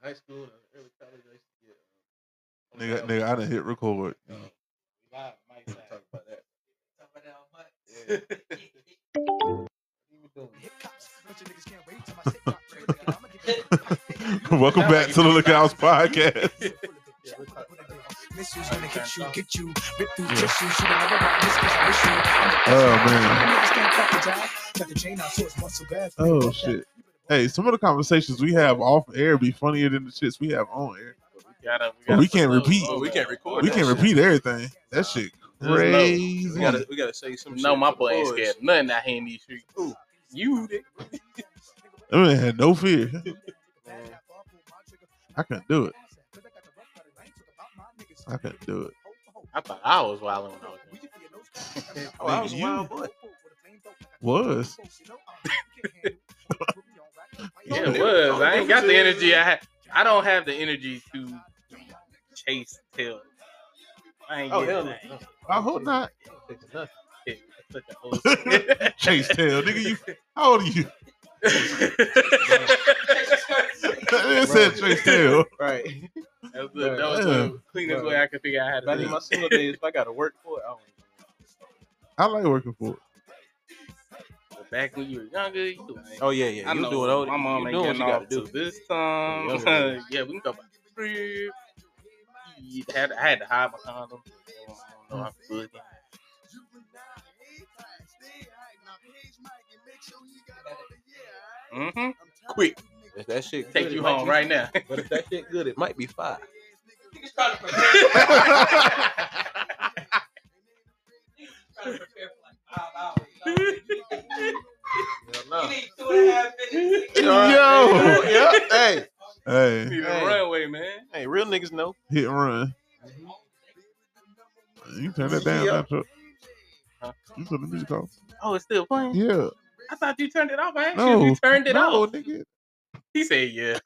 high school and early college, I used to get. uh,
Nigga, nigga, I done hit record.
Live, Mike. Talk about that.
Talk about that on mic.
Welcome back to the Lookouts
[laughs]
podcast.
Misses when it hits you, get you, rip through tissues, you will never buy this 'cause I wish you.
Oh, man.
Niggas can't fuck the job. Got the chain out, so it's once so bad.
Oh shit. Hey, some of the conversations we have off air be funnier than the shits we have on air.
Gotta,
But we can't repeat.
Oh, we can't record.
We
that
can't
shit.
repeat everything. That shit
Just know,
crazy.
We gotta, we gotta say some.
no,
shit
my
for the
boy ain't
boys.
scared of nothing out here in these streets. You did.
That man had no fear. I couldn't do it. I couldn't do
[laughs]
it.
I thought I was wild on all that.
Oh, I was a wild Was.
Yeah, it was. I ain't got the energy. I had. I don't have the energy to chase tail. I ain't
Oh,
getting
hell
that.
no.
I hope not.
Shit, such an
[laughs]
old shit.
Chase tail, nigga.
[laughs]
You how old are you? [laughs] That man said Chase tail.
[laughs] Right.
That's the, [laughs] that was the cleanest way I could figure out how to
Back
do
in
it.
my single days, if I gotta work for it, I don't.
I like working for it.
But back when you were younger, you like,
Oh yeah, yeah.
I
You
know
doing all
my mom
you
ain't
doing what
getting
you
off
gotta do.
till this time.
Yeah, yeah.
[laughs] yeah, we can go back. Free. You Had, I had to hide my condom. I don't know how good. Mm-hmm. Quick,
If that shit
take
good,
you
it might
home
be- [laughs]
right now. [laughs]
But if that shit good, it might be five.
Niggas trying to prepare. Niggas trying to prepare for like five hours.
Oh.
You need two and a half minutes.
[laughs] Yo. Yeah.
Hey,
Hey,
Need a
Hey.
runway, man.
hey, real niggas know.
hit and run. You turn that down,
Yeah.
Nacho. You turn the music off.
Oh, it's still playing.
Yeah.
I thought you turned it off. I asked you if
No.
you turned it
no,
off.
nigga.
He said, "Yeah."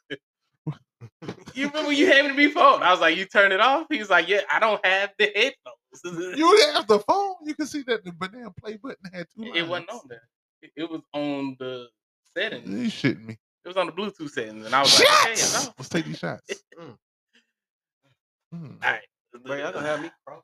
you remember you having me phone? I was like, "You turned it off." He was like, "Yeah, I don't have the headphones." [laughs]
You didn't have the phone. You can see that the banana play button had two
It- It wasn't on there. It- It was on the settings.
You shitting me.
It was on the Bluetooth settings, and I was like, okay, I know.
Let's take these
[laughs]
shots. Mm.
all right.
Bro, y'all gonna
[laughs]
have me cross-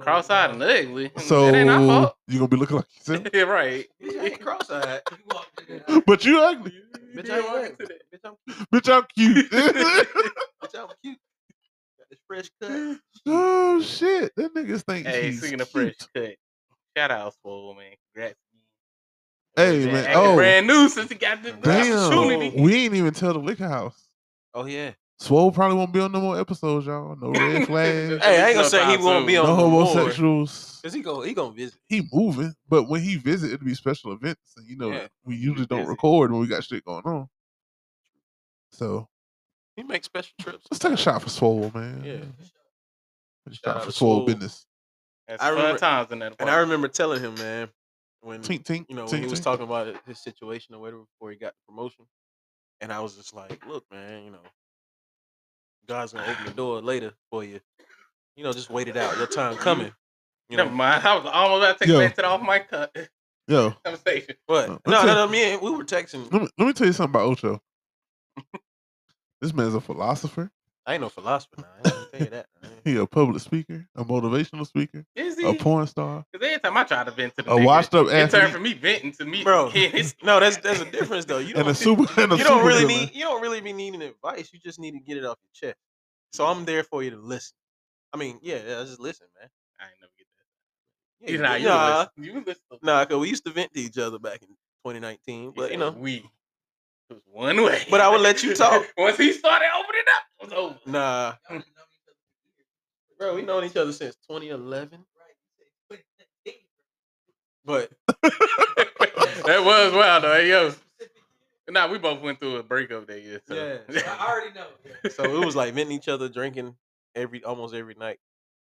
Cross-eyed and ugly.
So
it Mm, ain't our fault. [laughs]
you gonna be looking like yourself, [laughs]
Yeah, right.
Bitch, I ain't cross-eyed.
You walked in there.
but you ugly,
[laughs]
Bitch, [laughs] I ain't ugly. Bitch, I'm
bitch. I'm cute.
[laughs]
Bitch, I'm cute. Got this fresh cut.
oh shit, that niggas think
Hey, [laughs]
he's
speaking
cute.
of fresh cut, shout out Swole, man. Congrats.
Hey
Been
man,
acting
oh
brand new since he got the opportunity.
damn, [laughs] we ain't even tell the liquor house.
Oh yeah.
Swole probably won't be on no more episodes, y'all. No
[laughs]
red flags,
Hey, I ain't gonna say he won't be on
no
no more.
homosexuals.
Cause he go, he gonna visit.
He moving, but when he visit, it'll be special events, and you know
Yeah,
we usually don't
busy.
record when we got shit going on. So
He makes special trips.
let's take a shot for Swole, man.
Yeah.
Let's
Shout
shot
out
for
to
Swole,
Swole.
business.
Had
I
some fun
remember-
times in that.
And I remember telling him, man, when
Tink tink.
you know when
tink,
he was
tink.
talking about it- his situation or whatever before he got the promotion, and I was just like, look, man, you know, God's gonna open the door later for you. You know, just wait it out. Your time coming. You
Never
know,
mind. I was almost about to take
Yo.
back to the off my cut
Yo,
[laughs] conversation.
but
Uh,
no,
let's
no,
see.
no. Me and we were texting.
let me let me tell you something about
[laughs]
Ocho. this man's a philosopher.
I ain't no philosopher. Now. I ain't gonna tell you that. man.
[laughs] He a public speaker, a motivational speaker,
Is he?
a
Because
porn star,
every time I try to vent to the
a
nigga,
washed up
it turned
athlete,
from me venting to me, [laughs]
Bro,
hitting his
no, that's that's a difference though. You
and a
don't,
super [laughs] and a
you don't
super
really
villain.
need you don't really be needing advice. You just need to get it off your chest. So I'm there for you to listen. I mean, yeah, yeah, just listen, man.
I ain't never get You know, you
nah,
listen- you listen to-
nah, cause we used to vent to each other back in 2019, but you know
we it was one way.
But I would let you talk
[laughs] once he started opening up. It was over.
[laughs] Nah, bro, we known each other since 2011. But
that was wild though. Hey, yo. Nah, we both went through a breakup that year. So. [laughs]
Yeah.
I already know.
so it was like venting each other, drinking every almost every night,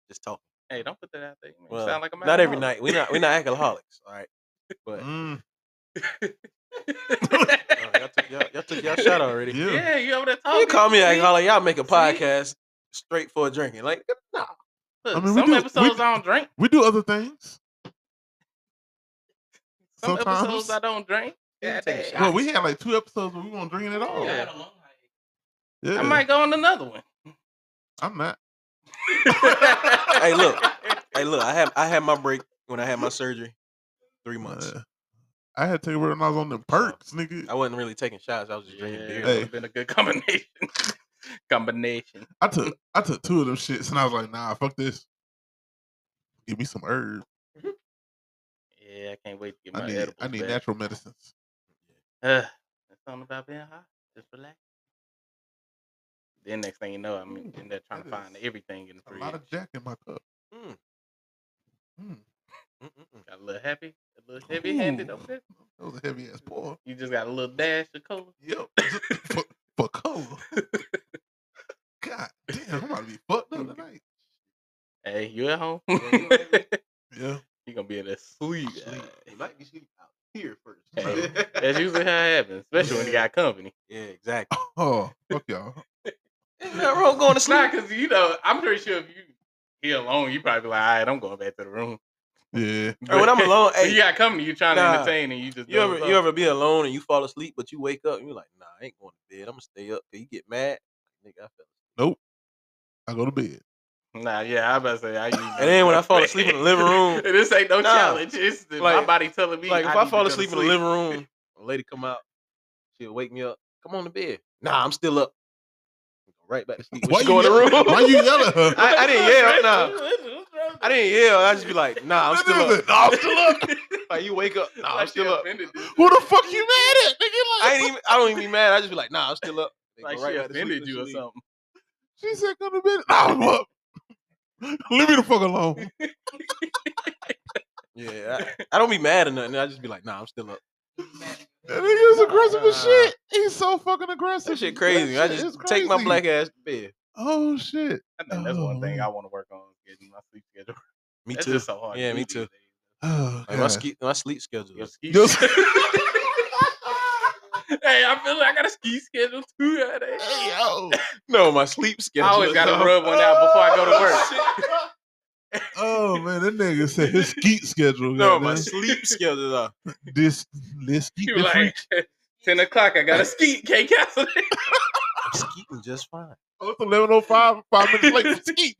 just talking.
Hey, don't put that out there. man. You
Well,
sound like a
not every night.
[laughs]
[laughs] We're not we're not alcoholics, all right. But
Mm,
All right, Oh, y'all, took y'all, y'all took y'all shot already.
Yeah. Yeah, [laughs] you over there talking.
You call me
See?
an alcoholic. Y'all make a podcast straight for drinking. Like nah.
Look,
I mean, we
some
do- we-
episodes I don't drink.
We do other things.
Some
Sometimes.
episodes I don't drink. Yeah,
Well, we had like two episodes where we weren't drinking at all.
Oh, Yeah.
Yeah.
I might go on
[laughs]
another one.
I'm not.
hey,
[laughs]
look. Hey, look. I had I had my break when I had my surgery. Three months.
[laughs]
I had to take a break when I was on the perks, nigga.
Oh.
I wasn't really taking shots. I was just drinking beer.
that would've Hey.
been a good combination. [laughs] combination.
I took I took two of them shits and I was like, nah, fuck this. Give me some herb.
Yeah, I can't wait to get my
I need
edibles
I need
back.
natural medicines.
Ugh, that's something about being high. Just relax. Then next thing you know, I'm in there trying to find everything in the
A
fridge.
lot of Jack in my cup. Mm.
Mm.
Got a little happy, a little heavy handed
Ooh.
over there.
That was a heavy ass pour.
You just got a little dash of cola.
Yep. [laughs] for, for cola. God damn, I'm about to be fucked
[laughs]
up tonight.
Hey, you at home? [laughs]
Yeah. [laughs]
you gonna be in there sleep.
You might be sleeping out here first.
Hey, that's usually how it happens, especially when you got company.
[laughs] Yeah, exactly.
Oh, fuck y'all.
[laughs] Ain't nothing wrong [laughs] going to sleep.
because you know I'm pretty sure if you here alone, you probably be like, all right, I'm going back to the room. [laughs]
Yeah.
Or [laughs] when I'm alone,
When
hey,
you got company, you trying
nah.
to entertain, and you just
you ever
doze
you
off.
ever be alone and you fall asleep, but you wake up and you're like, nah, I ain't going to bed. I'm gonna stay up. Cause you get mad. Nigga, I fell
I go to bed.
Nah, yeah, I about to
[laughs]
say I. Usually
And then when I fall asleep in the living
[laughs]
room,
this ain't no
Nah.
challenge. It's the, my
Like-
body telling me.
Like if I,
need to
fall
go to
asleep in the living [laughs] room, a lady come out, she'll wake me up. Come on to bed. Nah, I'm still up. Go right back to sleep. When she go in
yell-
the room.
Why you yelling at her?
[laughs] I, I didn't [laughs] yell. Nah,
Nah,
I didn't yell. I just be like, nah, I'm
That
still
nigga
up.
said, "Nah, I'm still up.
Like you wake up, nah, I'm
Like she
still up. [laughs]
offended this-
Who the fuck you mad at, nigga? Like,
I ain't even. I don't even be mad. I just be like, nah, I'm still up. They go
Like
right
she
back to sleep
offended
when
you
she
or
leave.
something.
She said, "Go to bed." Nah, I'm up. [laughs] Leave me the fuck alone.
Yeah, I, I don't be mad or nothing. I just be like, nah, I'm
[laughs]
still up.
That nigga is aggressive as
Nah.
shit. He's so fucking aggressive.
That shit crazy.
That
I
shit is
just take my
crazy.
black ass to bed.
Oh shit.
I think that's one thing
Oh.
I want to work on is getting my sleep schedule.
Me
That's
too.
just so hard. to
Yeah,
do
me
these
too.
days.
Oh,
[laughs] Like my,
God.
ski, my sleep schedule.
Your
is- [laughs]
ski [laughs]
Your-
schedule. hey, I feel like I got a ski schedule too. that day.
Hey, yo.
No, my sleep schedule.
I always
is
got to
up.
rub one out before I go [laughs]
[laughs]
to work.
Oh man, that nigga said
[laughs]
his skeet schedule.
No, my
goddamn.
sleep schedule. Though.
this this skeet
You
the
like
freak.
[laughs] ten o'clock? I got to ski. Can't cancel it.
I'm skeeting just fine.
Oh, it's eleven oh five. Five minutes late
[laughs]
for skeet.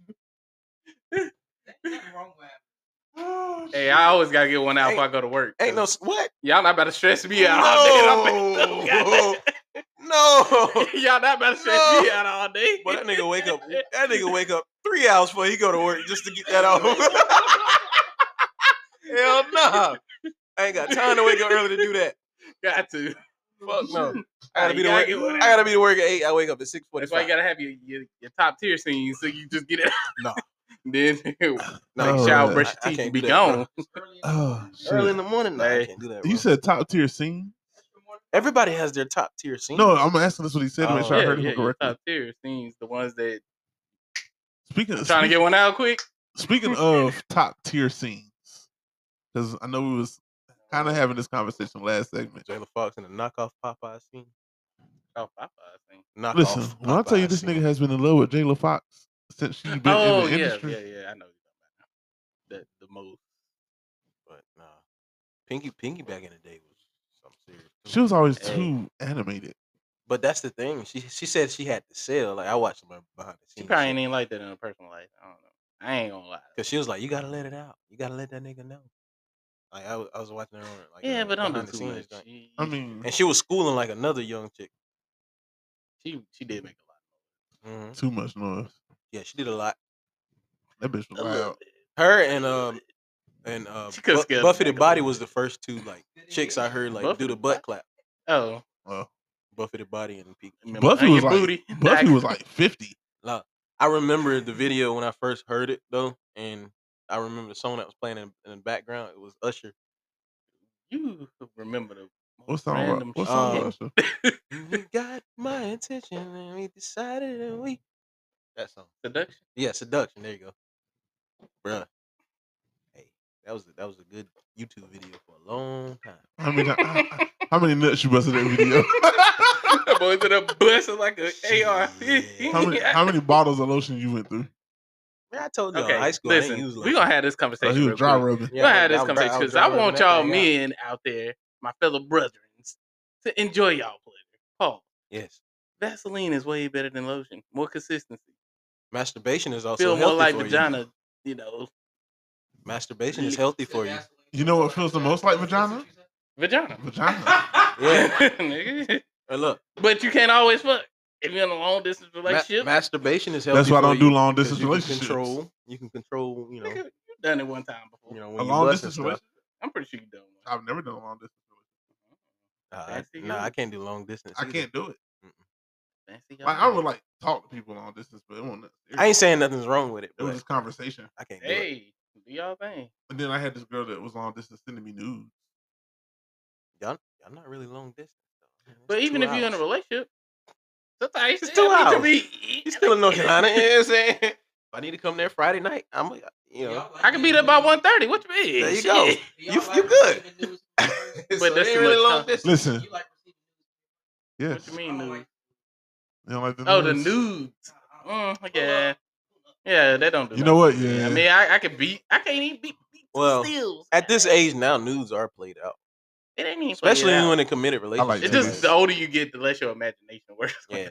Oh,
Hey, I always gotta get one out before I
Ain't-
go to work.
Ain't no
'cause
s- what?
y'all not about to stress me out [laughs] all day.
No.
[laughs]
[laughs] no.
y'all not about to stress me
No.
out all day.
But that nigga wake up. That nigga wake up three hours before he go to work just to get that off. [laughs] Hell nah. I ain't got time to wake up early to do that.
[laughs] got to.
Fuck no. I gotta be to
You
work.
get one
I
out.
gotta be to work at eight. I wake up at six
That's why you
forty-five.
gotta have your, your, your top tier scenes so you just get it.
No.
[laughs] then
No,
like, shower,
no,
I- I
brush your teeth,
can't
and be
do that, bro.
gone.
Oh shit.
Early in the morning, nah, I
Hey.
can't do that. Bro.
you said top tier scene.
everybody has their top tier scene.
No, I'm asking this what he said to make
Oh.
sure I
Yeah,
heard
yeah,
him
your
correctly.
top tier scenes, the ones that
Speaking of
trying to
speaking-
get one out
[laughs]
quick.
Speaking of top tier scenes, because I know we was kind of having this conversation last segment.
Jayla Fox in the knockoff Popeye scene.
Oh, Popeye scene.
Knockoff
Listen, when I tell you
Popeye
this
scene.
nigga has been in love with Jayla Fox since she's been
Oh
in the
yeah,
industry,
yeah, yeah. I know you're talking about now. That the most.
But nah, Pinky Pinky back in the day was something serious. too.
she was always
Hey.
too animated.
But that's the thing. She she said she had to sell. Like I watched her behind the
She
scenes.
probably ain't like that in her personal life. I don't know. I ain't gonna lie.
Cause she was like, you gotta let it out. You gotta let that nigga know. Like I, wa- I was watching her on it, like
yeah,
uh,
but don't do
behind the
too
scenes
much.
thing.
She,
I mean,
And she was schooling like another young chick.
[laughs] she she did make
hmm
too much noise.
Yeah, she did a lot.
That bitch was
a lot.
loud.
Her and um, and uh,
She could've
Bu-
scaled
Buffy
it
the
back a
Body was the first two like chicks I heard like
Buffy
do the butt clap.
Oh,
Buffy the Body and Pete.
Buffy was like
[laughs]
Buffy was like fifty.
Look, I remember the video when I first heard it though, and I remember someone that was playing in, in the background. It was Usher.
You remember the
What song?
Random
What song?
shit.
was that?
[laughs]
you got my attention, and we decided, and we that song
seduction.
Yeah, seduction. There you go, Bruh. Hey, that was that was a good YouTube video for a long time.
How many how many nuts you busted in that video?
[laughs] That boy ended up busting like an [laughs] AR.
How many how many bottles of lotion you went through?
Man, I told y'all
Okay,
high school. I
listen,
ain't use
we gonna have this conversation.
Oh, he was
real
dry
quick.
rubbing.
[laughs] we gonna
Yeah,
have this
I was dry- I
conversation
was
because
dry
I
rubbing
want
that
y'all
thing out.
men out there, my fellow brethrens, to enjoy y'all pleasure. Paul,
Yes,
Vaseline is way better than lotion. More consistency.
masturbation is also
Feel more
Oh, healthy
like
for you.
vagina. You know,
Masturbation is healthy for you.
You know what feels the most like vagina?
[laughs] vagina.
Vagina.
Yeah,
Nigga.
and look,
but you can't always fuck if you're in a long distance
ma-
relationship.
masturbation is healthy.
That's why I
for
don't do
you
long
'cause
distance
you can
relationships.
Control. You can control. You know.
Nigga, you done it one time before.
You know when
A
you
long
bust and
distance
stuff.
relationship.
I'm pretty sure you done one.
I've never done a long distance.
Nah, I,
Fancy
nah,
you.
I can't do long distance.
I
either.
can't do it.
Fancy
Like
y'all.
I would like talk to people long distance, but it wasn't.
I ain't saying nothing's wrong with it,
It was
but
just conversation.
I can't do it.
Hey, do y'all thing.
And then I had this girl that was long distance sending me nudes.
Y'all, y'all not really long distance. Though. It's
But even
two
if you're in a
hours.
relationship, sometimes
It's
you
two
have to
hours.
be-
you still in North Carolina, you know what I'm
[laughs]
saying? If I need to come there Friday night, I'm, a- you know,
I can be there by 1.30. What you mean?
there you go.
Shit.
You- you good. but
[laughs]
that's
it ain't
too
really
much
long
time.
distance.
Listen,
You like
yes.
What
[laughs]
you mean? Nude?
You don't like the
Oh, the
nudes?
nudes. Mm, yeah, yeah, they don't do.
You
that.
know what?
I
Yeah. [laughs]
mean, I, I could beat. I can't even beat. beat
Well,
steals.
At this age now, nudes are played out,
it ain't even. played
especially
out.
when in a committed relationship.
like
It's
that.
just the older you get, the less your imagination [laughs] works.
you
Yeah.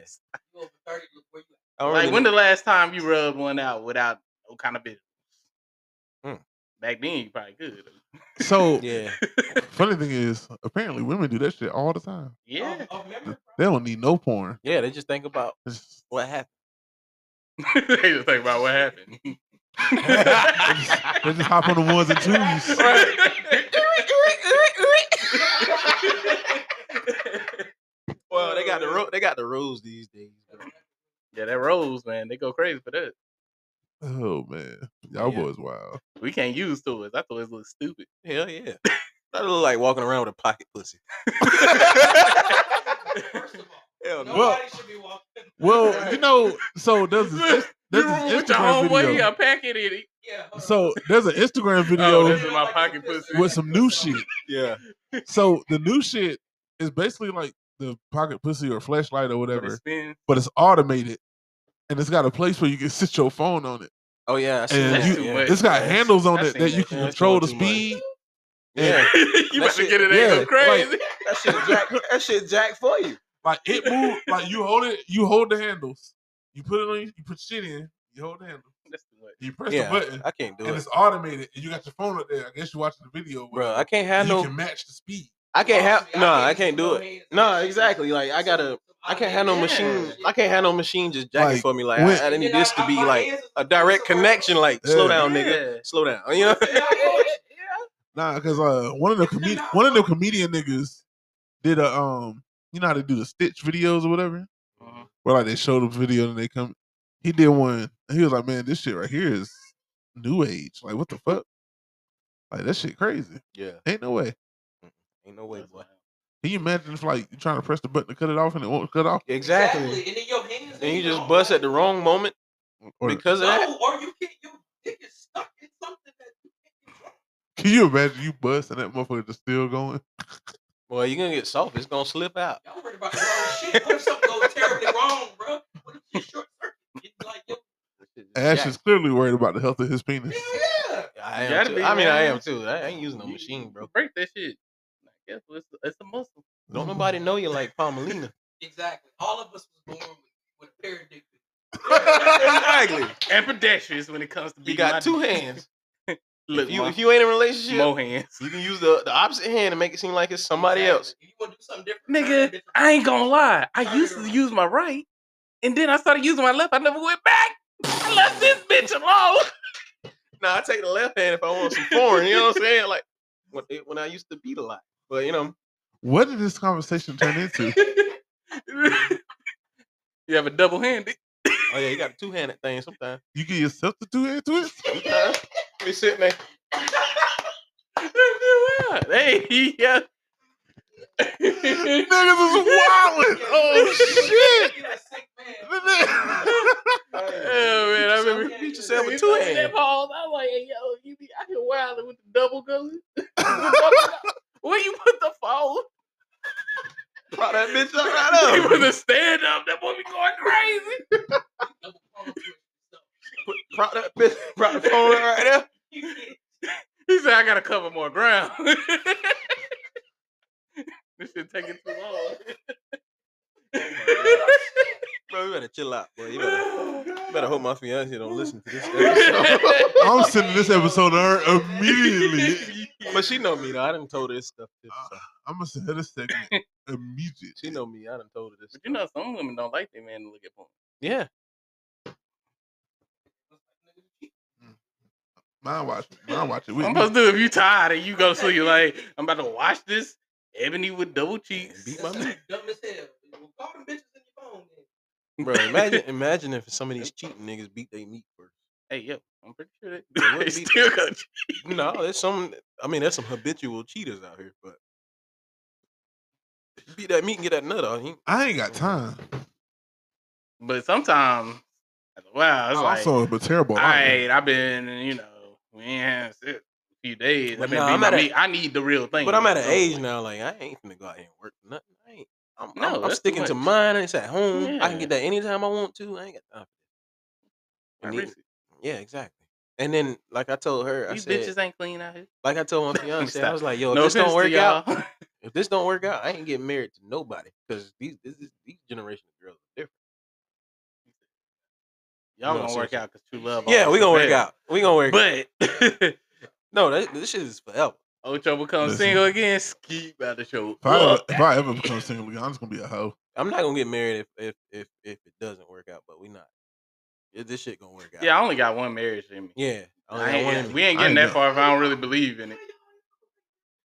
over thirty, look where you
I don't
Like
really
when the last time you rubbed one out without no kind of bit?
Mm.
Back then, you probably could.
[laughs]
So
yeah,
funny thing is, apparently women do that shit all the time.
[laughs] Yeah. [laughs]
Oh,
[laughs]
remember?
They don't need no porn.
yeah, they just think about
It's-
what happened.
they just think about what happened. [laughs]
They just hop on the ones and twos.
[laughs] Well, they got the ro- they got the rules these days. bro.
Yeah, that rose, man. They go crazy for that.
Oh man, y'all
Yeah.
boys wild.
We can't use toys. I thought it looked stupid.
Hell yeah, [laughs] that look like walking around with a pocket pussy. [laughs]
First of all,
Hell no.
nobody
Well-
should be walking.
Well, you know, so there's this, there's
[laughs] You
this Instagram
remember with your homeboy, he
video.
unpacking it. He-
Yeah. hold on.
So there's an Instagram
Oh,
video
this is my pocket pussy.
with some new
[laughs]
shit.
Yeah,
So the new shit is basically like the pocket pussy or flashlight or
But it
whatever,
spins.
but it's automated and it's got a place where you can sit your phone on it.
Oh yeah, I seen
And
that,
you-
yeah.
That's
It's got
that's-
handles on
I've
it
seen
that
that.
you can
Yeah, that's
control
going
the
too much. [laughs]
speed.
Yeah,
you about to
shit-
get it yeah,
yeah,
go crazy.
that shit jack. That shit jack for you.
Like it move, like you hold it, you hold the handles, you put it on, you put shit in, you hold the handle,
That's too much.
you press
yeah,
the button,
I can't do
and
it,
it's automated. And you got your phone up there. I guess you're watching the video,
bro.
where
I can't
You
have no.
can match the speed.
I can't have.
Honestly,
No, Oh, I can't do
no
it.
hands on
No,
that shit.
exactly. Like I gotta. I can't have no
Yeah.
machine. I can't have no machine just jacking
Like,
for me. Like I-
when-
I, need
Yeah,
this to
I-
be
my
like
hands is-
a direct
it's around.
connection. Like slow
Yeah.
down, nigga.
Yeah.
Slow down. You know. [laughs]
Nah, because uh, one of the comed- one
uh
of the comedian niggas did a um, you know how they do the stitch videos or whatever,
Uh-huh.
Mhm.
where like they show the video and they come. He did one. And he was like, "Man, this shit right here is new age. Like, what the fuck? Like that shit crazy.
Yeah.
Ain't no way.
Ain't no way, boy.
Can you imagine if like you're trying to press the button to cut it off and it won't cut off,
Exactly.
And then your hands.
And you
ain't
just
on.
bust at the wrong moment
or
because of that.
No, or you can't. Your dick is stuck in something that you can't control.
can you imagine you bust and that motherfucker just still going?
Boy, you're gonna get soft. It's gonna slip out.
Y'all worried about the wrong shit. What if something goes terribly wrong, bro? What if you short circuit? Like, yo,
Ash
Jack.
is clearly worried about the health of his penis.
yeah.
I
You
am.
gotta
Too.
be,
I mean, I
man.
am too. I ain't using no
You-
machine, [laughs] bro.
Break that shit. Guess what? It's, it's a muscle.
Don't nobody know you like Palmelina.
Exactly. All of us was born with, with a pair of dick.
exactly.
And pedestrians when it comes to
You
beating my
got two [laughs]
dick. [laughs]
hands.
Look,
if, you,
Ma-
if you ain't in a relationship, [laughs]
Mo hands.
you can use the, the opposite hand and make it seem like it's [laughs] somebody
Exactly.
else.
If you want to do something different, turn
Nigga,
it
I
[laughs]
ain't gonna lie. I
Turn
used
it
to
around.
use my right, and then I started using my left. I never went back. I left this bitch alone.
Nah, I take the left hand if I want some foreign. You know what I'm saying? Like when, it- when I used to beat a lot, but you know,
What did this conversation turn into?
[laughs] you have a double [laughs] handed.
oh yeah, you got a two handed thing sometimes.
you get yourself to do it to it?
Sometimes we sitting there.
hey, [laughs]
[laughs]
yeah.
Niggas is wildin'. Oh
[laughs]
shit.
Oh man, I remember
beat yourself with
You
two
know,
hands.
that ball, I'm like, hey, yo, you be out here wilding with [laughs] the double gully. With double gu- Where you put the phone? [laughs]
Brought that bitch up [laughs] right
You
up.
put the stand up. That boy be going crazy.
Brought that bitch. Brought the phone up right there.
He said, I gotta cover more ground. [laughs] this shit taking too [laughs] long. Oh
Bro, you better chill out, boy. You better,
[laughs]
you better hope my fiance don't listen to [laughs] this episode.
I'm sending this episode to her immediately.
but she know me though. I done told her this stuff. Too, so.
I'm gonna send her this [laughs] segment immediately.
She know me. I done told her this.
But you know, some women don't like their man to look at porn.
Yeah.
Mine watch, mine watch it with
I'm
me.
supposed to do if you tired and you go to [laughs] sleep, you're like, I'm about to watch this ebony with double cheeks.
Beat my
[laughs]
meat.
Dumb as hell. Well, Call them bitches in your phone. Then.
Bro, imagine imagine if some [laughs] of these cheating niggas beat they meat first.
Hey, yo, I'm pretty sure that
It [laughs]
they
wouldn't be-
still got you.
No, there's some. I mean, there's some habitual cheaters out here, but you beat that meat and get that nut out. He,
I ain't got time.
[laughs] But sometimes, wow,
Oh,
Oh,
it's
I'm
like,
also a terrible.
all
liar.
[laughs]
right, I've been, you know, we ain't had sex in a few days.
But
I've been
nah,
beating
I'm
my
at a-
meat. I need the real thing.
but I'm at
though.
an age now. Like I ain't finna go out here and work for nothing. I ain't. I'm,
No,
I'm, I'm
that's too
sticking to
much.
mine. It's at home. I
Yeah.
can get that anytime I want to. I ain't got time. for this.
I
I need-
risk it.
yeah, exactly. And then, like I told her, I
These
said,
bitches ain't clean out here.
like I
[laughs]
told my fiance, I
Stop.
was like, yo, if
no
this
offense
don't
to
work
y'all. [laughs]
out, if this don't work out, I ain't getting married to nobody because these this is, these generation of girls are different.
Y'all
No,
gonna work
seriously.
out because true love.
Yeah, we
always
gonna work
prevails.
out. We gonna work. [laughs]
But [laughs]
no, that, this shit is forever.
Ocho becomes
Listen.
single again. Ski out the show.
If I, ever,
[laughs]
up.
if I ever become single again, I'm just gonna be a hoe.
I'm not gonna get married if if if, if it doesn't work out, but we not. Yeah, This shit gonna work out.
Yeah, I only got one marriage in me.
yeah. I only
I
got
ain't-
one in me.
we ain't
I
getting
ain't
that far if I don't really believe in it.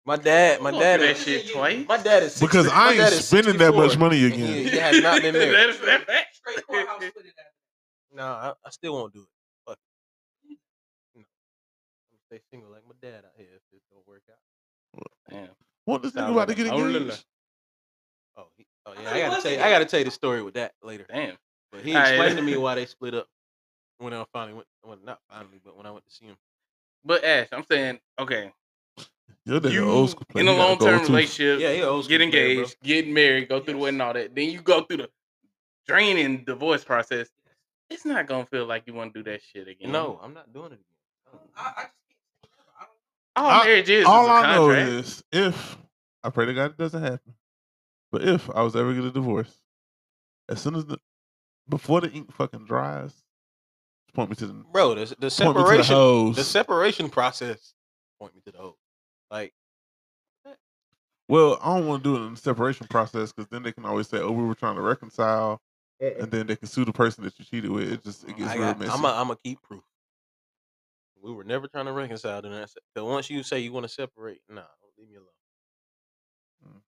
my dad, my
I'm gonna
dad,
do that
is,
shit twice.
my dad is 60,
Because I
my
ain't
dad is
spending that much
64,
money
and
again.
He, he has not [laughs] been married.
That's- that's fact.
Straight
[laughs]
courthouse with it. out.
no, I, I still won't do it. Fuck. it. No. I'm gonna stay single like my dad out here if it don't work out.
Damn.
What this nigga
Sound
about to
like
get
a lonely
engaged?
Oh, he, oh yeah, I gotta tell you, I gotta tell you the story with that later.
Damn.
But he
All right.
explained to me why they split up when I finally went, well, not finally, but when I went to see him.
But Ash, I'm saying,
[laughs]
okay,
Your nigga
you
old school player,
in a
you gotta
long
go
term
too.
relationship,
Yeah, he an old school
Uh, get
player, bro.
engaged, get married, go through the wedding, all that. Then you go through the draining divorce process. It's not gonna feel like you want to do that shit again.
No, I'm not doing it again.
I, I just
all
I-
marriage is
All
is a
I know
contract.
is if I pray to God it doesn't happen, but if I was ever get a divorce, as soon as the before the ink fucking dries, point me to the
Bro, the, the
point me to the
separation, the,
hoes.
separation process. Point me to the hole. Like,
well, I don't want to do it in the separation process because then they can always say, "Oh, we were trying to reconcile," and then they can sue the person that you cheated with. It just it gets
I
real
got,
messy.
I'm a, I'm a keep proof. We were never trying to reconcile during that. But once you say you want to separate, nah, don't leave me alone.
Mm.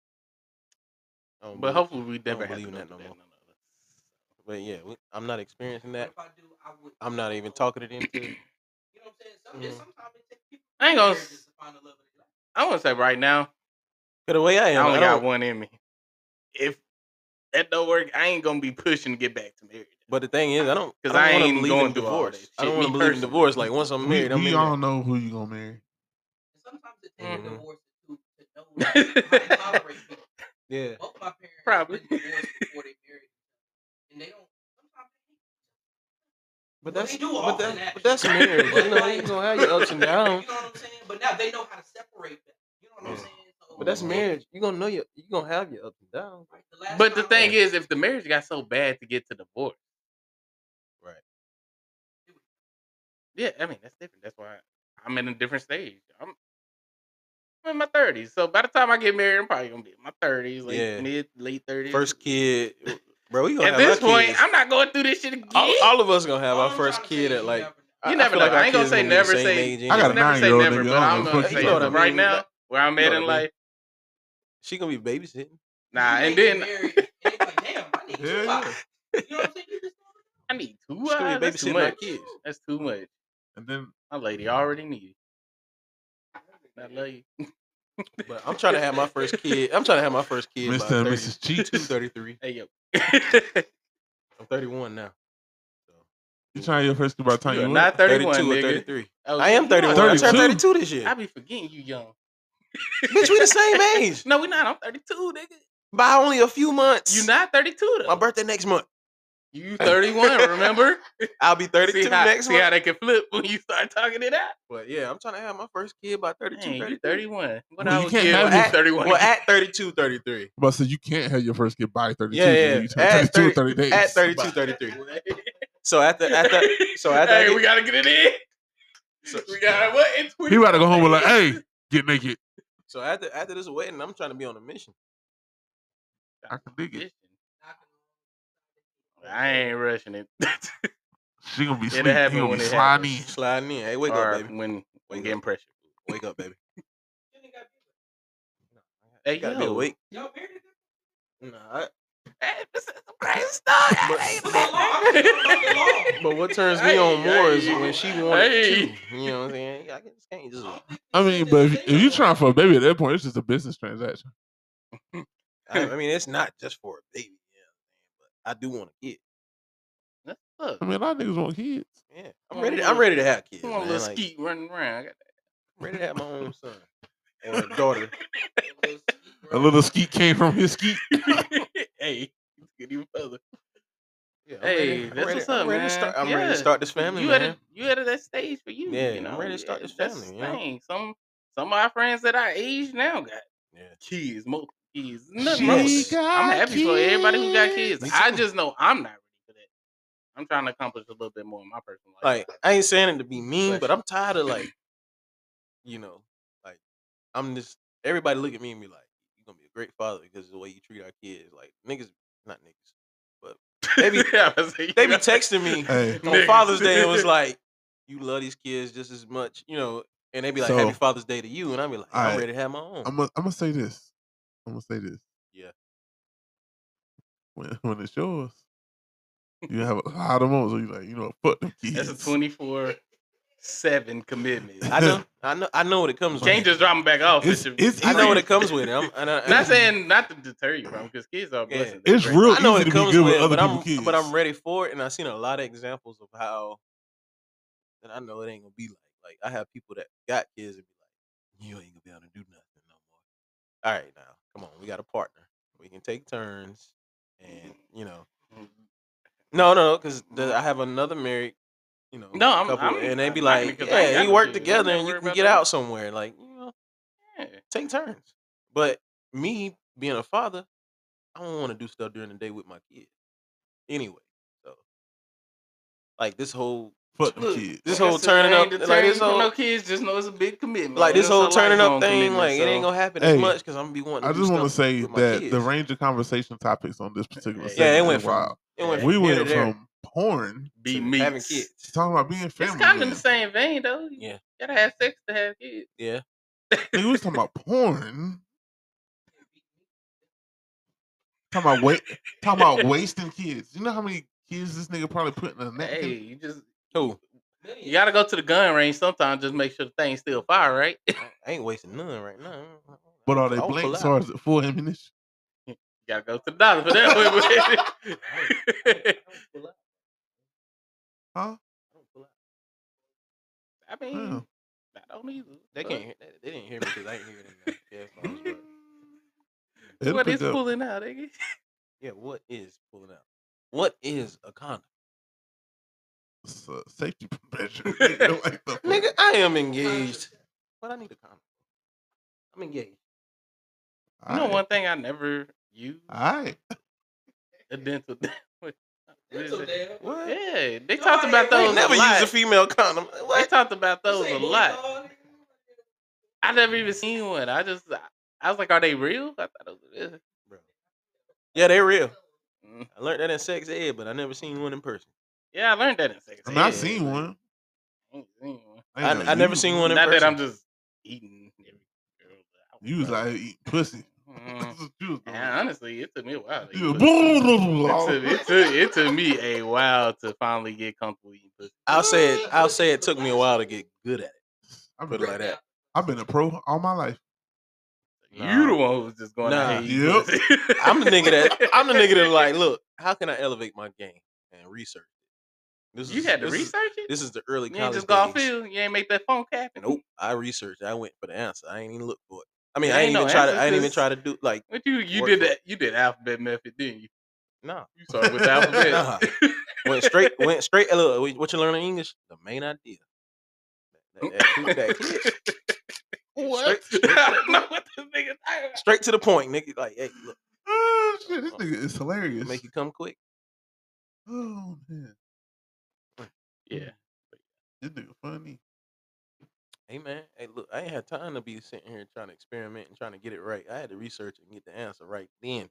I don't
But
believe-
hopefully we never
don't
have to
believe in
go
that
through
no
that
more.
no more.
But yeah, we, I'm not experiencing that.
If I do, I would.
I'm not even talking to them. [coughs] Too.
You know what I'm saying? Some,
Mhm.
Sometimes it takes people
I ain't gonna.
marriages
s-
to find the love of their life.
I want to say right now,
The way I
I
am,
only
I
got
don't,
one in me. If that don't work, I ain't gonna be pushing to get back to marriage.
but the thing is, I don't
'Cause
don't
I
wanna
ain't
believe in
going through all
divorce.
that
I
shit,
don't want
me
to believe in
personally.
divorce. Like once I'm
we,
married, I'm
we
in
all
there.
know who you gonna marry.
And sometimes it takes
Mm-hmm.
Mhm.
divorce to, to
[laughs]
know how to tolerate people.
Yeah.
Both of my parents
Probably.
been divorced before they married, and they don't. Sometimes they hate
But
Well,
that's
they do
but,
often,
that,
actually.
but that's marriage. you know,
Like-
you gonna have your ups and downs.
[laughs] You know what I'm saying? But now they know how to separate that. You know what I'm
Yeah.
saying? So,
But that's marriage. You gonna know your you gonna have your ups and downs.
like, the last
But the
time-
thing is, if the marriage got so bad to get to divorce,
Right.
yeah, I mean that's different. That's why I'm in a different stage. I'm, I'm in my thirties, so by the time I get married, I'm probably gonna be in my thirties, like
Yeah.
mid late thirties.
First kid, [laughs] bro. We gonna
At
have
this
our
point,
kids.
I'm not going through this shit again.
all, all of us gonna have
all
our
I'm
first
trying to say
kid
is
at
you
like
never know.
You never
feel
know.
like our
I ain't gonna
kids
say
gonna be the
never
same
say.
age
you
anyway. I got a
never say
nine-year-old
never,
nigga. I
but I'm
don't know.
gonna
You
say
know what I
right
mean?
now where I'm
You
at
know
in
what I mean?
life.
She gonna be babysitting.
Nah, and then
[laughs]
I need two.
She gonna
eyes?
be
That's too
babysitting my
much.
kids.
That's too much.
And then
my lady already need. I love you.
But
[laughs]
I'm trying to have my first kid. I'm trying to have my first kid.
Mr. and Mrs. Cheeks.
thirty three. [laughs]
Hey yo. Oh,
I'm thirty one now.
You trying your first kid by the time
You
you
are
what?
not 31, 32 or nigga. 33. I am 31. I turned 32 this year.
I be forgetting you young.
Bitch, we the
[laughs]
same age.
No, we not. I'm 32, nigga.
By only a few months.
You not 32 though.
My birthday next month.
You
[laughs]
31, remember?
I'll be 32
see how,
next
see
month.
how they can flip when you start talking it out.
But yeah, I'm trying to have my first kid by 32,
Dang, you
33.
31. What
Well,
I
you
was
can't
kid
have
when
your-
I was 31.
Well, at 32, 33.
But so you can't have your first kid by 32.
Yeah, yeah.
You turn
At,
32
30,
in 30 days.
at 32, 33. So at the, at the, so at
hey,
the,
we gotta get it in. [laughs] we gotta what?
[laughs]
It's
He about to go home with like, hey, get naked.
so after, after this wedding, I'm trying to be on a mission. [laughs]
I can dig it.
I ain't rushing it.
She gonna be
It'll
sleep. He
happen
gonna
when
be
it
sliding in.
happens.
Sliding in. Hey, wake
Or
up, baby.
When when getting pressure.
Wake up, baby.
Hey,
You gotta be
yo.
awake.
Y'all married?
Nah, I-
Hey, this is a crazy [laughs] story.
but what turns me on more is when she wanted
Hey.
to. You know what I'm saying? I just can't
[laughs]
just.
I mean, but if, if you trying for a baby at that point, it's just a business transaction.
I, I mean, it's not just for a baby. Yeah, but I do want to get.
Look,
I mean, a lot of niggas want kids.
Yeah,
want
I'm
a
ready. To,
little-
I'm ready to have kids.
you want a
man,
little
like,
skeet running around. I got
I'm ready to have my own
[laughs]
son or daughter.
[laughs] A little skeet came from his skeet.
[laughs]
[laughs] hey, let's get even further.
Yeah, I'm
hey,
ready- I'm
that's
ready-
what's up,
I'm ready
man.
to start- I'm ready to
Yeah.
start this family,
You at
man.
a, you at that stage for you.
Yeah,
you
I'm
know?
ready to start this
That's the
family, you know?
thing. Some some of our friends that our age now got
Yeah.
kids, multiple kids. Nothing
She
wrong with that. I'm
got
happy for everybody who got
kids.
kids.
Me
I
too.
just know I'm not ready for that. I'm trying to accomplish a little bit more in my personal life.
Like I ain't saying it to be mean, but I'm tired of like, you know, like I'm just everybody look at me and be like, "You're gonna be a great father because of the way you treat our kids." Like niggas, not niggas, but they
[laughs]
be
Yeah, I was like,
they be
yeah.
texting me
Hey,
on Father's Day
[laughs]
and was like, "You love these kids just as much," you know, and they be like,
So-
"Happy Father's Day to you," and I be like, "I'm
Alright.
ready to have my own."
I'm gonna I'm gonna say this. I'm gonna say this.
Yeah.
When when it's yours, you have a lot of moments where you like, you know, what, fuck them kids.
That's a 24 7 commitment.
I know, I know, I know what it comes
You
with.
can't just drop them back off.
It's-
It's,
it's
I know what it comes with. [laughs]
[laughs]
I'm and I,
Not saying not to deter you from because kids are
Yeah. e-
blessings. They're
It's
great.
real
I know
easy to
it
be
comes
good
with,
with
it,
other
but I'm
people's kids.
but I'm ready for it, and I've seen a lot of examples of how that I know it ain't gonna be like. Like I have people that got kids and be like, "You ain't gonna be able to do nothing no more." All right, now come on, we got a partner. We can take turns, and you know, no, no, because I have another married, you know,
No, I'm-
couple,
I'm-
and they be
I'm not
like,
because I ain't
"Yeah,
got
you
no
work
kids. I
together,
ain't
and you
worried
can
about
get
that."
out somewhere." Like you know,
Yeah.
take turns. But me being a father, I don't want to do stuff during the day with my kid. Anyway, so like this whole
Fuck them
Look,
kids.
this
like I
whole
said,
turning
ain't
up
deterring
like this
you from
whole
no kids. Just know it's a big commitment.
like this
It's a
whole turning up
lifelong
thing
commitment,
like it ain't
so-
gonna happen
Hey,
as much because I'm gonna be wanting. To
I
do
just want to
stuff
say
with my
that
kids.
the range of conversation topics on this particular
Yeah,
segment
yeah, it
is
went from
wild.
it [laughs] went
we
from here to
went
there
from porn
be
to
me.
having kids.
to talking about being
It's
family.
kind of in the
man.
same vein though. You
Yeah,
gotta have sex to have kids.
yeah.
Nigga, we was talking about porn. Talking about wait, talking about wasting kids. You know how many kids this nigga probably put in a napkin?
Hey, you just
[laughs]
Who
you gotta go to the gun range sometimes. Just make sure the thing's still fire, right? you
I I ain't wasting none right now.
but are they
I'll pull
blanks
out.
or is it full ammunition?
gotta go to the dollar
[laughs]
for that one.
Huh?
I mean,
Yeah.
I don't either.
They
uh
but
can't. Hear, they, they didn't hear me because I ain't hearing
[laughs]
them. Yeah, phones, but-
It'll
What
pick
is
up.
pulling out, nigga? [laughs]
yeah. What is pulling out? What is a condom?
It's a uh, safety [laughs] measure.
[laughs]
nigga, like the fuck?
Nigga, I am engaged. But I need a condom. I'm engaged.
You know
Aight,
one thing I never use
aight.
a dental. [laughs] what is
Dental
it?
dam.
What?
Yeah, they
No,
talked
I
about
ain't- I
those
ain't
a
never
lot.
use a female condom.
They
What?
talked about
You
those
say
a
bulldog,
lot.
nigga?
I never even seen one. I just, I, I was like, are they real? I thought it was. Ugh.
Yeah, they real.
Mm.
I learned that in sex ed, but I never seen one in person.
Yeah, I learned that in sex.
I mean, I
ed.
seen one.
I, I never seen one in
Not
person.
that I'm just eating.
You was out here eating pussy. [laughs]
Mm. And honestly, it took me a while. to eat
You was
pussy.
boom, boom, boom.
It
[laughs]
took, it, took, it took me a while to finally get comfortable eating pussy.
I'll say it. I'll say it took me a while to get good at
it.
Put it like that.
I've been a pro all my life.
You the one who's just going
Nah.
out here eating pussy.
I'm the nigga that
[laughs]
I'm the nigga that like, look, how can I elevate my game and research it? This
You had to
this
research it?
This is the early
You ain't
college
just go off
days.
field. You ain't make that phone cap.
Nope, I researched. I went for the answer. I ain't even look for it. I mean,
There
I
ain't
ain't,
no
even try to.
answer,
I ain't even
'cause-
try to do like.
But you you
work
did
for it.
that. You did alphabet method, didn't you?
No.
You
[laughs]
started with the alphabet.
Nah. went straight. Went straight. Look, wait, what you learn in English? The main idea. That, that, that
[laughs]
click.
What? [laughs] I don't know what this nigga talking about.
Straight to the point, nigga. Like, hey, look,
Ah, Shit, this nigga is hilarious.
make you come quick.
Oh man,
Yeah.
this nigga funny.
Hey man, hey look, I ain't had time to be sitting here trying to experiment and trying to get it right. I had to research and get the answer right then.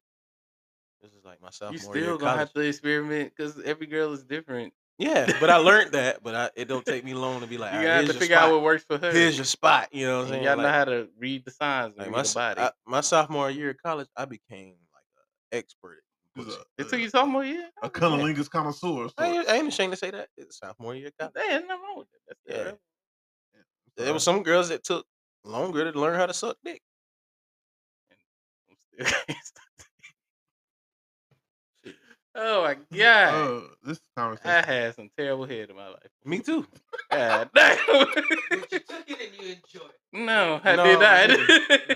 This is like my
You
sophomore year
still
of
gonna
college.
have to experiment because every girl is different.
Yeah, but I learned that. But I, it don't take me long to be like,
You
"All
gotta
right,
have
here's
to
your
figure
spot."
out what works for her.
Here's your spot. You know what I'm
And
saying?
Y'all know
Like-
how to read the signs and
Like
read
my,
the
s-
body.
I- my sophomore year of college, I became like an expert. at pussy.
it took you sophomore year.
uh, A cunnilingus connoisseur.
I ain't, I ain't ashamed to say that. It's sophomore year of college.
There's nothing wrong with that. That's
Yeah.
yeah.
There
Uh-huh.
were some girls that took longer to learn how to suck dick.
[laughs] Oh
[laughs]
my god.
Oh, this conversation.
Ah.
I had some terrible head in my life.
Me too.
God damn. [laughs] No, I did not. [laughs]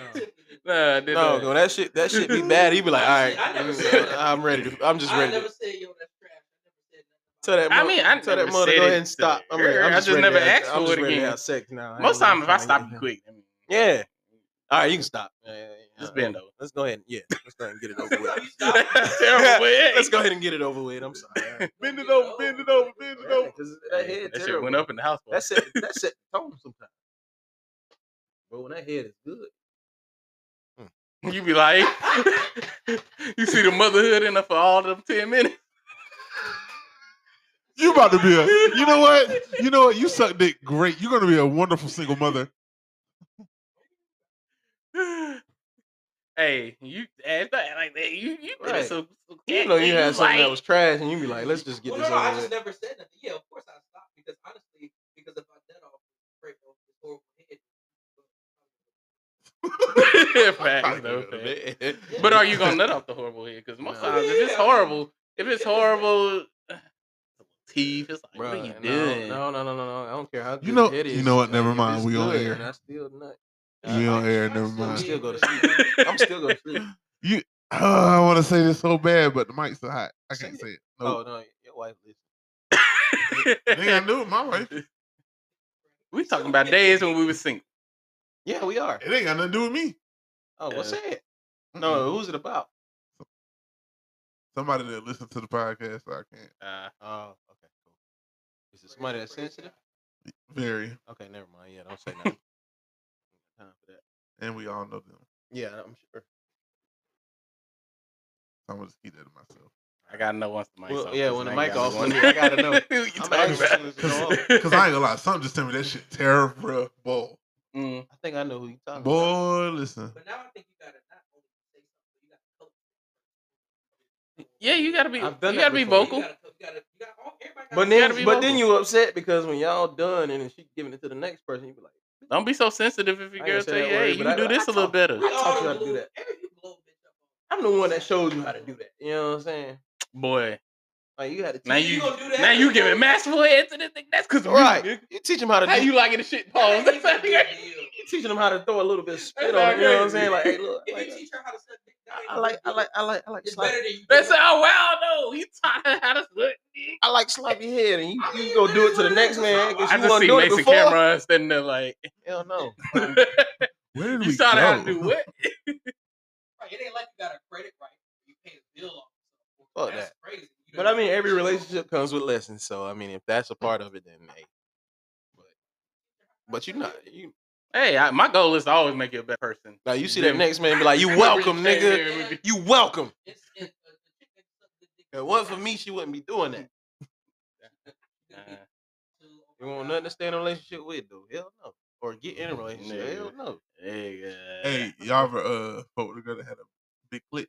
No, I
No,
did not.
no, that shit, that shit be bad. He be like, all right, mm,
I never said that.
I'm ready. To, I'm just
I
ready.
never
To,
said yo that's trash.
tell that.
I
mo-
mean, I
tell [laughs] that
never
mother
said
go
it
ahead and
to
stop. I'm ready.
her.
I'm
I just
ready to
never
have-
asked
I'm
for
just
it
ready to
again.
have sex now. I ain't
Most
really
times, if I
tryna
stop
get
you
it.
quick, I mean,
Yeah. All right, you can stop. uh,
just bend over. [laughs]
Let's go ahead. And, yeah, let's go ahead and get it over with.
Terrible way.
[laughs] Let's go ahead and get it over with. I'm sorry.
Bend it over, bend it over, bend it over.
Because that
Hey,
head
That shit
terrible.
went up in the house. boy.
That set that set the tone sometimes. But when that head is good,
You be like, [laughs] you see the motherhood in her for all them ten minutes. [laughs]
You about to be a. You know what?
[laughs]
You know what? You suck dick great. You're gonna be a wonderful single mother.
Hey, you ass that like that. You you did
Right.
some, some
you know you had something
like-
that was trash, and you be like, "Let's just get
Well,
this
no, no, I
over
just
with."
never said nothing. Yeah, of course I stopped because honestly, because if I dead off, break off this horrible head.
[laughs]
[laughs]
Facts, though,
Probably
facts.
bad.
But are you gonna nut off the horrible head? Because most
No.
times, if it's
Yeah.
horrible, if it's horrible, [sighs] teeth, it's like, what are you
Bruh,
doing? [laughs]
No, no, no, no, no. I don't care how good
know-
the head
you
is.
know what? Never
if
mind,
it's
we on
good
air.
and I still nut.
We on air. Never
Uh, I
mind.
still go to sleep. I'm still going to [laughs] sleep.
You. Oh, [sighs] I want to say this so bad, but the mic's so hot. I
Say
can't
it.
say it.
Oh
No,
no, your wife listen. [laughs]
Nigga, I knew it my wife.
We talking about days when we were single.
Yeah, we are.
It ain't got nothing to do with me.
Oh, well,
Yeah.
say it. No, who's it about?
Somebody that listens to the podcast, so I can't.
Uh,
Oh, okay, cool. Is it somebody that's sensitive?
Very,
Okay, never mind. Yeah, don't say [laughs] nothing. Time for that.
and we all know them.
Yeah, I'm sure.
So I'm gonna just keep that to myself.
I gotta know once the mic's
Well,
off.
yeah,
'cause
when the
ain't
mic
gotta
off,
go
when
in
you-
there.
I gotta know.
Who [laughs] you
I'm
talking
anxious
about?
when it's all
[laughs]
over.
[laughs]
Cause I ain't gonna lie, something just tell me that shit terrible.
Mm.
I think I know who you're talking about.
Boy, listen.
But now I think you gotta not only say something, you gotta coach.
Yeah, you gotta be. You
I've done
gotta
that
be
before.
vocal.
You gotta, you gotta, you gotta, all, everybody gotta
But
You gotta
then,
be
but then
vocal.
you upset because when y'all done and then she giving it to the next person, you be like,
Don't be so sensitive if
I
your
ain't
girl
say
tell
that
you,
word,
"Hey,
but
you
I-
do
I
this a little
talk-
better."
I taught you how to do that.
Oh, Every you blow a bitch up.
I'm the one that showed you how to do that. You know what I'm saying?
Boy,
Like you had to teach
now you,
gonna do that
now you
to
giving
me?
[laughs] masterful head to this thing. That's because
right. You teach them how to
How
do.
you liking the shit?
[laughs]
Pause.
That ain't
That's
even a
how
big deal.
You teaching them how to throw a little bit of spit
That's
on.
not
it, You know what I'm
crazy.
saying? Like, hey,
[laughs]
look, I
If
like,
you
that.
teach her how to suck dick, that
I-
ain't
I
no
like,
big
I
deal.
like, I like, I like,
It's
slap,
better than you.
That's
doing it.
how wow though. You taught her how to suck. dick.
I like slap your head,
[laughs]
and you, you go do it to the next man because
I
you
just
want to
see
do it
Mason
before.
Cameron standing there like,
Hell
[laughs]
no.
Where did
"You
we
taught her
go?
how to do what?"
Right, It ain't like you got a credit right. You pay a bill off.
Fuck
That's
that.
crazy. You
But
know,
I mean, every relationship comes with lessons. So I mean, if that's a part of it, then hey. But but you not you
Hey, I, my goal is to always make you a better person.
now you see that
Yeah.
next [laughs] man be like,
[laughs]
you welcome, nigga. You welcome.
it's, it's, it's, it's, it's,
If it wasn't for me, she wouldn't be doing that.
Nah.
You want nothing to stay in a relationship with, though. Hell no. Or get in a relationship.
Nigga.
Hell no.
Hey, y'all ever uh folk together had a big clip?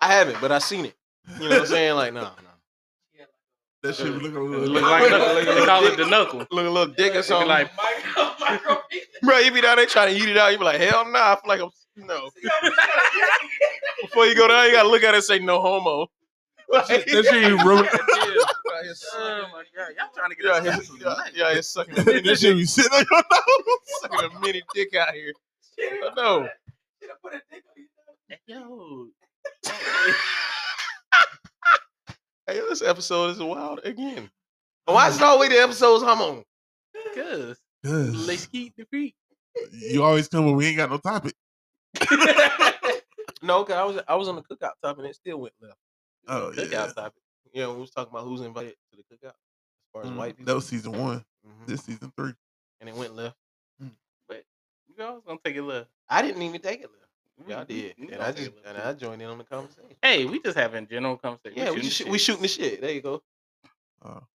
I haven't, but I seen it. You know what I'm saying? Like, nah, nah.
[laughs] That shit look a little.
[laughs] Look like
They call it the knuckle.
[laughs] Look a little dick or something.
like-
Like,
[laughs]
bro, you be down there trying to eat it out. You be like, hell nah. I feel like I'm no. Before you go down, you gotta look at it and say no homo. [laughs] Like,
[laughs] that shit ain't ruin-
Oh my god, y'all trying to get out here? Yeah, it's sucking. a mini-
[laughs] [laughs] that shit be sitting [laughs]
[laughs]
on your nose.
Sucking a mini dick out here. No,
Yo,
hey, this episode is wild again. Why is it always the episodes I'm on?
cuz
Cause
let's keep the feet.
you always come when we ain't got no topic.
No, cause I was I was on the cookout topic and it still went left.
Oh
cookout
yeah,
topic. You know, we was talking about who's invited to the cookout as far as
Mm,
white people,
that was season one.
Mhm.
This season three.
and it went left.
You know, I was gonna take a look.
I didn't even take it left.
We-
Y'all
we-
did,
we
and
gonna
I
take a
just
look,
and
too.
I joined in on the conversation.
Hey, we just having general conversation.
Yeah, we
shooting
shoot,
the
we
shit.
shooting the shit. There you go.
Oh,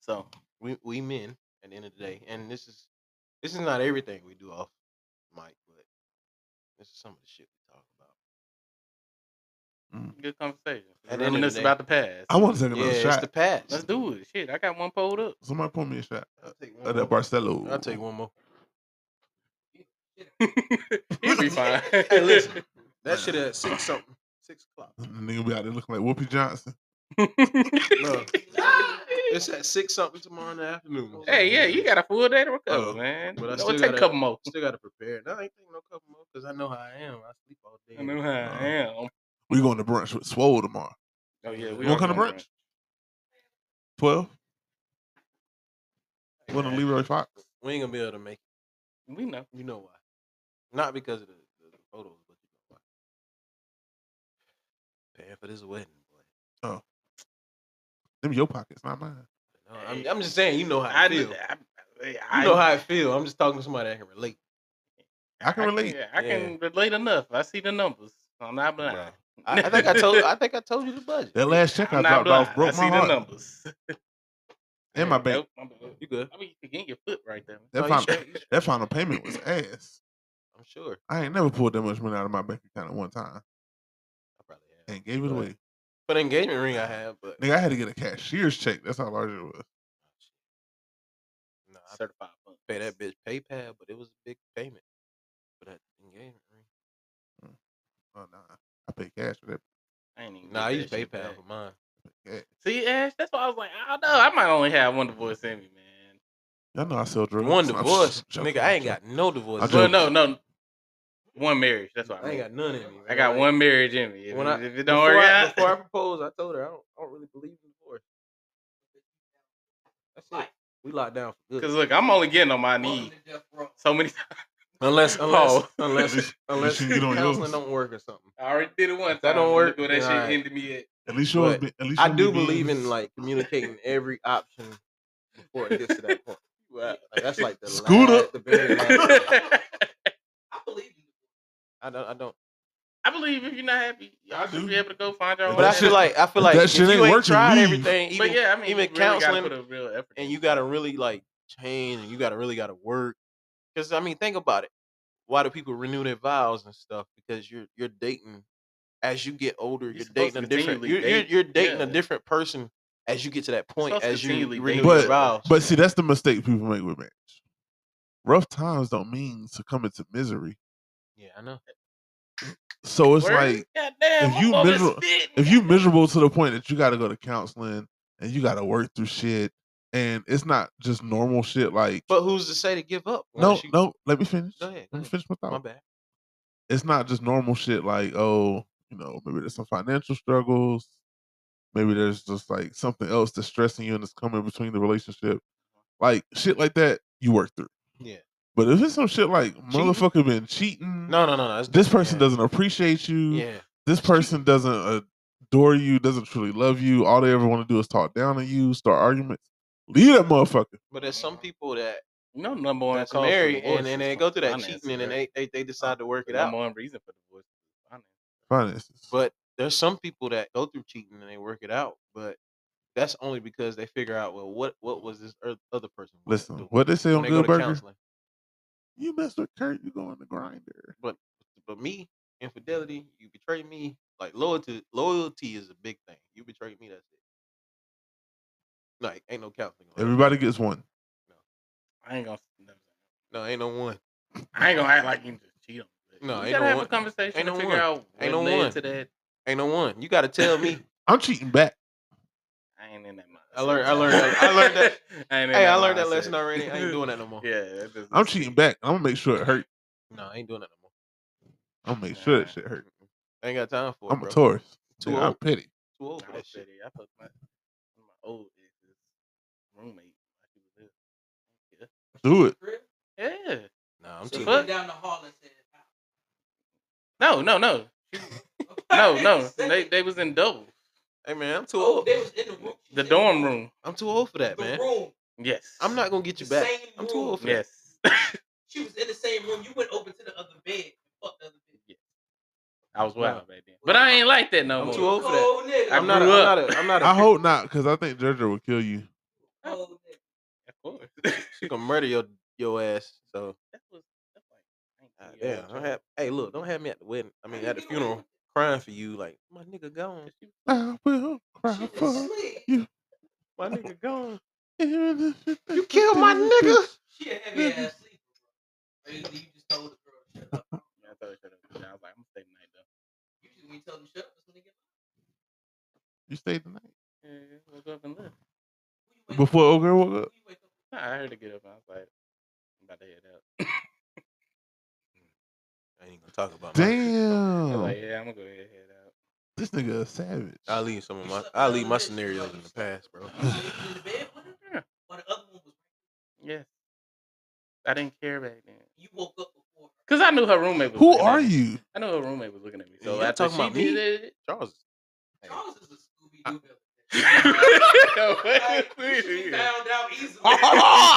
So
We we men at the end of the day, and this is this is not everything we do off mic, but this is some of the shit we talk about.
good conversation.
At the end of the
Reminisce
day.
about the past.
I want to take another
yeah, it's
shot.
the past.
Let's do it. Shit, I got one pulled up. [laughs]
Somebody pull me a shot
I'll take
of
one
Uh, that
more.
Barcelo.
Uh, I'll take one more.
He'll be fine.
[laughs] Hey,
[laughs]
listen, that shit at six something, six o'clock.
The nigga be out there looking like Whoopi Johnson.
No, [laughs] it's at six something tomorrow in the afternoon.
[laughs] hey, yeah, you got a full day to recover,
Oh,
man.
but I
But
still
take
gotta-
a
[laughs]
couple more.
Still gotta prepare. No, I ain't taking no couple more because I know how I am. I sleep all day.
I know how I am.
We going to brunch with Swole tomorrow.
Oh yeah, we
You want
are
to come to
going
brunch? Twelve.
[laughs]
One of Leroy Fox.
We ain't gonna be able to make
brunch. We know.
it. You know why? Not because of the, the photos, but you know why. Paying for this wedding, boy.
Them your pockets, not mine.
No, I'm, I'm just saying, you know how I,
I
feel.
did. I,
you know how I feel. I'm just talking to somebody that can relate.
I can relate.
yeah, I can relate enough. I see the numbers. I'm not
[laughs]
blind.
Bruh. I, I think I told. I think I told you the budget.
That last check I
I'm
dropped
not blind.
off
I
broke
see
my
the
heart
numbers.
and my bank.
Nope, I'm good.
You good?
I mean, you can get your foot right there.
That,
No, you
final,
straight, you straight.
that final payment was ass.
I'm sure.
I ain't never pulled that much money out of my bank account at one time
I probably have.
and gave it
Right.
away.
For the engagement ring, I have, but
Nigga, I had to get a cashier's check. That's how large it was.
nah, I
Certified funds.
pay that bitch PayPal, but it was a big payment for that engagement ring.
Oh, nah. I paid cash for that.
I ain't even
Nah, I
get
use
that shit
PayPal
back.
for mine.
Cash.
See, Ash, that's why I was like, I don't know. I might only have one divorce in me, man.
Y'all know I sell drugs.
One
I'm
divorce,
joking,
nigga. I
I'm
ain't
joking.
got no divorce.
I
Well,
joke.
no, no. One marriage. That's what I,
I ain't
mean.
got none in me.
I
man.
got
Like,
one marriage in me. If,
when I-
if it don't
before
work
I,
out,
Before I proposed, I told her I don't, I don't really believe in divorce. That's it. We locked down
[laughs]
for
because
good.
look, I'm only getting on my knees so many [laughs] times.
Unless, unless,
[laughs] Oh. [laughs]
unless, unless
you get on [laughs]
counseling
yours.
don't work or something.
I already did it once.
that don't
Look
work,
Where
then
that shit
alright.
ended me at.
At least yours.
But
Be, at least
I
yours
do
be beans.
believe in like communicating every option before it gets to that point. Like, that's like the
Scooter.
last- the very last.
[laughs]
I believe you.
I don't. I don't.
[laughs] I believe if you're not happy, y'all should be able to go find your own.
But I
way.
feel like I feel like
that
if
shit ain't
you ain't
working,
tried
leave.
everything, even
but yeah, I mean,
even
you really gotta
counseling,
put a real effort
and
in.
you gotta really like change and you gotta really gotta work because i mean think about it why do people renew their vows and stuff because you're you're dating as you get older you're,
supposed
dating
to
a different
continually
you're, you're,
date,
you're dating a
yeah.
different person as you get to that point
supposed to
as you
continually
renew
date
your
yourself.
vows
But see, that's the mistake people make with marriage. Rough times don't mean succumbing to misery.
yeah i know
So it's
Word?
like
Goddamn,
if
my
you
woman
miserable-
spitting.
if you miserable to the point that you got to go to counseling and you got to work through shit, and it's not just normal shit. Like
but who's to say to give up
no,
once you-
no. Let me finish.
Go ahead, go
Let me
ahead.
finish my thought.
my bad
it's not just normal shit like oh you know maybe there's some financial struggles maybe there's just like something else that's stressing you and it's coming between the relationship like shit like that you work through
Yeah.
but if it's some shit like motherfucker been cheating
no no no no it's
this
different,
person
yeah.
doesn't appreciate you
yeah
this person doesn't adore you doesn't truly love you all they ever want to do is talk down on you start arguments leave that motherfucker
but there's some people that
You know, number one
that's
cause for
married
divorce
and, and
is
they go through that
finances,
cheating and then
right?
they, they, they decide to work
The
it out
number one reason for divorce is finances.
finances
But there's some people that go through cheating and they work it out. But that's only because they figure out well what what was this oth- other person
Listen, what they say on
when go
Good
to
Burger?
counseling.
You messed with Kurt, you going to grinder.
But but me, infidelity, you betrayed me. Like loyalty, loyalty is a big thing. You betrayed me. That's it. Like ain't no counseling.
Everybody gets one.
I ain't gonna.
No, ain't no one.
I ain't gonna act like you just cheat on. me.
No,
We
ain't
gotta
no
have
one.
a conversation
Ain't
to
no
figure
one.
out
Ain't no
what led
one.
to that.
Ain't no one. You got to
[laughs]
tell me.
I'm cheating back.
I ain't in that mindset.
I learned. I learned. That, I learned that.
[laughs] I ain't in
hey,
that
I learned that
mindset.
lesson already. I
[laughs]
ain't
[laughs]
doing that no more.
Yeah, that doesn't-
I'm cheating back. I'm gonna make sure it hurt.
No, I ain't doing that no more.
I'm gonna make sure that shit hurt.
I ain't got time for it.
I'm a
bro.
Taurus.
Too
Yeah, I'm
old.
petty.
Too old for that
I was
shit.
petty. I fucked my one of my old ex's roommate.
Do it.
Yeah.
No, I'm
The
cheating.
fuck?
down the hall and said,
No, no, no.
[laughs]
no, no.
[laughs]
They they was in double.
Hey man, I'm too
"Oh,
old.
they was in the room,
The dorm room.
I'm too old for that,
the
man.
room.
Yes.
I'm not gonna get you
The
back.
same
I'm too
room.
old for that.
Yes.
[laughs]
She was in the same room. You went over to the other bed. and Fucked the other bed.
I was wild back then. But I ain't like that no
I'm
more.
too old for that.
Cold nigga.
I'm not. A,
grew
I'm not.
up.
A, I'm [laughs] not. A,
I hope not, because I think JoJo will kill you.
Cold nigga.
Of course. [laughs]
she gonna murder your your ass. So
That was that's like
ah,
19 years
damn.
old,
Don't
Joe.
have. Hey, look. Don't have me at the wedding. I mean,
you
at the
get away with
funeral, crying for you. Like my nigga gone.
I will cry
She was
for
asleep.
My nigga gone.
you.
You killed my nigga.
She a heavy ass sleeper. bro. Crazy. You just told the girl to shut up.
[laughs] Yeah, I told her shut up. And I was like, I'm staying the night though.
Usually when you tell them shut up, that's when they get.
You stayed the night
Yeah, woke up and left.
Who you wake
before old girl woke up.
who you wake up?
Nah, I heard her get up and I was like, I'm about to head out.
I ain't gonna talk about. My,
I
Hmm.
was
Damn,
like, yeah, I'm gonna go ahead and head out.
this nigga a savage.
I leave some of my. I leave my scenarios in the past, bro.
[laughs] You sleeping in the bed with her?
Yeah.
Or the other one was
Yes. I didn't care back then.
you woke up before her.
Cause I knew her roommate was
Who
looking at
are
me.
you?
I know her roommate was looking at me. So
Y'all
after
talking
she
about me? [laughs]
did it, [laughs]
Charles.
Charles is a Scooby Doo
[laughs]
villain. Like, you should be
it
found out easily.
I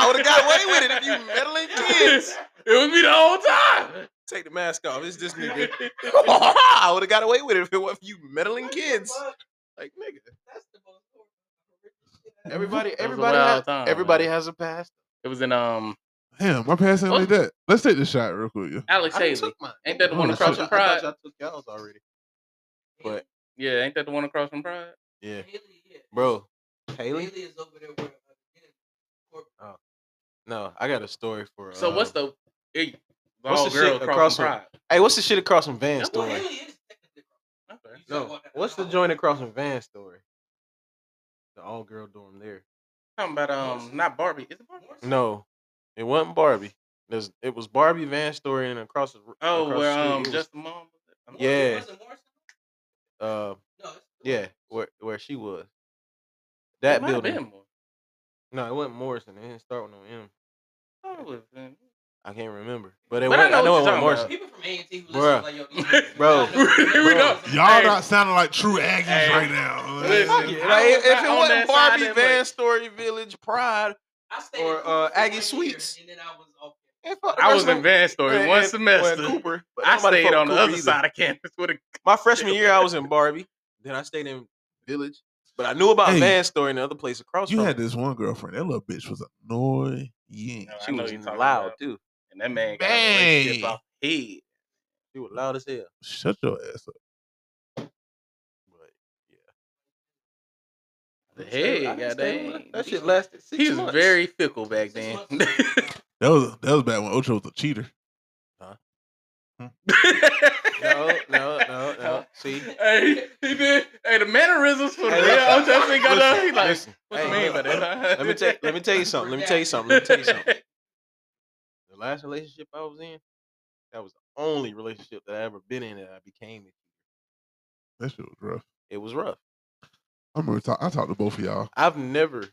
would have got away with it if [laughs] you meddling kids.
was me the whole time.
Take the mask off. It's this nigga. [laughs] I would have got away with it if it wasn't for you meddling kids. Like nigga.
That's the most horrible shit I ever-
Everybody,
That was a
everybody,
wild
has,
time,
everybody
man.
has a past.
It was in um
Damn, my pants ain't
Oh.
like that. Let's take the shot real quick. yeah.
Alex
I done
Haley.
took mine.
Ain't that the
I
one
done
across
took-
from
I thought
Pride?
y'all took y'all's already. But
Yeah, ain't that the one across from Pride?
yeah,
Haley, yeah.
bro,
Haley
Haley.
is over there where uh, Dennis Cor-
No, I got a story for.
So what's
um,
the hey,
what's
bald
the
girl
shit
across
across
from
from-
Pride?
Hey, what's the shit across from Van
Well,
story?
Haley is technically You
Okay.
talking
No,
about that
what's the
hall.
joint across from Van story? The all girl dorm there.
Talking about um not Barbie. Is it Barbie?
No, it wasn't Barbie. There's, it was Barbie Van story and across the.
Oh,
across the
where
street,
um
it was,
just the mom. I'm-
Yeah.
Was it Morrison?
uh,
No, it's
yeah, where where she was. That
it might have
building.
been more.
No, it wasn't Morrison. It didn't start with no M.
I thought it was, um,
I can't remember. But it
But I
went,
know
I know
what
it
you're
wasn't
talking
People
Morrison.
from A&T who listen
Bruh.
like, yo,
[laughs]
these niggas-
Bro.
Here we go.
Y'all
Hey.
not sounding like true Aggies
Hey.
right now.
Listen.
Fuck it.
I
Like,
was
if, if
not
it
on
wasn't
that side
Barbie,
that
Van
much.
Story, Village, Pride,
I stayed in
Or,
Cooper
uh,
for
Aggie
one year,
Sweets.
And then I was off.
and fuck the
I
rest
was
of
in
them-
Van Story
and-
one
and-
semester.
well, in Cooper, but
I
nobody
stayed
fuck
on the
with
other
Cooper either.
side of campus with
[laughs]
a
My freshman year, I was in Barbie. Then I stayed in Village, but I knew about
Hey.
Van Story and the other place across
You
from.
had
it.
this one girlfriend. That little bitch was annoying.
No, I
She
know
was
you're talking
loud
about.
too.
and that man got a relationship
Bang.
off head.
She was loud as hell.
Shut your ass up.
But
The
I stayed- I
head,
didn't stay with her.
goddamn.
That shit lasted six
He was
months.
very fickle back
Six
[laughs]
then. [laughs]
months.
That was that was bad when Ocho was a cheater.
no, no, no,
[laughs]
no. See,
Hey, he did. Hey, the mannerisms for
Hey,
real.
listen.
I'm just thinking, he like,
listen.
what you
Hey,
mean by that?
Let me tell let me tell you something. Let me tell you something. Let me tell
[laughs]
you something. The last relationship I was in, that was the only relationship that I ever been in that I became. it.
That shit was rough.
It was rough.
I remember talk, I talked to both of y'all,
I've never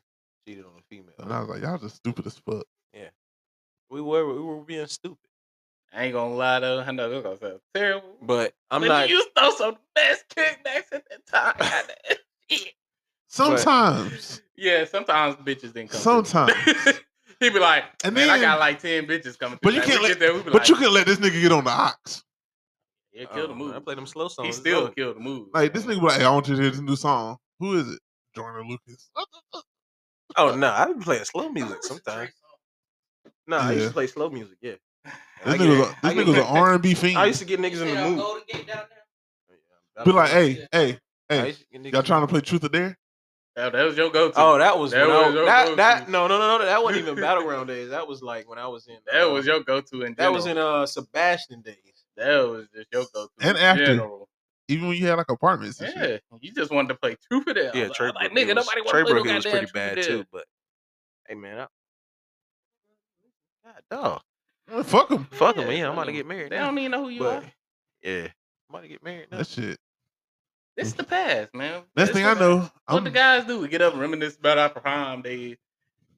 cheated on a female.
and I was like, y'all just stupid as fuck.
We were we were being stupid,
I ain't gonna lie though. I know this gonna sound terrible.
but I'm
Nigga,
not.
You throw some best kickbacks at that time.
[laughs]
goddamn.
Sometimes,
yeah, sometimes bitches didn't come. through. [laughs]
Sometimes.
he be like,
And
man, I
then-
got like ten bitches coming.
But you
through. Like,
can't
we
let-
get there, we [laughs] be
but
like,
you can let this nigga get on the ox.
Yeah, kill the
I
move.
Oh, play them slow songs.
He
it's
still
over.
killed the move.
Like this nigga, be like, I want you to hear this new song. Who is it? Joyner Lucas.
Oh no, I been playing slow music sometimes. No, I used
Yeah.
to play slow music.
[laughs]
Yeah.
This nigga was a- this nigga was an R&B fiend.
[laughs] I used to get niggas in the mood.
Be like, hey, hey,
I
hey,
used to get niggas
y'all trying to play Truth or Dare?
Oh, that was your go-to.
Oh, that was
that
when I-
was your
that,
go-to.
that no no no no that wasn't
[laughs]
even battleground days. That was like when I was in
That
uh,
was your go-to, and
that was in uh Sebastian days.
That was just your go-to.
And
in
after,
general.
even when you had like apartments. And
yeah, you just wanted to play two for that.
Yeah,
Like,
Trey
like,
Brookie
nigga,
was-
nobody
Trey
want to play no
Brookie was
goddamn
pretty bad
Trooper Dare.
too, but hey man, I, God, dog.
fuck him.
Fuck him. Yeah, I'm about to get married.
They
now.
don't even know who you
But,
are.
Yeah, I'm about to get married.
That shit.
This is the past, man.
Mm. Next
This
thing
is
I know,
What
I'm-
the guys do? We get up, and reminisce about our prime days.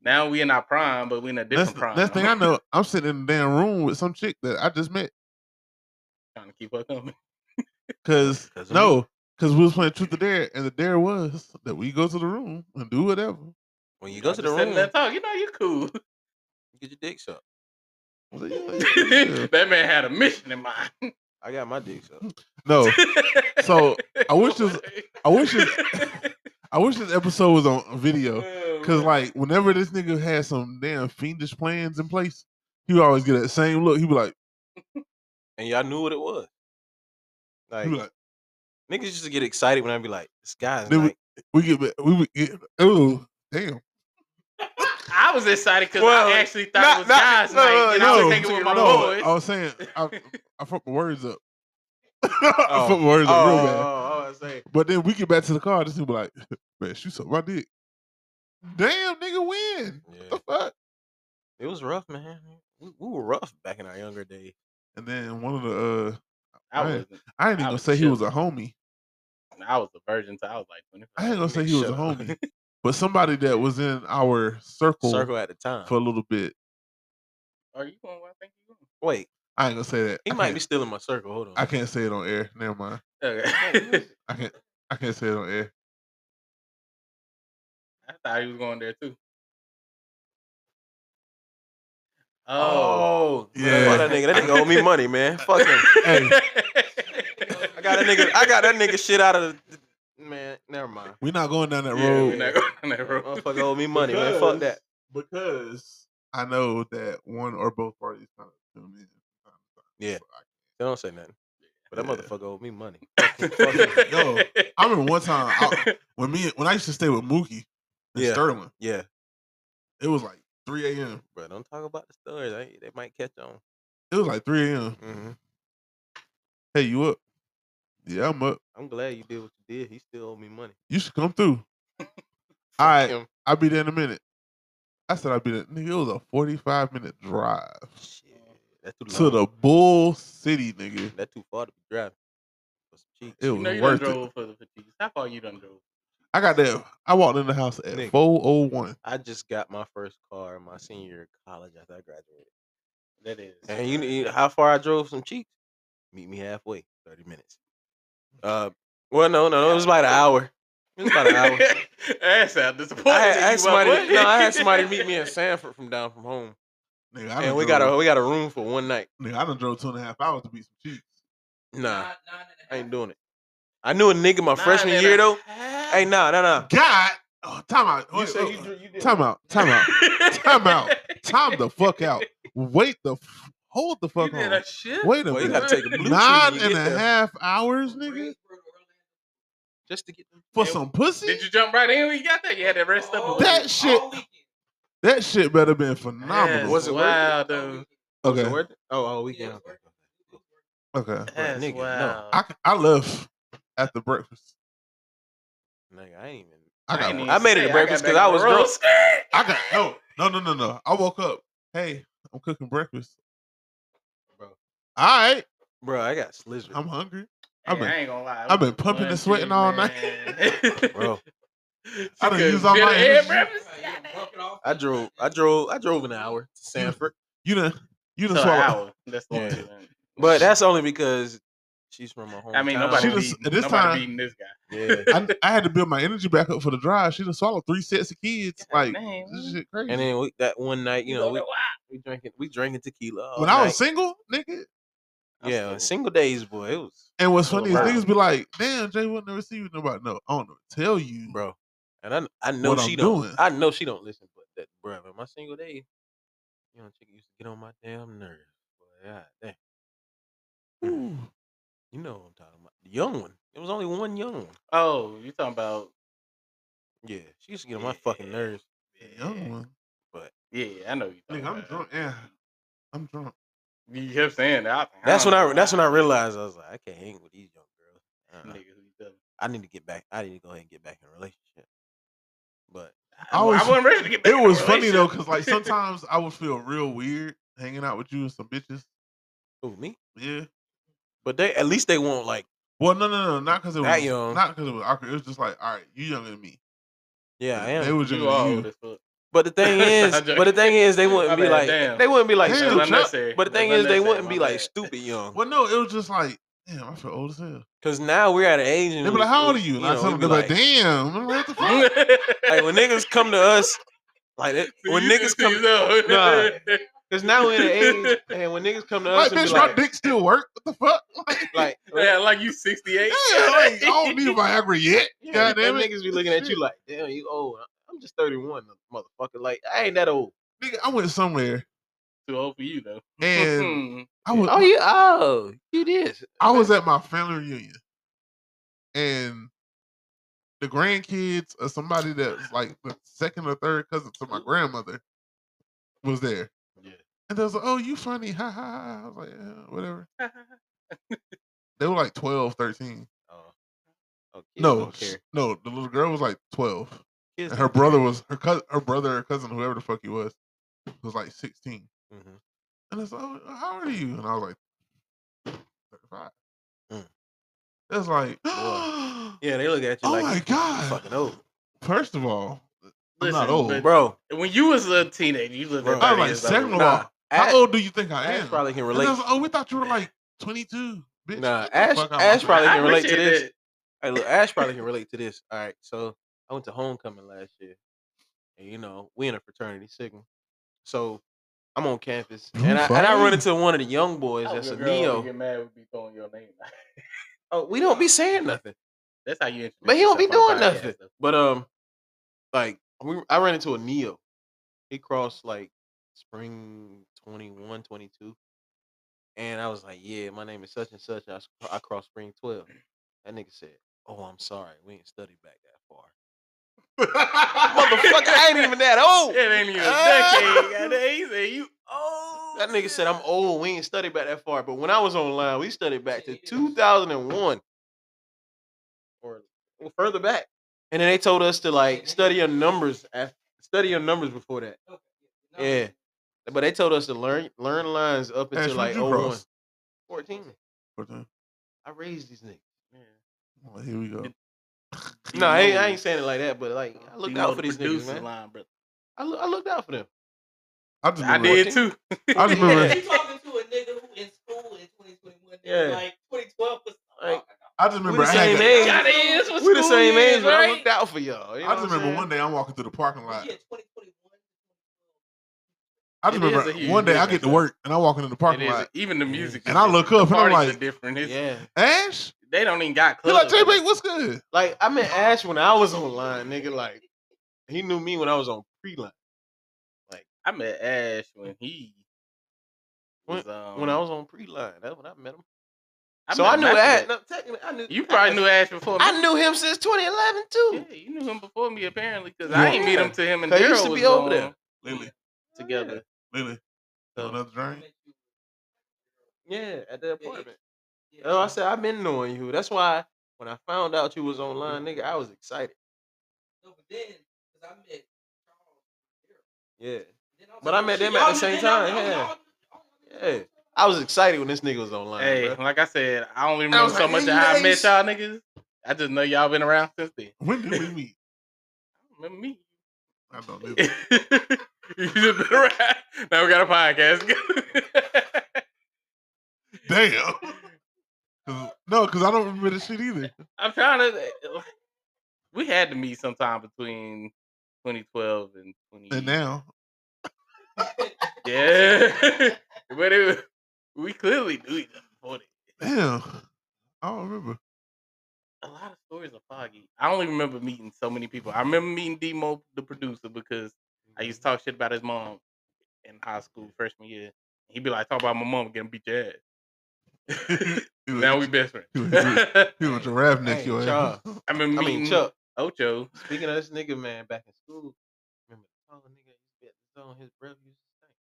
Now we in our prime, but we in a different
Next,
prime.
next thing
[laughs]
I know, I'm sitting in the damn room with some chick that I just met.
trying to keep up coming.
Cause,
'Cause I'm-
no, cause we was playing Truth or Dare, and the dare was that we go to the room and do whatever.
When you go to the
Just sitting
room,
there talk, you know you cool.
get your dicks up.
[laughs] that man had a mission in mind.
I got my dicks up.
No, so I wish this, I wish
[laughs]
this, I wish this episode was on video.
Oh,
Cause like whenever this nigga had some damn fiendish plans in place, he would always get that same look. He would like,
and y'all knew what it was. Like,
like-
niggas used to get excited when I'd be like, "This guy's
then
like."
we, we get, ba- we would get, oh damn.
[laughs] I was excited because I actually thought it was guys'
no,
night, and I was thinking with my
no,
boys.
I was saying
[laughs]
I, I fucked my words up. [laughs]
Oh,
I fucked my words up real bad.
Oh, I was saying.
But then we get back to the car. This nigga be like, [laughs] man, shoot something. I did. Damn, nigga, win.
[laughs] Yeah.
What the fuck?
It was rough, man. We, we were rough back in our younger days.
And then one of the, uh,
I
I, ain't-
wasn't.
I ain't
I
even gonna
was
say he was a
chilling.
homie.
I was a virgin, so I was like, 25.
I ain't gonna say
Nigga,
he was a
shut up.
homie, but somebody that was in our circle,
Circle at the time.
for a little bit.
[laughs] Are you going? Where I think you
Wait,
I ain't gonna say that.
he
I
might
can't-
be still in my circle. Hold on.
I can't say it on air. Never mind.
Okay.
I can't. I can't say it on air.
[laughs] I thought he was going there too. [laughs]
Oh,
Yeah.
fuck that nigga. That nigga owe me money, man. Fuck [laughs] him.
Hey.
I got that nigga. I got that nigga shit out of the man. Never mind.
We're not going down that
Yeah,
road.
we not going down that road.
Motherfucker owe me money, man. Fuck that.
Because I know that one or both parties kind of tune in.
Yeah. They don't say nothing. But that motherfucker owe me [laughs] money.
[laughs]
Yo, I remember one time
[laughs]
I, when me when I used to stay with Mookie in
Yeah.
Sterling.
Yeah.
It was like 3 a.m.
Bro, don't talk about the stories. I, they might catch on.
It was like 3 a.m.
Mm-hmm.
Hey, you up? Yeah, I'm up.
I'm glad you did what you did. He still owe me money.
You should come through. All right,
him.
I'll be there in a minute. I said I'll be there. Nigga, it was a 45 minute drive
That's too
to
long.
the Bull City, nigga.
That too far to be driving. For some cheeks.
It was
you know you done
worth
drove
it.
for the 50s. How far you done drove?
I got there. I walked in the house at
Nigga.
401.
I just got my first car in my senior year of college after I graduated.
That is.
And you need
[laughs]
how far I drove from Cheeks? Meet me halfway, 30 minutes. Uh, well, no, no, it was about an hour. It was about
[laughs]
an hour.
That's how disappointed.
I had, I
you
had somebody.
were.
No, I had
[laughs]
somebody meet me in Sanford from down from home,
Nigga, I
and
done
we got a
drove-
we got a room for one night.
Nigga, I done drove two and a half hours to beat some cheeks.
Nah, I ain't doing it. I knew a nigga my
Nine
freshman
and
year
a
though.
half.
Hey, nah, nah, nah.
God, oh, time out.
You
Wait,
said
wait,
you dr- you did
time out. Time out.
[laughs]
time
[laughs]
out. Time the fuck out. Wait the f- hold the
You
fuck
did
on.
a shit.
Wait a
Well, you
minute.
gotta take a Bluetooth when
Nine
you
and
get
a
there.
half hours, nigga,
Just to get them.
for some pussy.
Did you jump right in when you got there? You had to rest
Oh.
up. a
That shit. That shit better been phenomenal.
Was
Was it
it
wow, dude?
Was it
okay,
worth it? Oh, oh, we can.
okay.
That's
nigga, no.
wow.
I c- I left after breakfast.
Nigga, I ain't even.
I
ain't
got
even
I,
I made it to
say,
breakfast
got
'cause
back
I
on
was
the road.
drunk.
I got no no no no no. I woke up. Hey, I'm cooking breakfast.
Bro.
All right,
Bro, I got slizzard.
I'm hungry.
Hey,
I've been-
I ain't gonna lie.
I've been pumping and sweating all
[laughs]
night.
night.
Bro,
I done used all my energy.
I drove. I drove. I drove an hour to Sanford,
You done you done
That's an
swallowed.
hour. That's the
Yeah.
one.
but that's only because she's from my home.
I mean,
She
nobody
was-
beating,
at this
nobody
time-
beating this guy.
Yeah.
I, I had to build my energy back up for the drive. She done swallowed three sets of kids. Like
Dang,
this
man.
shit crazy.
And then we, that one night, you know, we,
Wow.
we drinking we drinking tequila. all
when I was
night.
single, nigga.
yeah,
Absolutely.
single days, boy, it was
And what's
Full of
funny is niggas
murder.
be like, damn, Jay wouldn't never see you nobody. No, I don't know. Tell you,
bro. And I I know
What
she
I'm
don't.
doing.
I know she don't listen. But that, bruh, in my single day, you know, chicken used to get on my damn nerves. Boy, God damn. You know what I'm talking about. The young one. There was only one young one.
Oh, you talking about?
Yeah, she used to get on my fucking nerves.
young one.
But
yeah, I know you.
Nigga, I'm drunk. Yeah, I'm drunk.
You kept saying that.
That's when I. That's when I realized I was like, I can't hang with these young girls. Uh-uh.
Niggas,
I need to get back. I need to go ahead and get back in a relationship. But
I was-
wasn't ready to get back
It
in a
was funny though,
relationship.
because like sometimes I would feel real weird hanging out with you and some bitches.
Who me?
Yeah.
But they at least they won't like.
Well, no, no, no, not because it was
That young.
not because it was awkward. It was just like, all right, you younger than me.
Yeah, I am.
They was
[laughs] You
younger
are
than
old
you.
as fuck. [laughs]
But the
[laughs]
thing is,
I'm joking.
but the thing is, they
My
wouldn't be
bad,
like
damn.
they wouldn't be like.
That's
stupid.
unnecessary.
But the
That's
thing is, they
unnecessary,
wouldn't
my
be like
bad.
stupid young.
Well, no, it was just like, damn, I feel old as hell.
Cause now we're at an age.
They be like, how old are you? And I tell them, they're like, damn, I'm like, what the fuck?
like when niggas come to us,
[laughs]
like it- when niggas come, nah, cause
[laughs]
now we're at an age, and when niggas come to
Like,
us, and
bitch,
be
my
like,
dick still work. What the
[laughs]
fuck?
like,
Oh, Yeah, like
[laughs]
you 68.
Yeah,
[laughs]
like, I
oh.
don't need Viagra yet.
yeah,
God damn
them
it.
niggas be looking at you like, damn, you old. I'm just 31, motherfucker. Like, I ain't that old.
Nigga, I went somewhere
Too old for you though.
and
Mm-hmm.
I was
Oh, you, oh, you this.
I was at my family reunion, and the grandkids of somebody that was like the second or third cousin to my grandmother was there.
Yeah.
And they was like, "Oh, you funny, ha ha." ha." I was like, yeah, "Whatever."
[laughs]
They were like 12, 13.
Oh, kids
no,
don't
sh-
care.
no, the little girl was like twelve,
Kids
and her
don't care.
brother was her cousin, her brother, her cousin, whoever the fuck he was, was like sixteen.
Mhm.
And it's like, "Oh, how old are you? And I was like, 35.
Mm.
It's like, [gasps]
Boy. Yeah, they look at you
Oh
like,
my
you
God.
fucking old,
first of all, I'm
Listen,
not old.
but-
bro.
When you was a teenager, you lived
Bro,
at
I was
30
like,
years
second
old.
of
[laughs] Nah,
all,
Ash-
how old do you think I
Ash
am?
probably can
And I
relate.
was like, oh, we thought you were like 22. Bitch,
Nah,
Get the
Ash,
fuck out my
Ash
face.
probably
I
can relate to
appreciate
this.
that.
Hey, look, Ash probably can relate to this. All right, so I went to homecoming last year, and you know we in a fraternity, Sigma. So I'm on campus,
You
and I and I
fine.
run into one of the young boys
Oh,
that's
your
a
girl would
neo.
Get mad, would be throwing your name. out.
Oh, we don't be saying nothing,
[laughs] That's how you.
but he
introduce
don't be
yourself on
doing
podcast,
nothing.
though.
But um, like we, I ran into a neo. He crossed like spring 21, 22. and I was like, "Yeah, my name is such and such. I s- I crossed spring 12." That nigga said, "Oh, I'm sorry, we ain't studied back that far." [laughs] Motherfucker, I ain't even that old.
[laughs] It ain't even a
Ah. [laughs]
decade. goddamn. He said you old.
That nigga said I'm old. We ain't studied back that far. But when I was online, we studied back to 2001 or well, further back. And then they told us to like study your numbers af study your numbers before that. Yeah, but they told us to learn learn lines up
Ash,
until
what'd
like
you
01.
cross?
14.
Or something.
I raised these niggas.
Well, here we go.
No, I ain't, I ain't saying it like that, but like I looked out for these niggas,
producer
man.
line, brother.
I, look, I looked out for them.
I just
I
remember, I,
did too.
just remember,
[laughs]
You talking to a nigga who in school in 2021? Yeah.
Yeah.
Like 2012 was oh,
Like,
I just
we
remember,
the
I, had
same
that-
age.
Gotta is what
we the
school
same
is,
age, but I
right?
looked out for y'all. You
I just
know what I'm
remember
saying?
one day I'm walking through the parking lot.
yeah, 2021.
I just
It is a
remember
huge
one day I
difference,
get to
though.
work and I walk into the
It
parking
is.
lot.
Even the music.
And I look up and I'm like-
different. It's-
Yeah,
Ash,
They don't even got
you like
clubs.
J Bake? What's good?
like I met Ash when I was online, nigga. Like he knew me when I was on pre-line.
I met Ash when he was um,
When I was on pre-line, that's when I met him.
I
so
met
I
him
knew
after
Ash. [laughs]
that.
No, technically, I knew.
You probably knew Ash before me.
I knew him since 2011 too.
Yeah, you knew him before me apparently because I ain't meet
Yeah.
him to him and
'Cause he
Daryl
used to
was
be over
over
there.
there
Lily,
together.
Lily,
So-
another drink.
Yeah, at the apartment. Oh, I said I've been knowing you. That's why when I found out you was online, nigga, I was excited.
No, but then, because I met Charles.
Yeah.
Then I was
But
like, oh,
I met
shit,
them at
y'all
the
just
same
been out-
time,
y'all-
yeah.
y'all- oh,
Yeah. I was excited when this nigga was online.
Hey,
bruh.
like I said, I don't even
I
know
was
so
like,
much
"Hey,
of how I met
nice."
y'all niggas. I just know y'all been around since then.
When did we meet?
Remember me? [laughs]
I don't know.
you just been around. Now we got a podcast.
Damn. 'Cause- no, because I don't remember this shit either.
[laughs] [laughs] I'm trying to. We had to meet sometime between 2012 and 20.
And now,
Yeah, [laughs] but it, was- we clearly knew each other before that.
damn, I don't remember.
a lot of stories are foggy. I only remember meeting so many people. I remember meeting Demo, the producer, because I used to talk shit about his mom in high school freshman year. He'd be like, "Talk about my mom getting beat your ass." now we best friends.
He
[laughs]
was- he was a rap neck eh? your [laughs] ass.
Chuck.
I mean,
I mean, Chuck.
Ocho.
Speaking of this nigga, man, back in school, remember the tall nigga used to be at the zone, his breath used to stink.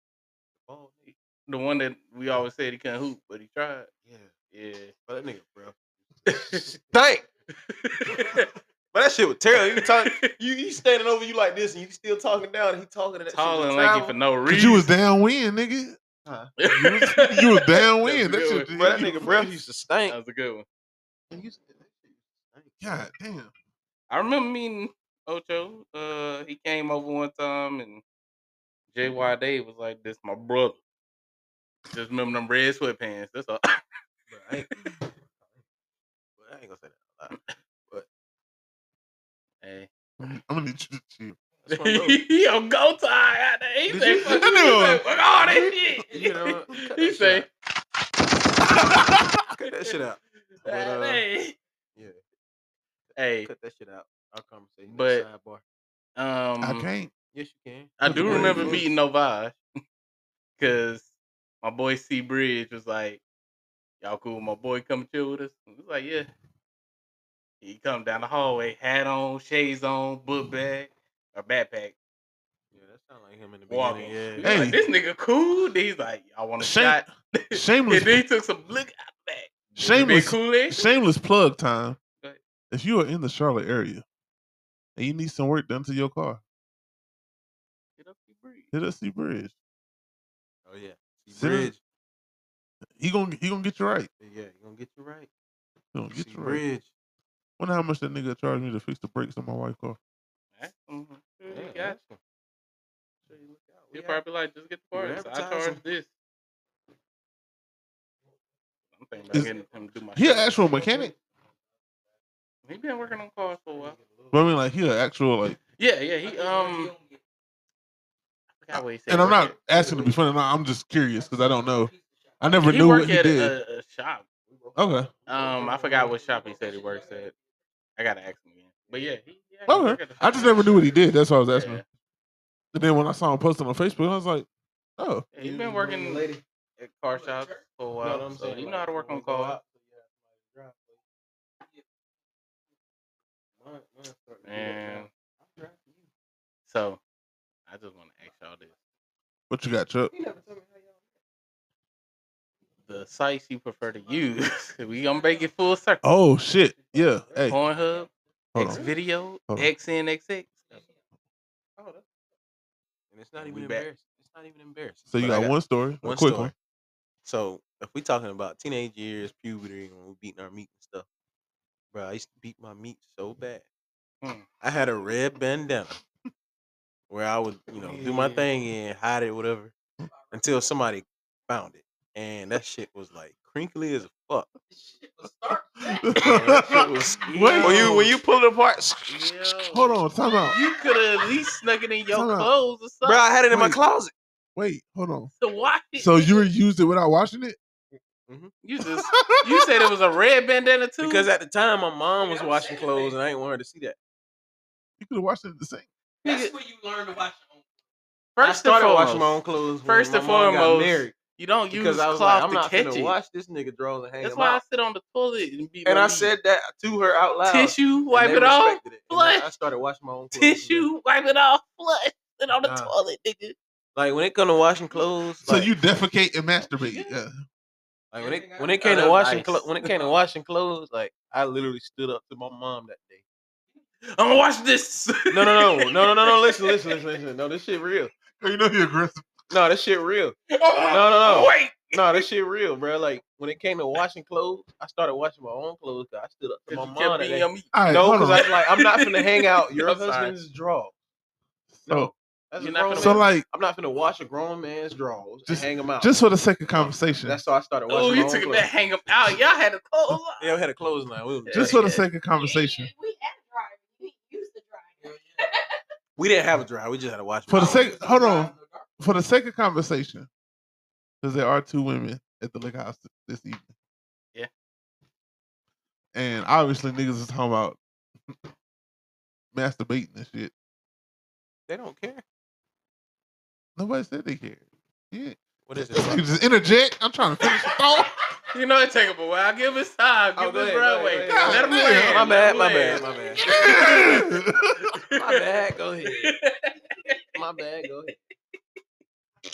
The bald nigga.
The one that we always said he couldn't hoop, but he tried.
Yeah.
Yeah.
But that nigga, bro. Stank. [laughs] but that shit was terrible. You talk, you, you standing over you like this, and you still talking down, and he talking to that
Tall
shit
and
to
lanky
travel.
for no
Cause
reason.
you was downwind, nigga.
Huh.
You was, you was downwind.
[laughs] That's a
That
good
shit.
one.
Bro, that nigga breath used to stink.
That was a good one.
And you said that shit
God damn.
I remember meeting Ocho. Uh, he came over one time and
Mm-hmm.
JY Dave was like, "This my brother." Just remember them red sweatpants. That's all.
Bro, I ain't, Well, I ain't gonna say that out loud.
hey,
I'm gonna need you to chill.
That's my
[laughs]
brother.
yo, go time. He
Did
said,
you-
"Fuck
That
you," he
nigga-
said, "Fuck all that shit."
You
[laughs]
know, what? cut
he
that
say,
shit
[laughs]
out. cut that shit out. But, uh,
"Hey,
yeah,
hey."
cut that shit out. Our conversation.
But-
sidebar.
Um,
I can't.
[laughs]
yes, you can.
I
That's
do
great
remember
advice.
meeting [laughs] Novage because my boy C Bridge was like, "Y'all cool? My boy come chill with us." I was like, "Yeah." He come down the hallway, hat on, shades on, book bag or backpack,
Yeah, that sound like him in the
walking.
beginning. Yeah.
We like,
Hey.
this nigga cool. Then he's like, "I want a
Shame-
shot." [laughs] and
Shameless.
then he took some look out the back.
Shameless-
Cool eh?
Shameless plug time.
Go ahead.
If you are in the Charlotte area and you need some work done to your car,
Get up, C. Bridge.
hit up C Bridge.
Oh yeah. See,
Send him-
Bridge.
He gonna he gonna get you right.
Yeah, you gonna get you right.
He gonna get
See,
you right.
Bridge.
Wonder how much that nigga charged me to fix the brakes on my wife's car.
Alright, mhm. Sure you
Yeah,
got
that's
it.
him. Sure you look out. We
He
out.
probably like, just get the
We're
parts. I
advertising.
charge this. I'm thinking
Is-
about getting him to do my
He an
shit.
actual mechanic.
He been working on cars for a while.
But I mean, like he an actual like.
Yeah, yeah. He um. I forgot what he said.
And I'm
work
not asking to be funny. no, I'm just curious because I don't know. I
at-
never
he
knew
work
what he
at
uh,
did.
A, a shop.
okay.
Um, I forgot what shop he said he works at. I gotta ask him again. But yeah, he, yeah, he work
Okay.
at a
I just
shop.
never knew what he did. That's why I was asking.
Yeah.
And then when I saw him posting on Facebook, I was like, oh,
Yeah, He's been working at car shops for a
You
while.
know what I'm
so
saying?
you know
Like,
how to work
when
on
we go
cars.
out, you have somebody to drive, but- Mine- mine starting to get
And
down. I'm driving you.
so, I just want to ask y'all this.
what you got, Chuck?
You never told me how y'all
the sites you prefer to use. [laughs] we gonna make it full circle.
Oh shit. Yeah.
Oh,
Hey. Hold
Pornhub, X
on.
Video,
Hold on.
XNXX.
Oh, that's and it's not
We
even
back.
embarrassing. It's not even embarrassing.
So you
But I
got one story, a
one
quick
story. [laughs]
one.
So if we talking about teenage years, puberty, and we beating our meat and stuff, bro, I used to beat my meat so bad.
Hmm.
I had a red bandana where I would, you know, do my
Yeah.
thing and hide it, whatever, until somebody found it, and that shit was like crinkly as fuck. That
[laughs]
[laughs]
shit was- when you when you pull it apart,
Hold on. Time out.
You could have at least snuck it in your
Time out.
clothes or something
bro, I had it in my
Wait.
closet.
Wait. Hold on.
to watch it.
So you were used it without watching it?
[laughs]
you just you said it was a red bandana too.
Because at the time, my mom was
I'm
washing
saying,
clothes,
man.
and I didn't want her to see that.
You could have watched it at the same.
That's when you learn to watch your own.
I started
and
washing my
foremost,
own clothes. when
First
my
and
mom got
foremost,
married.
You don't use
because I was
cloth
like, I'm
to
not
catch
gonna
it. [laughs]
wash this nigga drawers and hang
That's
them
why I
out.
sit on the toilet and be.
and I said that to her out loud.
tissue, wipe
Oh, and they
it off,
respected it. And then
flush.
I started washing my own clothes. and
tissue, wipe it off, flush it on the
Nah.
toilet, nigga.
then- Like when it come to washing clothes.
So
like,
you defecate and masturbate. Yeah.
like when it when it
Oh,
came to
that's
washing
nice.
clothes when it came to washing clothes, like I literally stood up to my mom that day.
I'm gonna watch this.
[laughs] No, no, no, no, no, no, no. [laughs] Listen,
[laughs]
listen, listen, listen. No, this shit real.
Oh, You know you're aggressive.
No, this shit real.
no,
No, no, [laughs] no.
Oh, Wait.
No, this shit real, bro. Like when it came to washing clothes, I started washing my own clothes. 'cause I stood up to my
Mama,
mom that day.
All right.
No,
hold
because
on.
I was like, I'm not [laughs] finna hang out your
I'm sorry.
husband's draw. [laughs]
So,
That's
You're
a
not
grown
finna
so
man.
like,
I'm not finna wash a grown man's drawers
Just-
and hang them out.
just for the sake of conversation,
Oh, that's how I started washing.
Oh,
Oh,
you took it back, hang them out. Y'all had a cold.
[laughs] Yeah, we had a clothes line. We, was
just
dirty.
for the sake of conversation,
We had driving. We used to drive.
we didn't have a dryer. We just had to wash.
For the
them out.
sake- hold on. for the sake of conversation, because there are two women at the liquor house th- this evening.
Yeah.
And obviously niggas is talking about masturbating and shit.
They don't care.
Nobody said they cared. Yeah.
What [laughs] is
You just interject. I'm trying [laughs]
[laughs]
to finish the thought.
Oh, You know it take him a while. Give us time.
Oh,
Give us runway. Let him
My
land.
bad,
Let
my
him
bad,
land.
my bad.
[laughs]
My bad, go ahead. My bad, go ahead.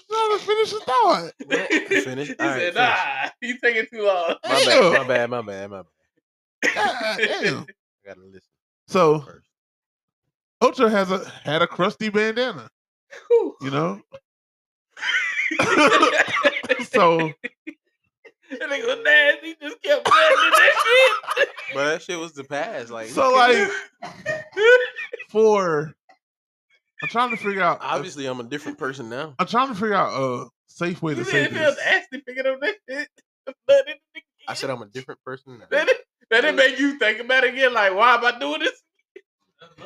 Trying to finish the thought.
[laughs] Finish.
[laughs] He
All right, finish.
said, "Nah, [laughs] you taking too long." [laughs]
My bad, my bad, my bad, my bad.
Damn.
I gotta listen.
So Ocho has a had a crusty bandana. You know? [laughs] so
That nigga was nasty. Just
[laughs]
kept bending that shit.
But that shit was the past. Like
so like for I'm trying to figure out
obviously I'm a different person now.
I'm trying to figure out a safe way to
You
say
didn't feel
this.
nasty picking up that shit. [laughs] That didn't-
I
[laughs]
said I'm a different person now.
that didn't- that didn't make you think about it again. Like, why am I doing this?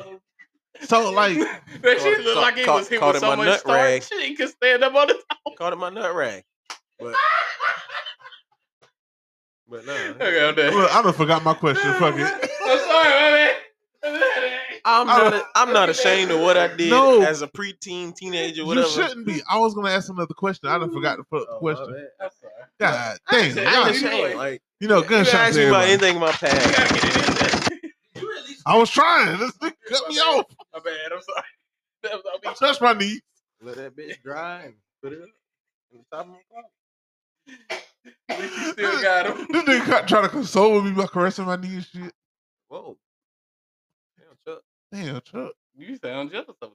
[laughs]
So like
That shit looked
Caught-
like it
caught-
was hit
caught
with
in
so
my
much
nut rag.
starch. She could stand up on the top.
Called it my nut rag. But but no.
Okay, I'm done.
Look, I done forgot my question. Fuck it.
[laughs] I'm sorry, my man.
I'm not a, I'm not ashamed of what I did
No.
as a preteen teenager,
You
whatever. Oh,
shouldn't be. I was gonna ask another question. I done forgot to put up the question.
I'm sorry.
God
I
damn.
ain't I ain't
y'all-
ashamed. Like
You know,
you didn't ask
gunshots.
me about
everybody.
anything in my
You
past. [laughs]
gotta get it in there.
I was trying. This nigga cut
[laughs]
me off.
My bad. I'm sorry. [laughs] That was all me.
I touched my knee.
Let that bitch dry and put it up in the top of my car.
At least you
[laughs]
still got him.
This nigga cut- trying to console me by caressing my knee and shit.
Whoa. Damn, Chuck.
Damn, Chuck.
You sound jealous of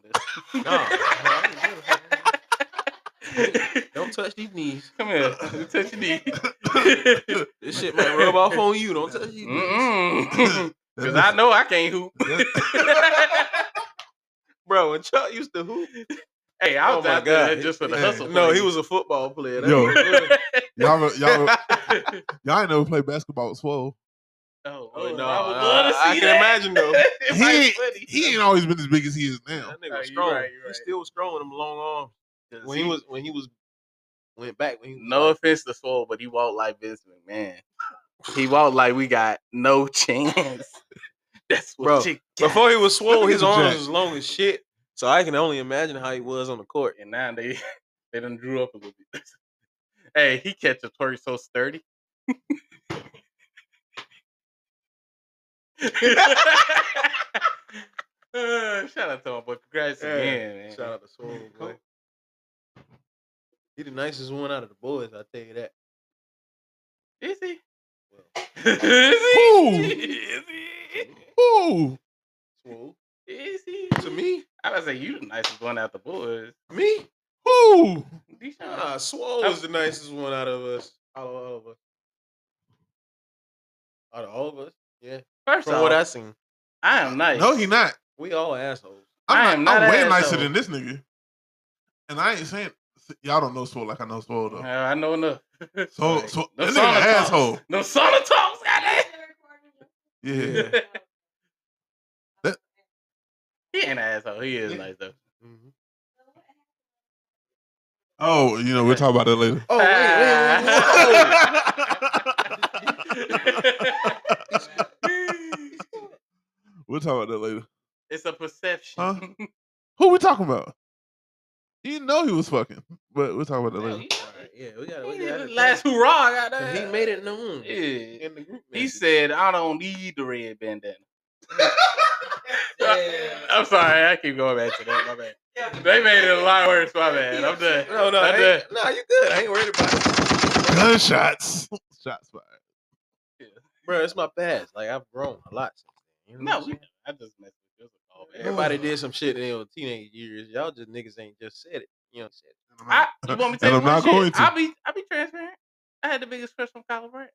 Nah,
this. [laughs]
I ain't jealous, man. Don't touch these knees. [laughs]
Come here. You touch your knee.
This shit might rub off on you. Don't touch these knees.
Because
That's
I know I
[laughs]
can't hoop.
Bro, when Chuck used to hoop.
hey, I was
Oh my
out there
God.
just for the
Yeah.
hustle.
No,
[laughs]
he was a football player. That's
Yo.
what it
Y'all,
was.
y'all, y'all ain't never played basketball with Swole.
Oh,
Oh,
no,
no,
I would
I-
love to see
I can
that.
imagine,
[laughs]
though. [laughs]
It might be
He-
funny.
He ain't always been as big as he is
[laughs]
now.
That nigga
Oh, you
was strong.
right, you
He
right.
still was strong with them long arms. When he was when he was went back when he was
no offense to Swole, but he walked like Vince McMahon. He walked like we got no [laughs] chance. That's what
Bro,
you got.
before he was [laughs] swole,
Look at
his
the
arms
jack.
was long as shit. So I can only imagine how he was on the court.
and now they [laughs] they done drew up a little bit. [laughs] hey, he catch a twerk so sturdy. [laughs] Uh, shout out to my boy. Congrats
Yeah,
again, man.
Shout out to Swole, boy. He the nicest one out of the boys, I tell you that.
Is he? [laughs] is he? Is he?
Ooh,
Swole.
Is he?
To me,
I was say you the nicest one out the boys.
me,
ooh.
Deshaun.
nah, Swole was the nicest one out of us, out of all of us, out of all of us. Yeah,
First
from
off,
what
I,
I seen,
am nice.
No, he not.
we all assholes.
I'm,
I
not,
am not
I'm
an
way nicer
asshole.
than this nigga. And I ain't saying y'all don't know Swole like I know Swole though.
Uh, [laughs] I know enough. [laughs]
So, so that nigga
No sauna
an
talks.
asshole.
No sauna talks, goddamn.
Yeah.
[laughs]
Yeah.
He ain't an asshole. He is
Yeah.
nice though.
Oh, you know we'll talk about that later.
Oh
Ah.
we'll talk about that later.
[laughs] it's a perception. [laughs]
Huh? Who we talking about? You didn't know he was fucking, but we'll talk about that later.
yeah, we got
He the last hurrah, goddamn.
He made it known.
Yeah.
In the group
He
message.
said, "I don't need the red [laughs] bandana."
Yeah.
[laughs] I'm sorry, I keep going back to that. My bad. They made it a lot worse. My bad. I'm done.
"No, no,
I'm
I
done.
ain't- nah, you good. I ain't worried about it,
Gunshots. [laughs] Shots fired.
bro. It's my past. Like I've grown a lot. Since then. You know
No,
what I'm
we,
saying?
I just messed with this. Oh, man.
everybody did some shit in their teenage years. Y'all just niggas ain't just said it. You know what I'm saying?
[laughs]
I, you want me
And
to tell you
I'm
one
not
shit?
going to.
I'll be, I'll be transparent. I had the biggest crush on Kyler Pratt.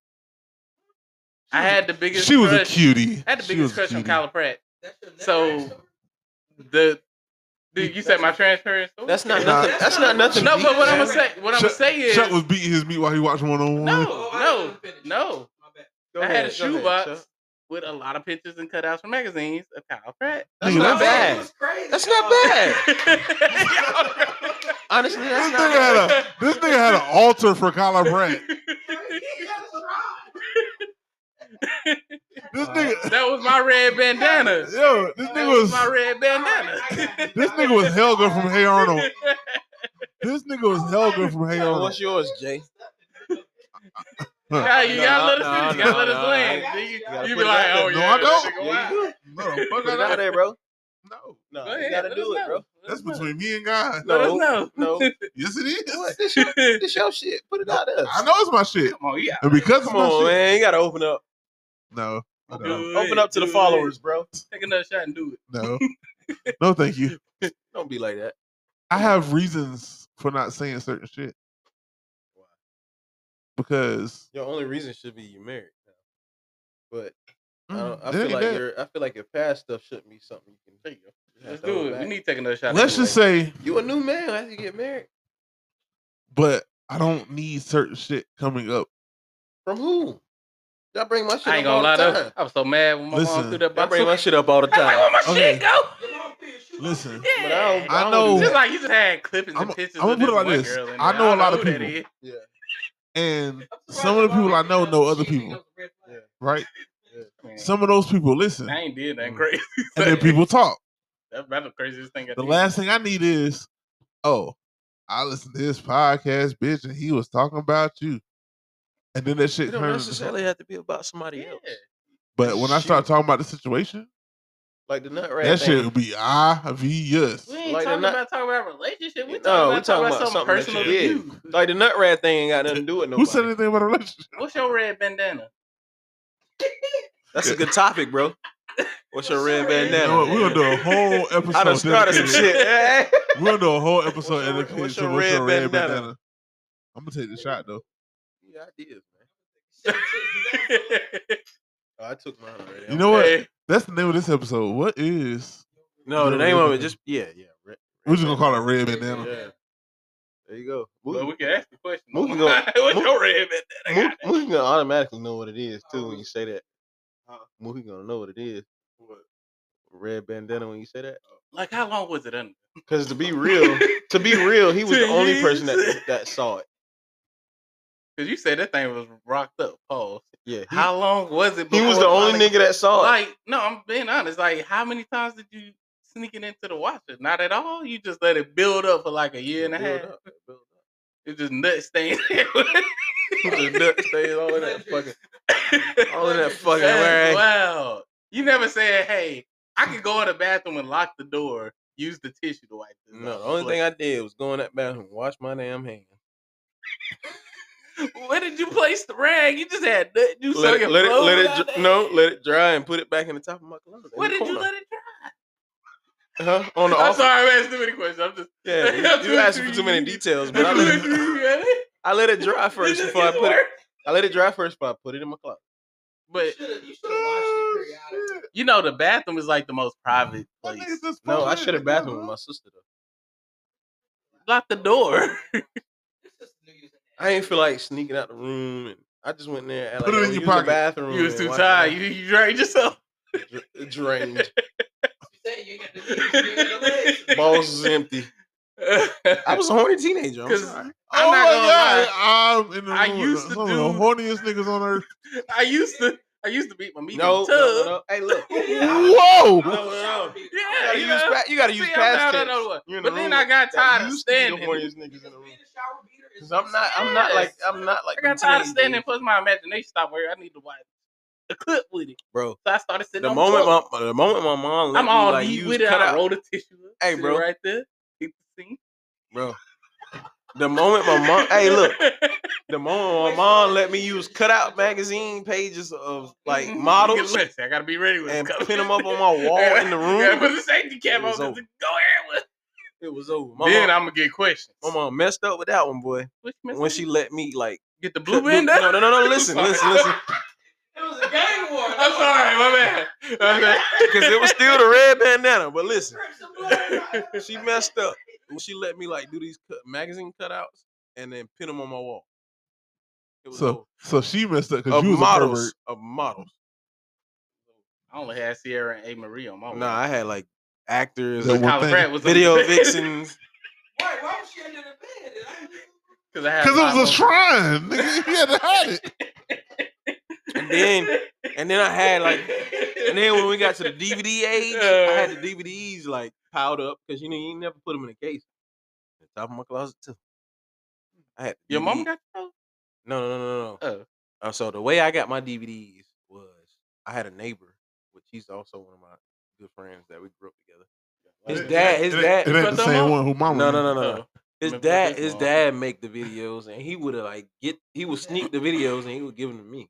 I had the biggest.
She was a
crush,
cutie.
I had the
She was a
biggest crush on
cutie.
Kyler Pratt.
That's your
So-
next story?
The, the you said my transparent story.
That's not
Nah.
nothing. That's not nothing.
[laughs] No,
deep,
but what I'm
man.
gonna say, what I'm gonna
Shut-
say is,
Chuck was beating his meat while he watched one on one.
no,
Oh, I
no,
didn't finish.
no.
My bad.
Go
I had a
ahead, go ahead,
shoebox
Chuck.
with a lot of pictures and cutouts from magazines of Kyle Pratt.
That's
Nigga,
That
not bad.
was crazy.
That's not
dog.
bad.
[laughs] Y'all
Honestly,
This
that's
nigga
not.
had a this nigga had an altar for Kyler Pratt.
know.
He got a try.
This
[laughs]
nigga,
[laughs] that was my red bandana.
Yo, this
that
nigga
was,
was-
my red bandana.
this nigga
[laughs]
was Helga from Hey Arnold. This nigga was Helga from Hey Arnold.
What's yours, Jay?
Nah, you gotta let us
Nah,
finish. You gotta
nah,
let us
nah.
land.
You
You,
gotta
you
put
be
it
like,
out
oh
there. No,
yeah.
I don't.
that nigga
Yeah,
wild.
[laughs]
Put it out there, bro. No,
Go
no,
ahead,
you gotta
let
do
us
it, bro.
That's between me and God.
Let us know.
No,
Yes, it is.
what? This your, this your shit. Put it out there.
I know it's my shit.
Come on, yeah.
And because it's
Come
my
on,
shit,
man. You gotta open up.
no,
Do it,
Open up to the
do it.
followers, bro.
Take another shot and do it.
no, no, thank you.
Don't be like that.
I have reasons for not saying certain shit. Because
Your only reason should be you married. But I,
mm,
don't, I
it
feel
ain't
like
that.
your I feel like your past stuff shouldn't be something you can.
There you
you
go. Let's
have to hold
do it.
back.
We need to take another shot. and
let's
do it.
just say,
you a new man after you get married.
but I don't need certain shit coming up.
From who? Y'all bring my shit
I ain't
up all
gonna lie
the
though.
time.
I was so mad when my
Listen.
mom threw
[laughs]
that
Y'all
box.
bring my
up.
shit up all the
I like, where
time.
my
Okay.
shit go?
Listen,
[laughs] But
Yeah.
I, don't,
I
don't
know-
do
Just
that.
like you just had clippings
I'ma-
and pictures.
I'ma
of
put it like
one
this.
girl in
I
there.
know a lot
who
of
that
people.
is.
and some of the people I know know other people, right?
Man,
Some of those people listen,
I
and
ain't did that crazy.
then people talk.
That's about the craziest thing. I
The
did.
last thing I need is, oh, I listened to this podcast, bitch, and he was talking about you. And then that shit
It don't
turns.
necessarily have to be about somebody
Yeah.
else.
But when I start
Shit.
talking about the situation,
Like the nut rag.
that
thing.
shit would be obvious.
We ain't
Like,
talking
they're not-
about talking about relationship. We
No,
talking about,
we talking
talking about
about
something
something that
personal to
you did.
you.
Like the nut rag thing ain't got nothing to do with nobody.
Who said anything about a relationship?
What's your red bandana?
That's a good topic, bro. What's your red
Sorry.
You know
bandana?
what? We're gonna do a whole episode.
I done started some
dedicated-
shit. [laughs] eh?
We're gonna do a whole
What's
episode
your-
dedicated to what's your, red, bandana? I'm gonna take the shot though.
Yeah, I did, man.
you
Oh, I took mine already.
You know what? That's the name of this episode. What is?
No, the
You know
name
what?
of it just yeah, yeah. Red,
We're just gonna call it red bandana.
Yeah. There you go.
Well,
Mook
we can ask the question.
Moving on.
[laughs] What's
Mo-
your red
[laughs]
bandana?
Mook- Mook gonna automatically know what it is too when you say that. Mookie gonna know what it is. Red bandana when you say that.
Like, how long was it under?
Because to be
[laughs]
real, [laughs] to be real, he was the
Ten
only person
years.
that that saw it.
Because you said that thing was rocked up. Pause.
Yeah, he,
How long was it?
he was the
before it
only
finally-
nigga that [laughs] saw it.
Like, no, I'm being honest. Like, how many times did you sneak it into the washer? Not at all. You just let it build up for like a year and a
Build
half.
up, build up.
It's just nut stains.
The nut stains all in [laughs] that fucking,
[laughs]
all in that fucking rag.
That's wild. You never said, "Hey, I could go in the bathroom and lock the door, use the tissue to wipe." This
No, the only thing I did was go in that bathroom, wash my damn hands.
thing I where did you place the rag? You just had nut juice
Let
on
it,
your
let it,
clothes
let
all
it, dr-
day?
no, let it dry and put it back in the top of my closet. in
Where
the
did you
corner.
let it dry?
Huh? On [laughs] the
I'm
off.
sorry, I'm asking too many questions. I'm just. [laughs]
Yeah, you, you asked for too [laughs] many details, but I let it, I let it [laughs] dry first before I put it. I let it dry first before I put it in my closet.
But
You should have watched
Oh,
it periodically.
you know, the bathroom is like the most private
That
place.
nigga's just
No, I
fucking-
should have bathroom with my sister though.
Lock the door. [laughs]
It's just New Year's
I ain't feel like sneaking out the room, and I just went in there. And like,
Put it
oh,
in your
use
pocket.
The bathroom.
you was
and
too
wash my
tired.
hands.
You you drained yourself.
Dra- drained.
Day. You say you ain't got the knees, you ain't got the
[laughs]
legs.
[laughs]
Balls is empty. I was a horny teenager. I'm
'Cause
sorry.
I'm
oh
not gonna
my
lie.
god! I'm in the
I
room.
used to
Some of the
do-
horniest niggas on earth.
I used to I used to beat my meat
No, no,
in the tub.
no, no. Hey, [laughs] look.
Whoa!
No, no, no. You
Yeah,
gotta
you
use,
know?
pa- you gotta use
See, I'm
past
down that
tense.
other one.
You in the
But then
room
I got
that
tired of
used to be the
standing.
horniest niggas in the room.
Being a shower beater is
Cause I'm not, I'm not like, I'm not like.
I got tired of
them
standing.
teenagers.
Plus, my imagination stopped where I need to watch a clip with it.
bro.
So I started sitting.
The
on
moment,
the toilet.
my, the moment my mom let
I'm
me
all
like
deep
use
with it, I
cutout,
roll the tissue. up,
Hey,
sit it
bro.
right there. Hit the sink.
bro. The moment my mom, hey, look.
[laughs]
The moment my
Wait,
mom
so-
let me use cutout magazine pages of like
Mhm.
models
[laughs] Listen, I gotta be ready with
and
this
pin them
[laughs]
up on my wall in the
Yeah,
room,
put the safety cap
It
on.
was
'cause
over.
it- Go ahead with.
it was over. My
then
mom,
I'm gonna get questions.
my mom messed up with that one, boy.
What you
When
missing?
she let me like
get the
cut-
blue
do-
band
no, no, no, no. Listen,
[laughs] I'm
listen, [laughs]
sorry.
listen.
It was a gang war.
I'm sorry, my bad.
[laughs]
My bad.
Because it was still the red bandana. But listen,
Drips of blood in
[laughs]
my-
she messed up. When she let me like do these cut, magazine cutouts and then pin them on my wall. It was over.
So, so she messed up because
of
you was a pervert.
models. Of models.
I only had Sierra and A. Marie on my wall.
Nah, I had like actors,
That
like,
one
Kyla
thing.
Pratt was [laughs]
video vixens.
Why, why was she under the bed? I-
because I had
Because it was a [laughs] shrine, nigga.
five
He had to hide it.
And then and then I had like and then when we got to the DVD age, I had the DVDs like piled up because you know you ain't never put them in a case. The top of my closet too. I had
[laughs] Your mom
DVD
got you?
no, no, no, no, no. Uh, so the way I got my DVDs was I had a neighbor, which he's also one of my good friends that we grew up together.
uh,
His dad, his
It ain't-
dad,
it ain't the same one who mama
No,
knew.
no, no, no.
Oh.
no. His
Remember
dad,
this
his
one.
dad make the videos, and he would have like get, he would sneak the videos, and he would give them to me.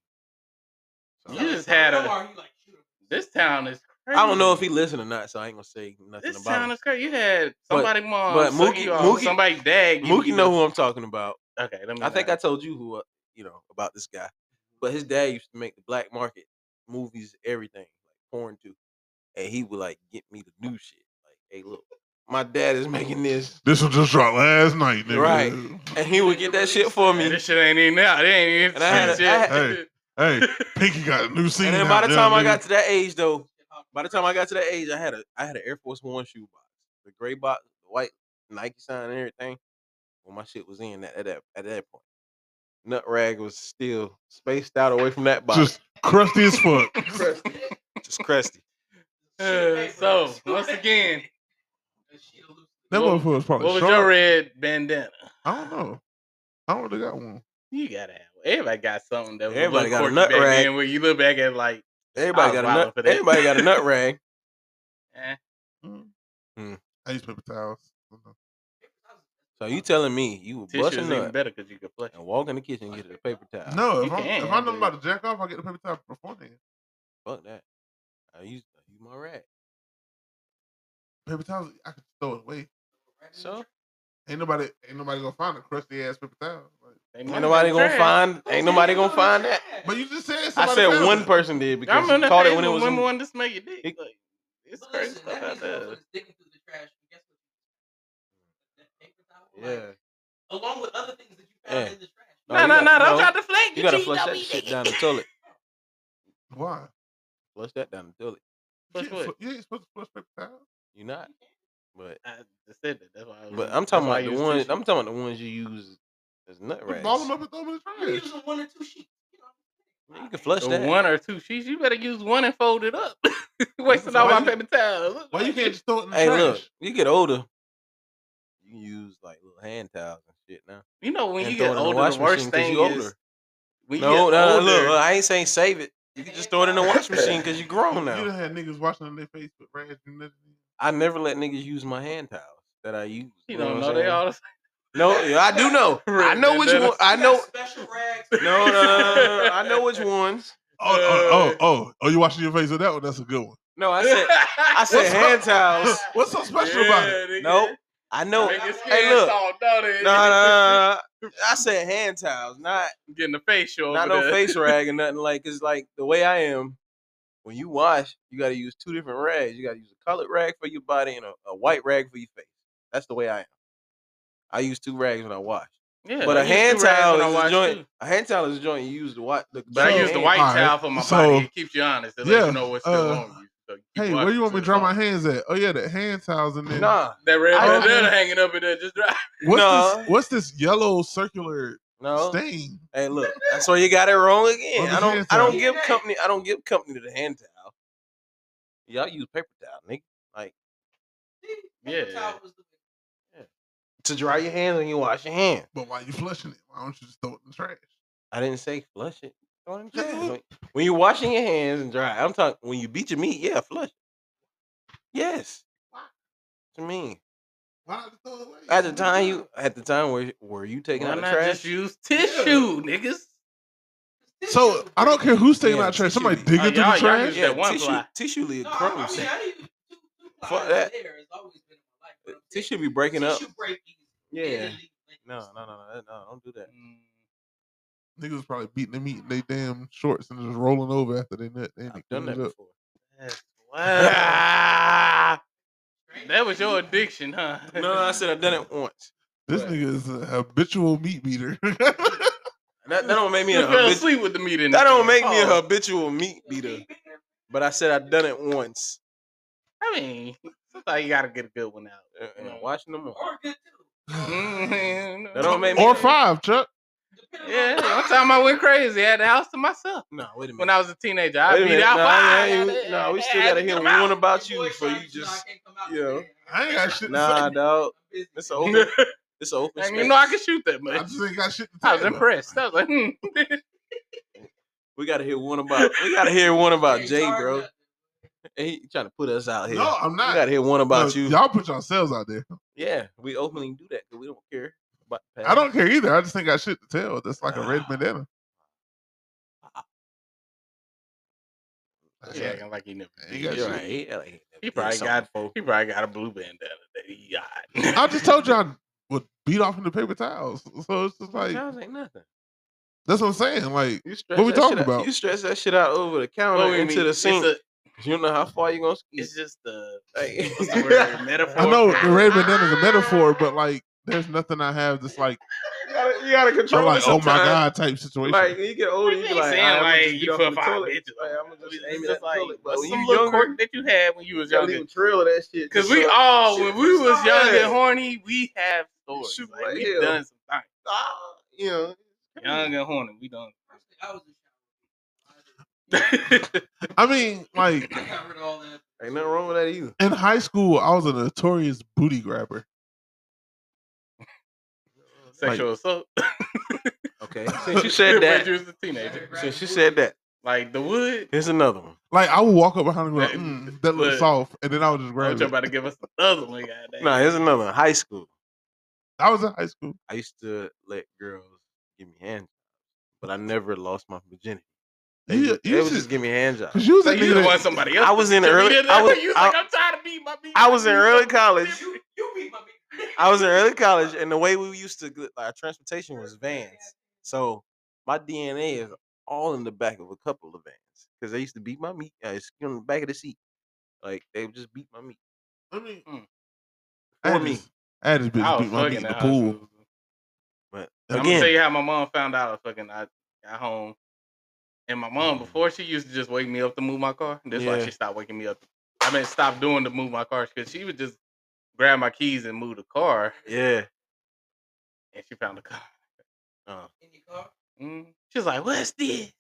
Oh.
You just had a.
[laughs]
This town is crazy.
I don't know if he listened or not, so I ain't gonna say nothing
This
about
town
it.
is crazy. You had
But-
somebody mom,
but
suck
Mookie-
you off,
Mookie-
somebody dad. give
Mookie
you
know
the-
who I'm talking about.
Okay, let me
I think
not.
I told you who, uh, you know, about this guy.
Mm-hmm.
But his dad used to make the black market movies, everything, like porn too, and he would like get me the new shit. Like, hey, look, my dad is [laughs] making this.
This was just dropped last night, nigga.
Right, and he would get that shit for me.
This shit ain't even out. It ain't even.
And
Uh,
I had, a, I had,
Hey, hey,
[laughs]
Pinky got a new scene.
And then by the time I got to that age, though, by the time I got to that age, I had a I had an Air Force One shoe box, the gray box, the white Nike sign, and everything. When my shit was in at, at that at that point, Nutrag was still spaced out away from that box,
just crusty as fuck.
[laughs] crusty, just crusty.
Uh, so
[laughs]
once again,
That
What-
motherfucker was probably
what was
Oh, sharp.
your red bandana?
I don't know. I don't really got one.
You gotta have. Everybody got something that was
Everybody
a
got a
little quirky
nut
back
rag.
then Where you look back at like [laughs] I
Everybody
was
got a
wildin'
nut.
for that.
Everybody got a nut
[laughs]
rag.
Eh.
Hmm.
Mm. I used paper towels.
So you telling me you were
Tissue's
busting
even
nut
better because you could flush.
and walk in the kitchen and get a paper towel?
No, if,
You
I'm,
can,
if I know I'm
but-
about to jack off, I get the paper towel beforehand.
fuck that. I use I use my rag.
Paper towels, I could throw it away.
So
ain't nobody, ain't nobody gonna find a crusty ass paper towel. Like,
Ain't nobody gonna find. Ain't nobody gonna find that.
But you just said
I
somebody
said
found
one
it.
person did
I
because
remember
he
that
caught
caught
it when it was.
women
in-
wanted to smell your dick. like, it's crazy stuff out there.
Yeah.
Along with other things that you
Yeah.
No,
you
no,
gotta-
no, don't try to
You
flank. You
gotta
cheating
flush
on
that
me,
shit
nigga.
down the toilet.
Why?
Flush that down the toilet.
Flush
You ain't fl- You ain't supposed to flush paper towels.
You not. But
I just said that. That's why. I was,
but I'm talking
that's why I
about the
use
ones.
tissue.
I'm talking about the ones you use as nut
You
rags.
ball them up and throw them in the
You're
trash.
using one or two sheets.
You can flush
The
that.
one or two sheets. You better use one and fold it up. [laughs] Wasting all
Why
my
you-
paper towels.
Why you can't just throw it in the
Hey,
trash?
look. You get older. You can use like little hand towels and shit now.
You know when
And
you
throw it in
get
the
older, the
washing
worst
machine 'cause
thing
you
is
older.
when you
no, no,
get
no,
older.
look, uh, I ain't saying save it. You can just throw it in the wash machine because you grown
You
now.
done had niggas washing on their face with rags and nothing.
I never let niggas use my hand towels that I use.
You
know
don't
what I'm
know they
saying?
all. the same.
No, yeah, I do know.
[laughs]
I know which one. I know.
Special
[laughs]
rags.
No,
[laughs]
no, no, no, no, no. I know which ones.
Oh, oh, oh, oh, oh, you washing your face with that one? That's a good one.
No, I said.
[laughs]
I said
What's up?
hand towels.
[laughs] What's so special about it?
Nope. I know.
Make your
Hey,
skin
look.
soft, don't it?
No, no, no, no. I said hand towels, not
[laughs] Getting a facial.
not
over
no
there. [laughs]
face rag or nothing like. Cause like the way I am, when you wash, you got to use two different rags. You got to use a colored rag for your body and a, a white rag for your face. That's the way I am. I use two rags when I wash.
Yeah,
but
I
a
use two
hand
rags
towel
when I
is a
wash
joint.
too.
A hand towel is a joint you use to wipe. The,
But I use the white
Alright,
towel for my
so-
body. It keeps you honest. It lets
Yeah,
you know what's still
uh,
on you. So keep
Hey, where
washing
you want me to dry
till it's
my
off.
hands at? Oh yeah, that hand towels in there.
Nah,
That red
I-
bandana hanging up in there just dry.
What's
No.
this? What's this yellow circular
no.
stain?
Hey, look, that's why you got it wrong
On
again.
the
I
hand
don't, I
towel.
don't give company, I don't give company to the hand towel. Y'all use paper towel, nigga,
Yeah.
to dry your hands when you wash your hands.
But why you flushing it? Why don't you just throw it in the trash?
I didn't say flush it. Throw it in the trash. When- when you're washing your hands and dry, I'm talking when you beat your meat, yeah, flush. it. Yes. What you mean?
Why not just throw it away?
At the time you, at the time where were you taking
Why
out the
not
trash?
just use tissue, niggas?
So I don't care who's taking
Yeah,
out trash.
tissue
Somebody
leaf.
digging
Oh,
through
y'all-
the
y'all
trash.
use that one
tissue,
ply.
tissue leave
No, I
crumbs.
mean, I didn't. Two, two
[laughs] Fuck
plies
that.
There has always been in my life. but I'm saying
Tissue be breaking up.
Tissue break easy.
Yeah.
Italy, like,
No, no, no, no, no, don't do that.
Niggas probably beating the meat in their damn shorts and just rolling over after they nut. They ain't
I've done
cleaned
that
it up.
before.
Wow. [laughs] that was your addiction, huh?
[laughs] No,
[laughs]
I said I've done [laughs] it once.
This
Right.
nigga is a habitual meat beater.
That, that don't make me
you
a
fell
habitual.
asleep with the meat in
That
there.
don't make me a
Oh,
habitual meat beater. But I said I've done it once.
I mean, sometimes you gotta get a good
[laughs]
one out.
And- And I'm watching them all.
Or good too.
Mhm.
That don't make me.
[laughs] or five, Chuck.
Depending
Yeah, one time I went crazy. I had the house to myself.
No, wait a minute.
When I was a teenager, I
Wait a
beat
minute,
out.
nah, I ain't-
five.
nah, we still
I
gotta
beat
hear
them out.
one about you before you just, you know.
I ain't got shit.
[laughs]
Nah, dog. It's an open. It's an open.
I didn't
Space.
even know I could shoot that [laughs]
I
much.
just ain't got shit to tell
I was
you about.
impressed. I was like, hmm. [laughs]
We gotta hear one about. We gotta hear one about Jay, bro. And he trying to put us out here.
No, I'm
We
not.
gotta hear one about
Look,
you.
Y'all put yourselves out there.
Yeah, we openly do that because we don't care about the past.
I don't care either. I just ain't got shit to tell. That's like a red bandana.
yeah, acting like he never.
He
did.
got
You're
shit.
right. He,
like,
he probably
something.
got. He probably got a blue bandana that he got.
I just told y'all I would beat off in the paper towels. [laughs] So it's just like
Sounds like nothing.
that's what I'm saying. Like
You stretch
what we
that shit
talking
out-
about?
You stretch that shit out over the counter
What we
into
mean,
the
it's
sink.
a-
you don't know how far you gonna ski.
It's just the [laughs]
Like, [laughs]
what's the word? metaphor.
I know the red bandana is a metaphor, but like there's nothing I have that's like
you, gotta, you gotta
I'm
control
like
it.
oh my
sometimes.
god type situation.
Like when you get older, you be like,
saying
"Alright, I'ma
like
just get
you
off
for
the
five
toilet."
bitches.
Like, I'm gonna just aim it
It's
at the
like
toilet. But when
some
you
little
younger,
quirk that you had when you was
you gotta
younger.
leave a trail of that shit.
Cause
just
we
so-
all,
shit,
when we was
stop
young
that.
and horny, we have stories.
Shoot,
Like,
like,
we
hell.
done some things.
Ah, you know, [laughs]
Young and horny, we done.
I mean, like
ain't nothing wrong with that either.
in high school, I was a notorious booty grabber.
Sexual assault. [laughs]
Okay, since you said that,
When you was a teenager.
[laughs] since you said that,
Like the wood.
here's another one.
Like I would walk up behind and go,
That-
mm, that looks
look.
soft, and then I would just
What
grab
you
it.
about to give us another
[laughs]
one, goddamn.
No, here's another one. High school.
I was in high school.
I used to let girls give me hand jobs, but I never lost my virginity. They,
You-
would-
you
they would
should-
just give me hand
[laughs]
jobs.
Cause you was
So
that
you the
nigga.
one
that-
somebody else.
I was in
took
early.
me to-
I was.
[laughs] you was
I,
like, I'm tired of beating my beat.
I was in early college.
You, you beat my beat.
I was in early college, and the way we used to get- our transportation was vans. So my DNA is all in the back of a couple of vans because they used to beat my meat. Uh, it's on the back of the seat, like they would just beat my meat
I mean,
Mm.
I
for
had
me.
this- I had this
[laughs]
I
bitch
was
beat my meat
Oh, fucking
in the
in high
pool.
school.
But
I'm
I'm gonna tell
again,
you how my mom found out. I fucking I got home, and my mom before she used to just wake me up to move my car. That's why
Mm. Yeah.
she stopped waking me up. I mean, stopped doing to move my car because she would just grab my keys and move the car,
yeah,
and she found the car.
uh,
Mm. She was like, "What's this?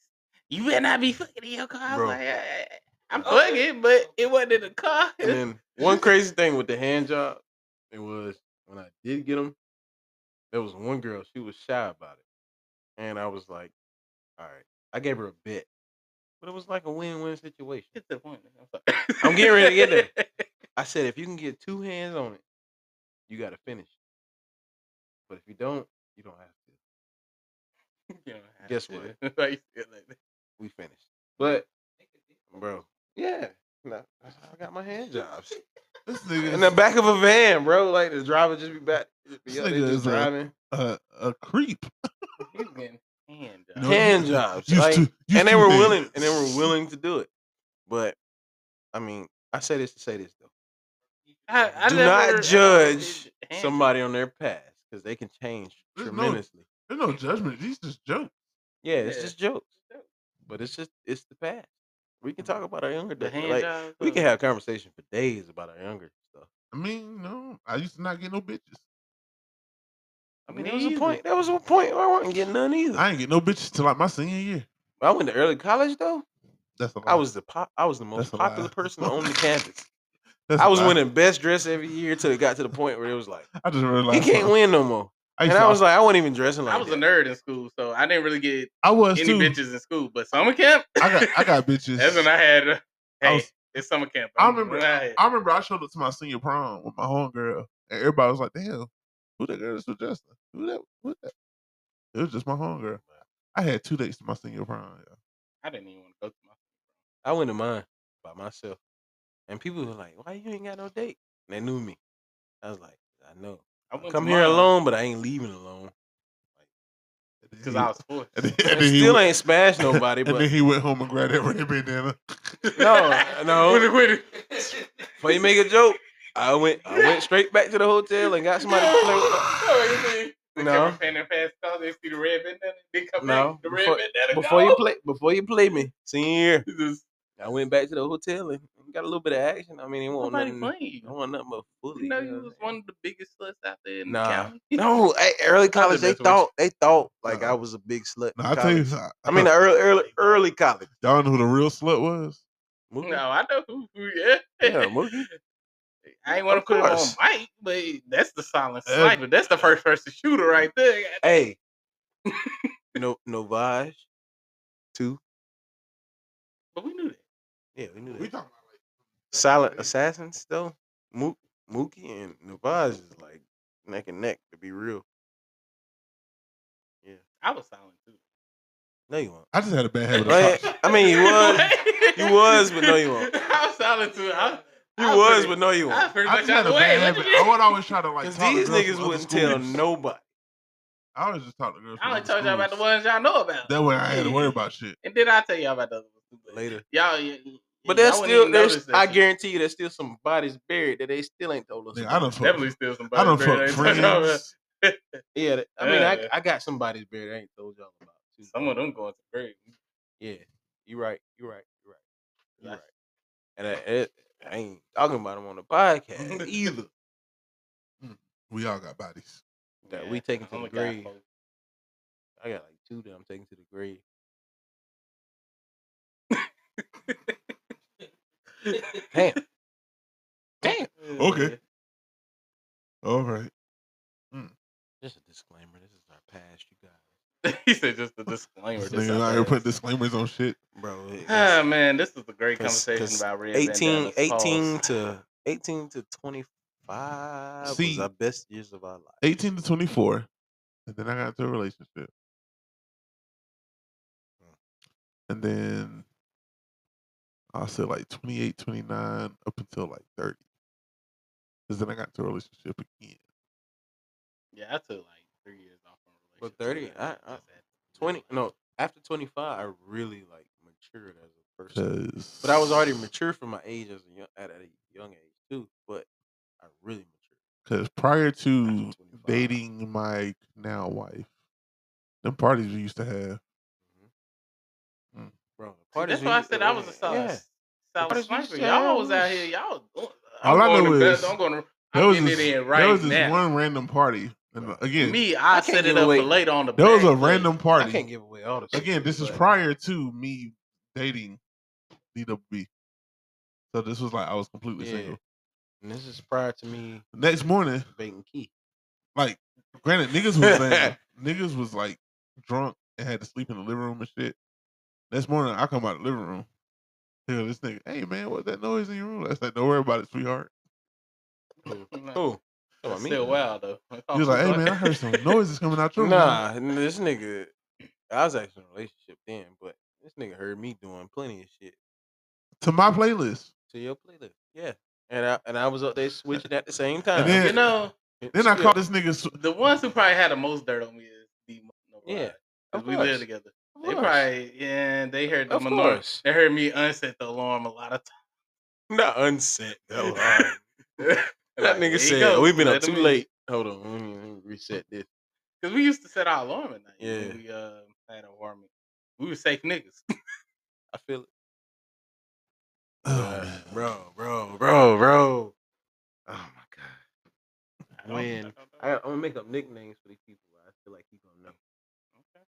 You better not be fucking in your car." I was
Bro.
like, "Eh, "I'm fucking, but it wasn't in the car."
And then one crazy thing with the hand job, it was when I did get them, there was one girl, she was shy about it. And I was like, all right. I gave her a bet. But it was like a win-win situation.
[laughs] Get to the point. I'm, sorry.
I'm getting ready to get
[laughs]
there. I said, if you can get two hands on it, you gotta finish. But if you don't, you don't have to.
[laughs] You don't have
Guess
to.
what?
[laughs] Why you feel like that?
We finished. But bro, yeah. No, that's how I got my hand jobs.
[laughs] This
In the
nigga,
back of a van, bro. Like the driver just be back. Just be
This
up there
nigga
just
is a-
driving.
a, a creep.
He's getting hand
No,
hand
you-
jobs.
you
like,
stu- you
and they were
stupid.
willing, and they were willing to do it. But I mean, I say this to say this though:
I, I
do
never- I
not judge
did hand
somebody on their past because they can change
There's no-
tremendously.
There's no judgment. These just jokes.
yeah, it's
Yeah.
just jokes, but it's just it's the past. We can talk about our younger
The
days.
hand
Like
job,
we
uh,
can have conversation for days about our younger stuff.
I mean, no, I used to not get no bitches.
I mean,
Me
there was a
either.
point. There was a point where I wasn't getting none either. I,
I ain't get no bitches till like my senior year.
I went to early college though.
That's a lie.
I was the pop, I was the most
That's a lie.
popular person on the campus.
That's a
I was
lie.
winning best dress every year till it got to the point where it was like
I just
he
realized
can't
something.
win no more.
I,
and I was like, I wasn't even dressing like
I was
that.
a nerd in school, so I didn't really get
I was
any
too.
bitches in school. But summer camp,
I got, I got bitches.
[laughs] that's when I had. uh,
I
Hey,
was-
it's summer camp.
I
I'm-
remember.
when I had-
I remember I showed up to my senior prom with my homegirl, and everybody was like, "Damn, who that girl is with Justin? Who that? Who that?" It was just my homegirl. I had two dates to my senior prom. yeah.
I didn't even want to go to my.
I went to mine by myself. And people were like, Why you ain't got no date? And they knew me. I was like, I know.
I went
I
to
come here
mine
alone, but I ain't leaving alone.
And then
because
he-
I was forced. [laughs]
and then, [laughs]
And
and then he,
still
went-
ain't
[laughs]
smashed nobody,
and then
but
he went home and grabbed that red bandana. [laughs]
no,
[laughs] With
no.
it, with it.
Before you make a joke, I went I went straight back to the hotel and got somebody to
[laughs]
play with.
Oh, you see, the
No.
camera panning past cars, they see the red bandana. They come
No,
back. The red
before-
bandana.
Before you
gone.
play before you play me, senior year,
Just-
I went back to the hotel and got a little bit of action. I mean, he won't
Nobody
nothing.
playing
I want nothing but fully.
You know, you was one of the biggest sluts out there in the
Nah,
county. [laughs]
no. At early college, they
that's what
thought they thought like I was a big slut. in
Nah, I tell you,
college.
I-
I mean, the early early early college.
Y'all know who the real slut was?
No, I know who. who- Yeah,
Yeah, Mookie.
[laughs] I ain't want to put it on
course.
Mike, but that's the silent sniper. That's the first person shooter right there. [laughs]
Hey, no, Novage, two.
But we knew that.
Yeah, we knew that.
We talking
Silent assassins though. Mook, Mookie and Novage is like neck and neck to be real. Yeah,
I was silent too.
no, you won't.
I just had a bad habit.
Right?
Of talk-
I
[laughs]
mean,
[laughs]
you was, you was, but no, you won't.
I was silent too. I,
You
I
was,
pretty-
but no, you
I
won't.
pretty
I
much
just
out
had a
the way.
bad
What
habit.
you mean?
I would
[laughs]
always try to like.
Cause
talk to
these
girls from
niggas
other
wouldn't tell
schools.
nobody.
I always just talk to girls.
I
from
only
other
told y'all about the
schools.
ones y'all know about,
That way, I had to
[laughs]
worry about shit.
and then I tell y'all about the other ones. too,
Later.
but Y'all, y- y-
But
y'all
there's
wouldn't
still
even notice
there's
that
I
shit.
guarantee you there's still some bodies buried that they still ain't told us.
Nigga, I
about.
done fucked.
definitely still somebody.
I done fucked
buried [laughs] ain't told y'all about.
friends.
Yeah, that- I mean I,
Yeah.
I got some bodies buried I ain't told y'all about. Too.
Some of them going to grave.
Yeah, you right, you right, you right, you
Yeah.
right. And I, it, I ain't talking about them on the
[laughs]
podcast either.
Mm, We all got bodies.
[laughs] That
Yeah,
we taking to
I'm
the
a guy
grave.
folk.
I got like two that I'm taking to the grave. [laughs] Damn. Damn.
Okay. All right.
[laughs] Just a disclaimer. This is our past, you guys.
[laughs] he said just a disclaimer.
This
This
nigga
out
out here
there.
putting disclaimers on shit.
Bro, it-
Ah man, this is a great
'Cause-
conversation
'cause
about red
18,
bandanas.
18
Pause.
to 18 to 25 was
See-
our best years of our life.
18 to 24. And then I got into a relationship. And then I'll say like 28, 29, up until like 30. Because then I got into a relationship again.
Yeah, I took like three years off from a
But
relationship.
30,
That's-
I- I-
that's it.
20 no, after 25 I really like matured as a person.
Because.
But I was already mature for my age as a young, at a young age too, but I really matured.
Because prior to
25.
dating my now wife, them parties we used to have. Mm.
Bro, the
Mm-hmm. See,
parties
That's why I
we-
said I was a solid,
yeah.
solid
parties we
sniper.
used to have
Y'all was out
was-
here. Y'all. uh, doing-
All I
going
know
to bed,
is
I'm going to.
There
I'm
was
getting
this,
it in
there
right
was this
now.
one random party. And again,
Me,
I
I,
can't
set
give
it up
away-
for later on the.
there was
back
a
way.
random party.
I can't give away all the shit,
again, this is
but-
prior to me dating DWB. So this was like I was completely
Yeah.
single.
And this is prior to me
Next morning,
baiting key.
like granted, niggas was
[laughs]
laying- niggas was like drunk and had to sleep in the living room and shit. Next morning, I come out the living room. Hear this nigga, hey man, what's that noise in your room? I said, don't worry about it, sweetheart.
Oh,
That's Still wild though. [laughs] oh,
He was like, hey man, I heard some noises coming out your room.
[laughs] Nah, n- this nigga, I was actually in a relationship then, but this nigga heard me doing plenty of shit
To my playlist.
to your playlist. Yeah, and I and I was up there switching at the same time.
then-
You know,
It
Then I
still-
called this nigga. sw-
the ones who probably had the most dirt on me is the
Yeah, of
we
course.
live together.
Of
They
course.
probably yeah. They heard the
Of
alarm.
course.
They heard me unset the alarm a lot [laughs] of
[laughs] not unset.
[laughs]
That, was hard.
times. that
that nigga said we've been up too late. Hold on, let me, let me reset this.
because we used to set our alarm at night. when
Yeah.
we uh, had an alarm. We were safe niggas.
[laughs] I feel it,
Oh,
Uh,
man.
bro, bro, bro, bro. Oh my god.
I don't-
When-
I don't know.
I, I'm gonna make up nicknames for these people. I feel like you gonna know.
Okay.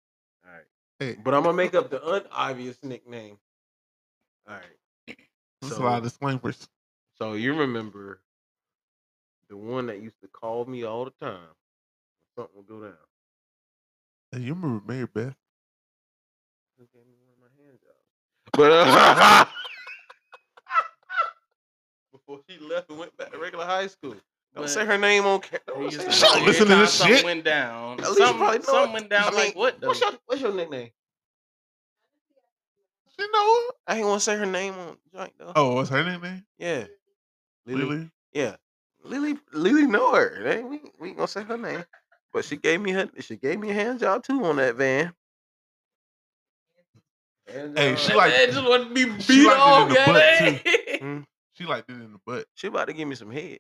All right.
Hey,
But I'm gonna make up the unobvious nickname. All right.
that's
so-
a lot of disclaimers.
So you remember the one that used to call me all the time when something would go down.
Hey, you remember Mary Beth?
Who gave me one of my hand jobs? But uh, [laughs] before she left and went back to regular high school. Don't
But-
say her name on camera.
They
Don't
used
say
to
her
Shut
call
up,
you
name.
listen to
anytime
this
something
shit.
went down.
At least you probably
Something,
know
something
it.
went down.
I mean,
like what? Though?
What's your What's your nickname?
You know her?
I ain't want to say her name on joint though.
Oh, what's her nickname?
yeah,
Lily.
Yeah, Lily. Lily know her. They, we we ain't gonna say her name, but she gave me her. She gave me a hand job too on that van. Hand
Hey,
job.
she like
That just wanted to be
she
beat
liked it
off.
in the butt,
goddamn.
she liked it in the butt.
Hmm? she about to give me some head,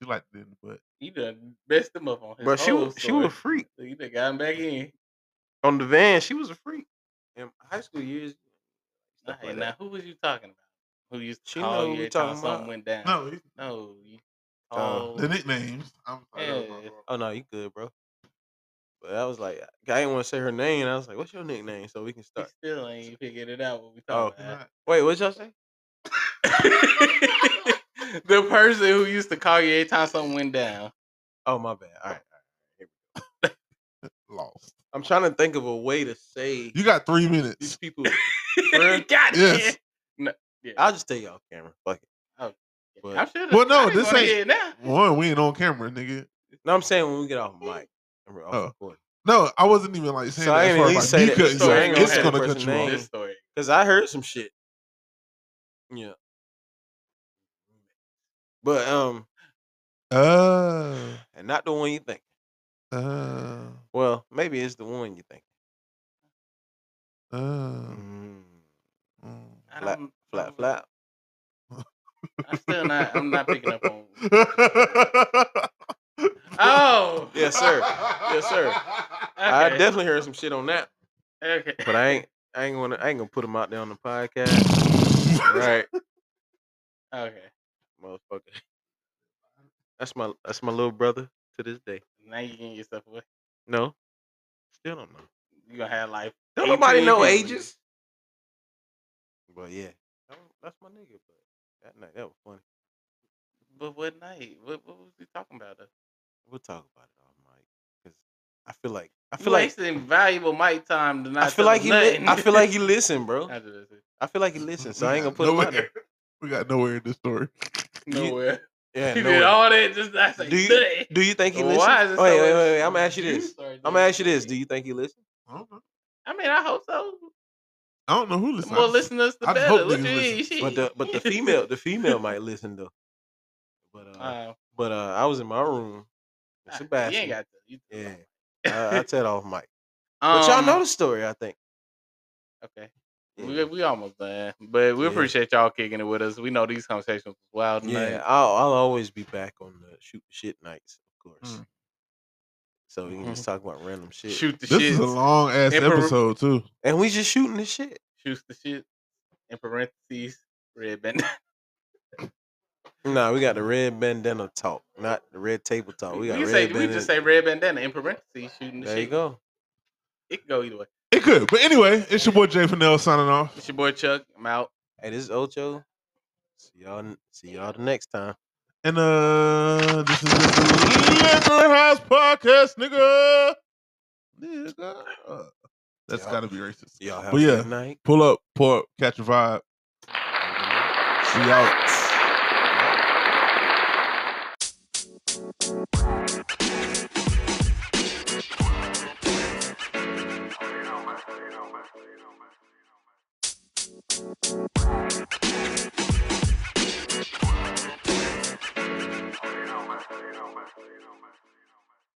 She liked it in the butt.
You done messed him up on his
but she
whole
was she was a
story.
freak
So you done got him back in.
on the van. She was a freak in high school years. stuff
Hey,
like
now
that.
who was you talking about? who used to
She
call
know
you
who
every time
talking
something
about.
went down.
No, he-
no. You,
Uh,
oh,
The nicknames. I'm sorry, that was my
Yeah.
fault.
Oh no, you good, bro. But I was like, I didn't want to say her name. I was like, "What's your nickname?" So we can
we
start.
still ain't figured it out. What we
Oh,
talking about?
wait, what y'all say?
the person who used to call you every time something went [laughs] down.
Oh my bad. All right,
Lost.
I'm trying to think of a way to say
You got three [laughs]
these
minutes.
people.
God
Yes.
I'll just tell you off camera. Fuck it.
Oh,
But,
damn. I'm sure.
Well, no,
I didn't
this
wanna
ain't-
hear it now.
One, we ain't on camera, nigga.
no, I'm saying when we get off mic. and we're off
Oh.
recording.
No, I wasn't even like saying
So
that.
I
as
ain't
far
at
as,
least
like,
say
you
that.
cut-
So I ain't gonna
it's
have
gonna
the
cut
person
you off.
name.
This story.
Cause I heard some shit. Yeah. But um,
Uh,
and not the one you think.
uh,
Well, maybe it's the one you think.
uh.
Mm.
I
Flat,
don't-
flap, flap.
I'm still not. I'm not picking up on.
mm. [laughs]
Oh,
Yes, sir. Yes, sir. I
okay,
definitely heard some shit on that,
Okay.
but I ain't. I ain't gonna. I ain't gonna put them out there on the podcast.
[laughs]
right,
Okay.
motherfucker. That's my. That's my little brother to this day.
Now you getting yourself away.
No, still don't know.
You gonna have life.
Don't nobody know
18 people.
ages. But yeah, that was- that's my nigga. But that night, that was funny.
But what night? What, what was we talking about? Though?
We'll talk about it on mic because I feel like I
I
feel
feel
like
wasting valuable mic time to not.
I feel
tell
like
us
he. Li-
nothing.
I feel
[laughs]
like he listened, bro.
I did it.
I feel like he listened, so I ain't gonna put him out
nowhere.
there.
[laughs] We got nowhere in this story.
Nowhere.
Yeah,
He
no
did
way.
all that just not say
Do you-
nothing.
Do you think he listens?
Why is
wait,
it so
wait, wait,
much-
wait, I'm gonna ask you this.
started
I'm gonna
doing
ask you this.
shit.
Do you think he listens?
I don't know.
I mean, I hope so.
I don't know who
The
listens.
more listeners, the
I just
better.
hope
What
niggas
you mean?
listen.
But the but the
[laughs]
female the female might listen though. But uh,
Uh,
but uh, I was in my room. with Sebastian.
Sebastian. You ain't got to. You,
yeah, I, I tell off mic.
[laughs] um,
But y'all know the story, I think.
Okay.
Yeah.
We, we almost done, but we
Yeah.
appreciate y'all kicking it with us. We know these conversations was wild tonight.
Yeah, I'll I'll always be back on the shoot the shit nights, of course.
Mm.
So we can just talk about random shit,
Mm-hmm. Shoot the
This
shit.
is a long ass
Emperor-
episode too.
and we just shooting the shit.
Shoots the shit. In parentheses, red band.
Nah, we got the red bandana talk, not the red table talk. Oh, We got
we,
red
say, we
bandana.
just say red bandana in parentheses, shooting the
there
shit.
you go.
It can go either way.
It could, but anyway, it's your boy Jay Fennell signing off.
It's your boy Chuck. I'm out.
Hey, this is Ocho. See y'all. n- See y'all the next time.
And uh, this is the Liquor House Podcast, nigga. Nigga, that's
Yeah.
gotta be racist.
Y'all have
Well,
a
yeah.
good night.
Pull up, pour up, catch a vibe. We out.